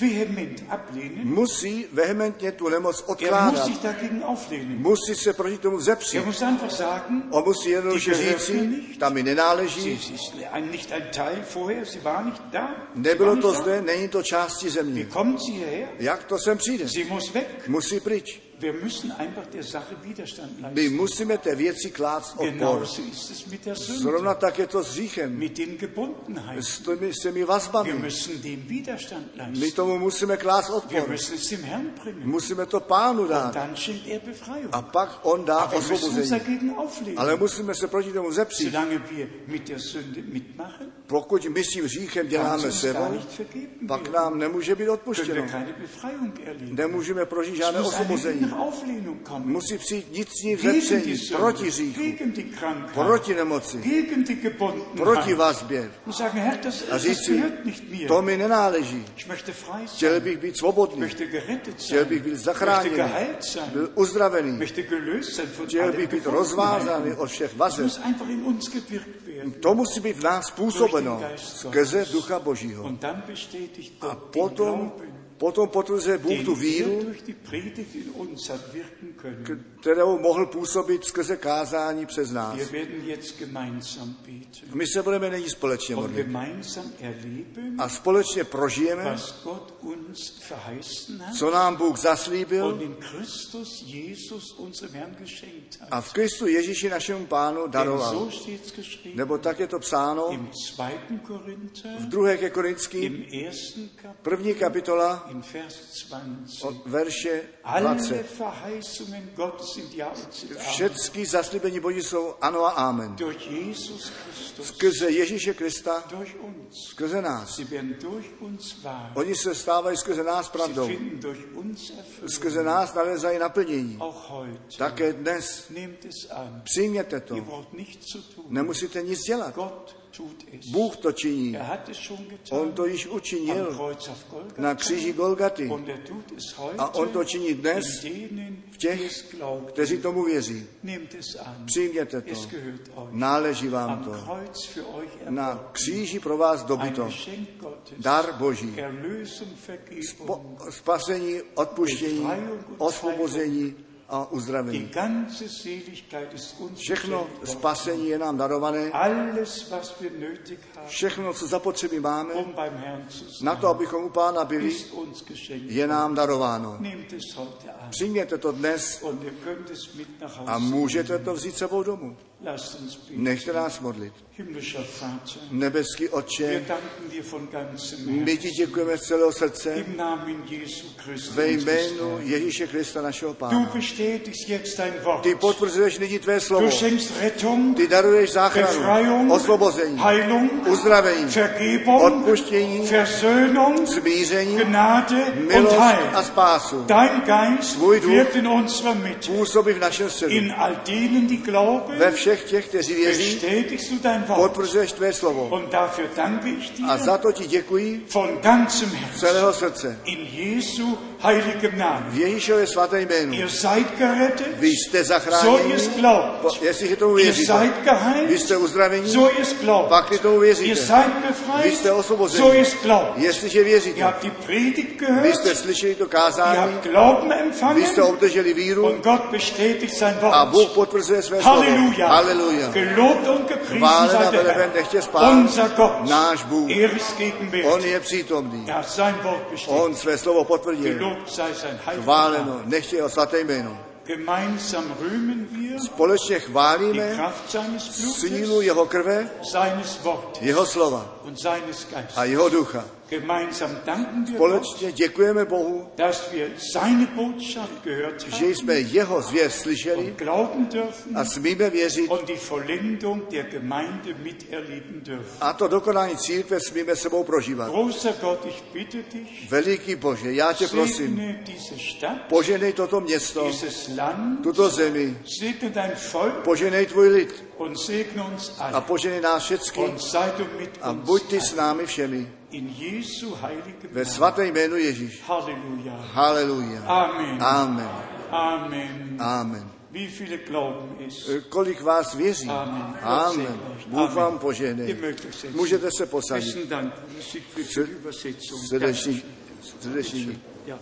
vehement ablehnen.
musí vehementně tu nemoc
Er muss
odkládat.
sich dagegen auflehnen.
Musí se proti tomu
Er
vzepřít.
muss einfach sagen,
On musí jednoduše
Ty gehört mir
říci,
nicht.
tam mi
sie,
nenáleží,
sie ist ein, nicht ein Teil vorher, sie war nicht da. Sie war
nebylo
nicht
to
da.
zde, není to části
Wie
země.
kommt sie hierher?
Jak to sem přijde?
Sie muss weg.
Musí pryč.
Wir müssen einfach der Sache Widerstand
My
leisten.
musíme té věci klást opor.
Genauso ist es mit der Sünde,
Zrovna tak je to s říchem,
mit den Gebundenheiten.
s těmi, s těmi
Wir
vazbami.
müssen dem Widerstand
My
leisten.
tomu musíme klást
Wir
odpor.
müssen es dem Herrn bringen.
Musíme to pánu dát.
Dann schenkt er Befreiung.
A pak on dá
Aber wir müssen uns
osvobození.
dagegen auflegen.
Ale musíme se proti tomu zepřít.
Solange wir mit der Sünde mitmachen,
Pokud my s tím říchem
kann es
děláme
uns gar
sebou,
nicht vergeben
pak
werden.
nám nemůže být
Können wir
odpuštěno.
keine Befreiung erleben.
Nemůžeme prožít
Es
žádné
muss eine
osvobození.
innere Auflehnung kommen.
Musí přijít vnitřní
Gegen die
vzepření proti
Sünde,
říchu,
gegen die Krankheit,
proti nemoci,
gegen die
proti
Gebundenheit.
vazbě.
Und sagen, Herr, das,
A
das
říct si,
gehört nicht mir.
to mi nenáleží.
Ich möchte frei
Chtěl
sein,
bych být svobodný,
möchte gerettet
chtěl
sein,
bych být
möchte
zachráněný,
geheilt sein,
byl uzdravený,
möchte gelöst sein von
chtěl
allen
bych být
Gebundenheiten.
rozvázaný od všech
Es
vazeb.
muss einfach in uns gewirkt werden.
To musí být v nás působeno skrze Ducha Božího.
Und dann bestätigt Gott den
Potom,
Glauben,
potom potvrzuje Bůh
den
tu
er
víru,
durch die Predigt in uns hat wirken können.
kterou mohl působit skrze kázání přes nás.
Wir werden jetzt gemeinsam beten
My se budeme nyní společně
und
modlit.
gemeinsam erleben,
A společně prožijeme,
was Gott uns verheißen hat
co nám Bůh
und
zaslíbil
in Christus Jesus unserem Herrn geschenkt hat.
a v Kristu Ježíši našemu pánu
Denn
daroval.
so steht es geschrieben
Nebo tak je to psáno
im 2. Korinther,
v 2. ke Korinským,
im 1. Kapitel,
první kapitola,
im Vers 20.
od verše
Alle
20.
Verheißungen Gottes sind ja und sind Amen.
Všecky zaslíbení Boží jsou ano a amen.
Durch Jesus Christus,
Skrze Ježíše Krista,
durch uns.
skrze nás.
Sie werden durch uns wahr.
Oni se stávají skrze nás
Sie
pravdou.
finden durch uns
Skrze
Erfüllung.
nás nalezají naplnění.
Auch heute.
Také dnes
Nehmt es an.
přijměte to.
Ihr braucht nichts zu tun.
Nemusíte nic dělat.
Gott tut es.
Bůh to činí.
Er hat es schon
On
getan.
to již
Am
učinil
Kreuz auf
na
Golgatha.
kříži Golgaty.
Und er tut es
A on to
heute
činí dnes
in denen,
v
die
těch,
es glauben.
kteří tomu věří.
Nehmt es an.
Přijměte to.
Es gehört euch.
Náleží vám
Am
to.
Kreuz für euch
Na
erbaut.
kříži pro vás
Ein
dobyto.
Geschenk Gottes.
Dar Boží.
Erlösung,
Po,
Vergebung.
spasení, odpuštění, osvobození a
Die
uzdravení.
ganze Seligkeit ist uns
Všechno
geschenkt worden.
spasení je nám darované.
Alles, was wir nötig haben,
Všechno, co zapotřebí máme,
um beim Herrn zu sein,
na to, abychom u Pána byli,
ist uns geschenkt.
je nám darováno.
Nehmt es heute an
Přijměte to dnes
und ihr könnt es mit nach
a
Hause.
můžete to vzít sebou domů.
Lasst uns beten.
Nechte nás modlit.
Himmlischer Vater,
Nebeský
wir
Otče,
danken dir von ganzem Herzen.
my ti děkujeme z celého srdce
Im Namen Jesu Christi.
ve
unseres
jménu
Herrn.
Ježíše Krista našeho
Du
Pána.
bestätigst jetzt dein Wort.
Ty potvrzuješ nyní tvé slovo.
Du schenkst Rettung,
Ty daruješ
Befreiung,
záchranu, osvobození,
Heilung,
uzdravení,
Vergebung,
Odpuštění,
Versöhnung,
smíření,
Gnade und
milost a
Heil.
spásu.
Dein Geist
Tvůj duch
wirkt in unserer Mitte.
Působí v našem srdci.
In all denen, die glauben,
Ve všech těch, kteří věří,
bestätigst du dein Wort.
potvrzuješ tvé slovo.
Und dafür danke ich
A
dir
za to ti děkuji
von ganzem
z
Herzen.
celého srdce.
In Jesu heiligem Namen.
V Ježíšově svaté jménu.
Ihr seid gerettet,
Vy jste
so ihr es
zachráněni,
glaubt.
po- jestli tomu
Ihr
věříte.
seid
Vy
geheilt,
jste uzdravení,
so ihr es glaubt.
pakli tomu
Ihr
věříte.
seid
Vy
befreit,
jste
so
osvobozeni,
ihr es glaubt.
jestliže
Ihr
věříte.
habt die Predigt
Vy
gehört,
jste slyšeli to
ihr
kázání,
habt Glauben
vy jste
empfangen
obdrželi víru
und Gott bestätigt sein
a
Wort.
Bůh potvrzuje své slovo.
Ah, Halleluja.
Haleluja.
Gelobt und gepriesen
Chválen a
sei der
veleben
Herr.
nechtě spát
Unser Gott.
náš Bůh.
Er ist gegenwärtig.
On je přítomný.
Er hat sein Wort bestätigt.
On své slovo potvrdil.
Gelobt sei sein Heiliger
Chváleno, nechtě jeho svaté jméno.
Gemeinsam rühmen wir
Společně
die
chválíme
Kraft seines
sílu
Blutes,
jeho krve,
seines Wortes
jeho slova
und seines
a
Geistes.
jeho ducha.
Gemeinsam danken wir Gott,
Společně děkujeme Bohu,
dass wir seine Botschaft gehört
že
haben
jsme jeho zvěst slyšeli
und glauben dürfen
a smíme věřit
und die Vollendung der Gemeinde miterleben dürfen.
a to dokonání církve smíme sebou prožívat.
Großer Gott, ich bitte dich,
Veliký Bože, já tě prosím,
segne diese Stadt,
poženej toto město,
dieses Land,
tuto zemi,
segne dein Volk
poženej tvůj lid
und segne uns
a
alle.
poženej nás všecky
Und sei du mit
a
uns
buď ty s
allen.
námi všemi.
in Jesu heiligem
Ve
Namen.
svaté jménu Ježíš.
Halleluja.
Haleluja.
Amen.
Amen.
Amen.
Amen.
Wie viele glauben es?
Eh, Kolik vás věří?
Amen.
Amen. Bůh vám
Ihr
poženej.
mögt euch setzen.
Můžete se posadit.
Besten Dank für die
Sr-
Übersetzung.
Srdečný, srdečný dík.
Ja.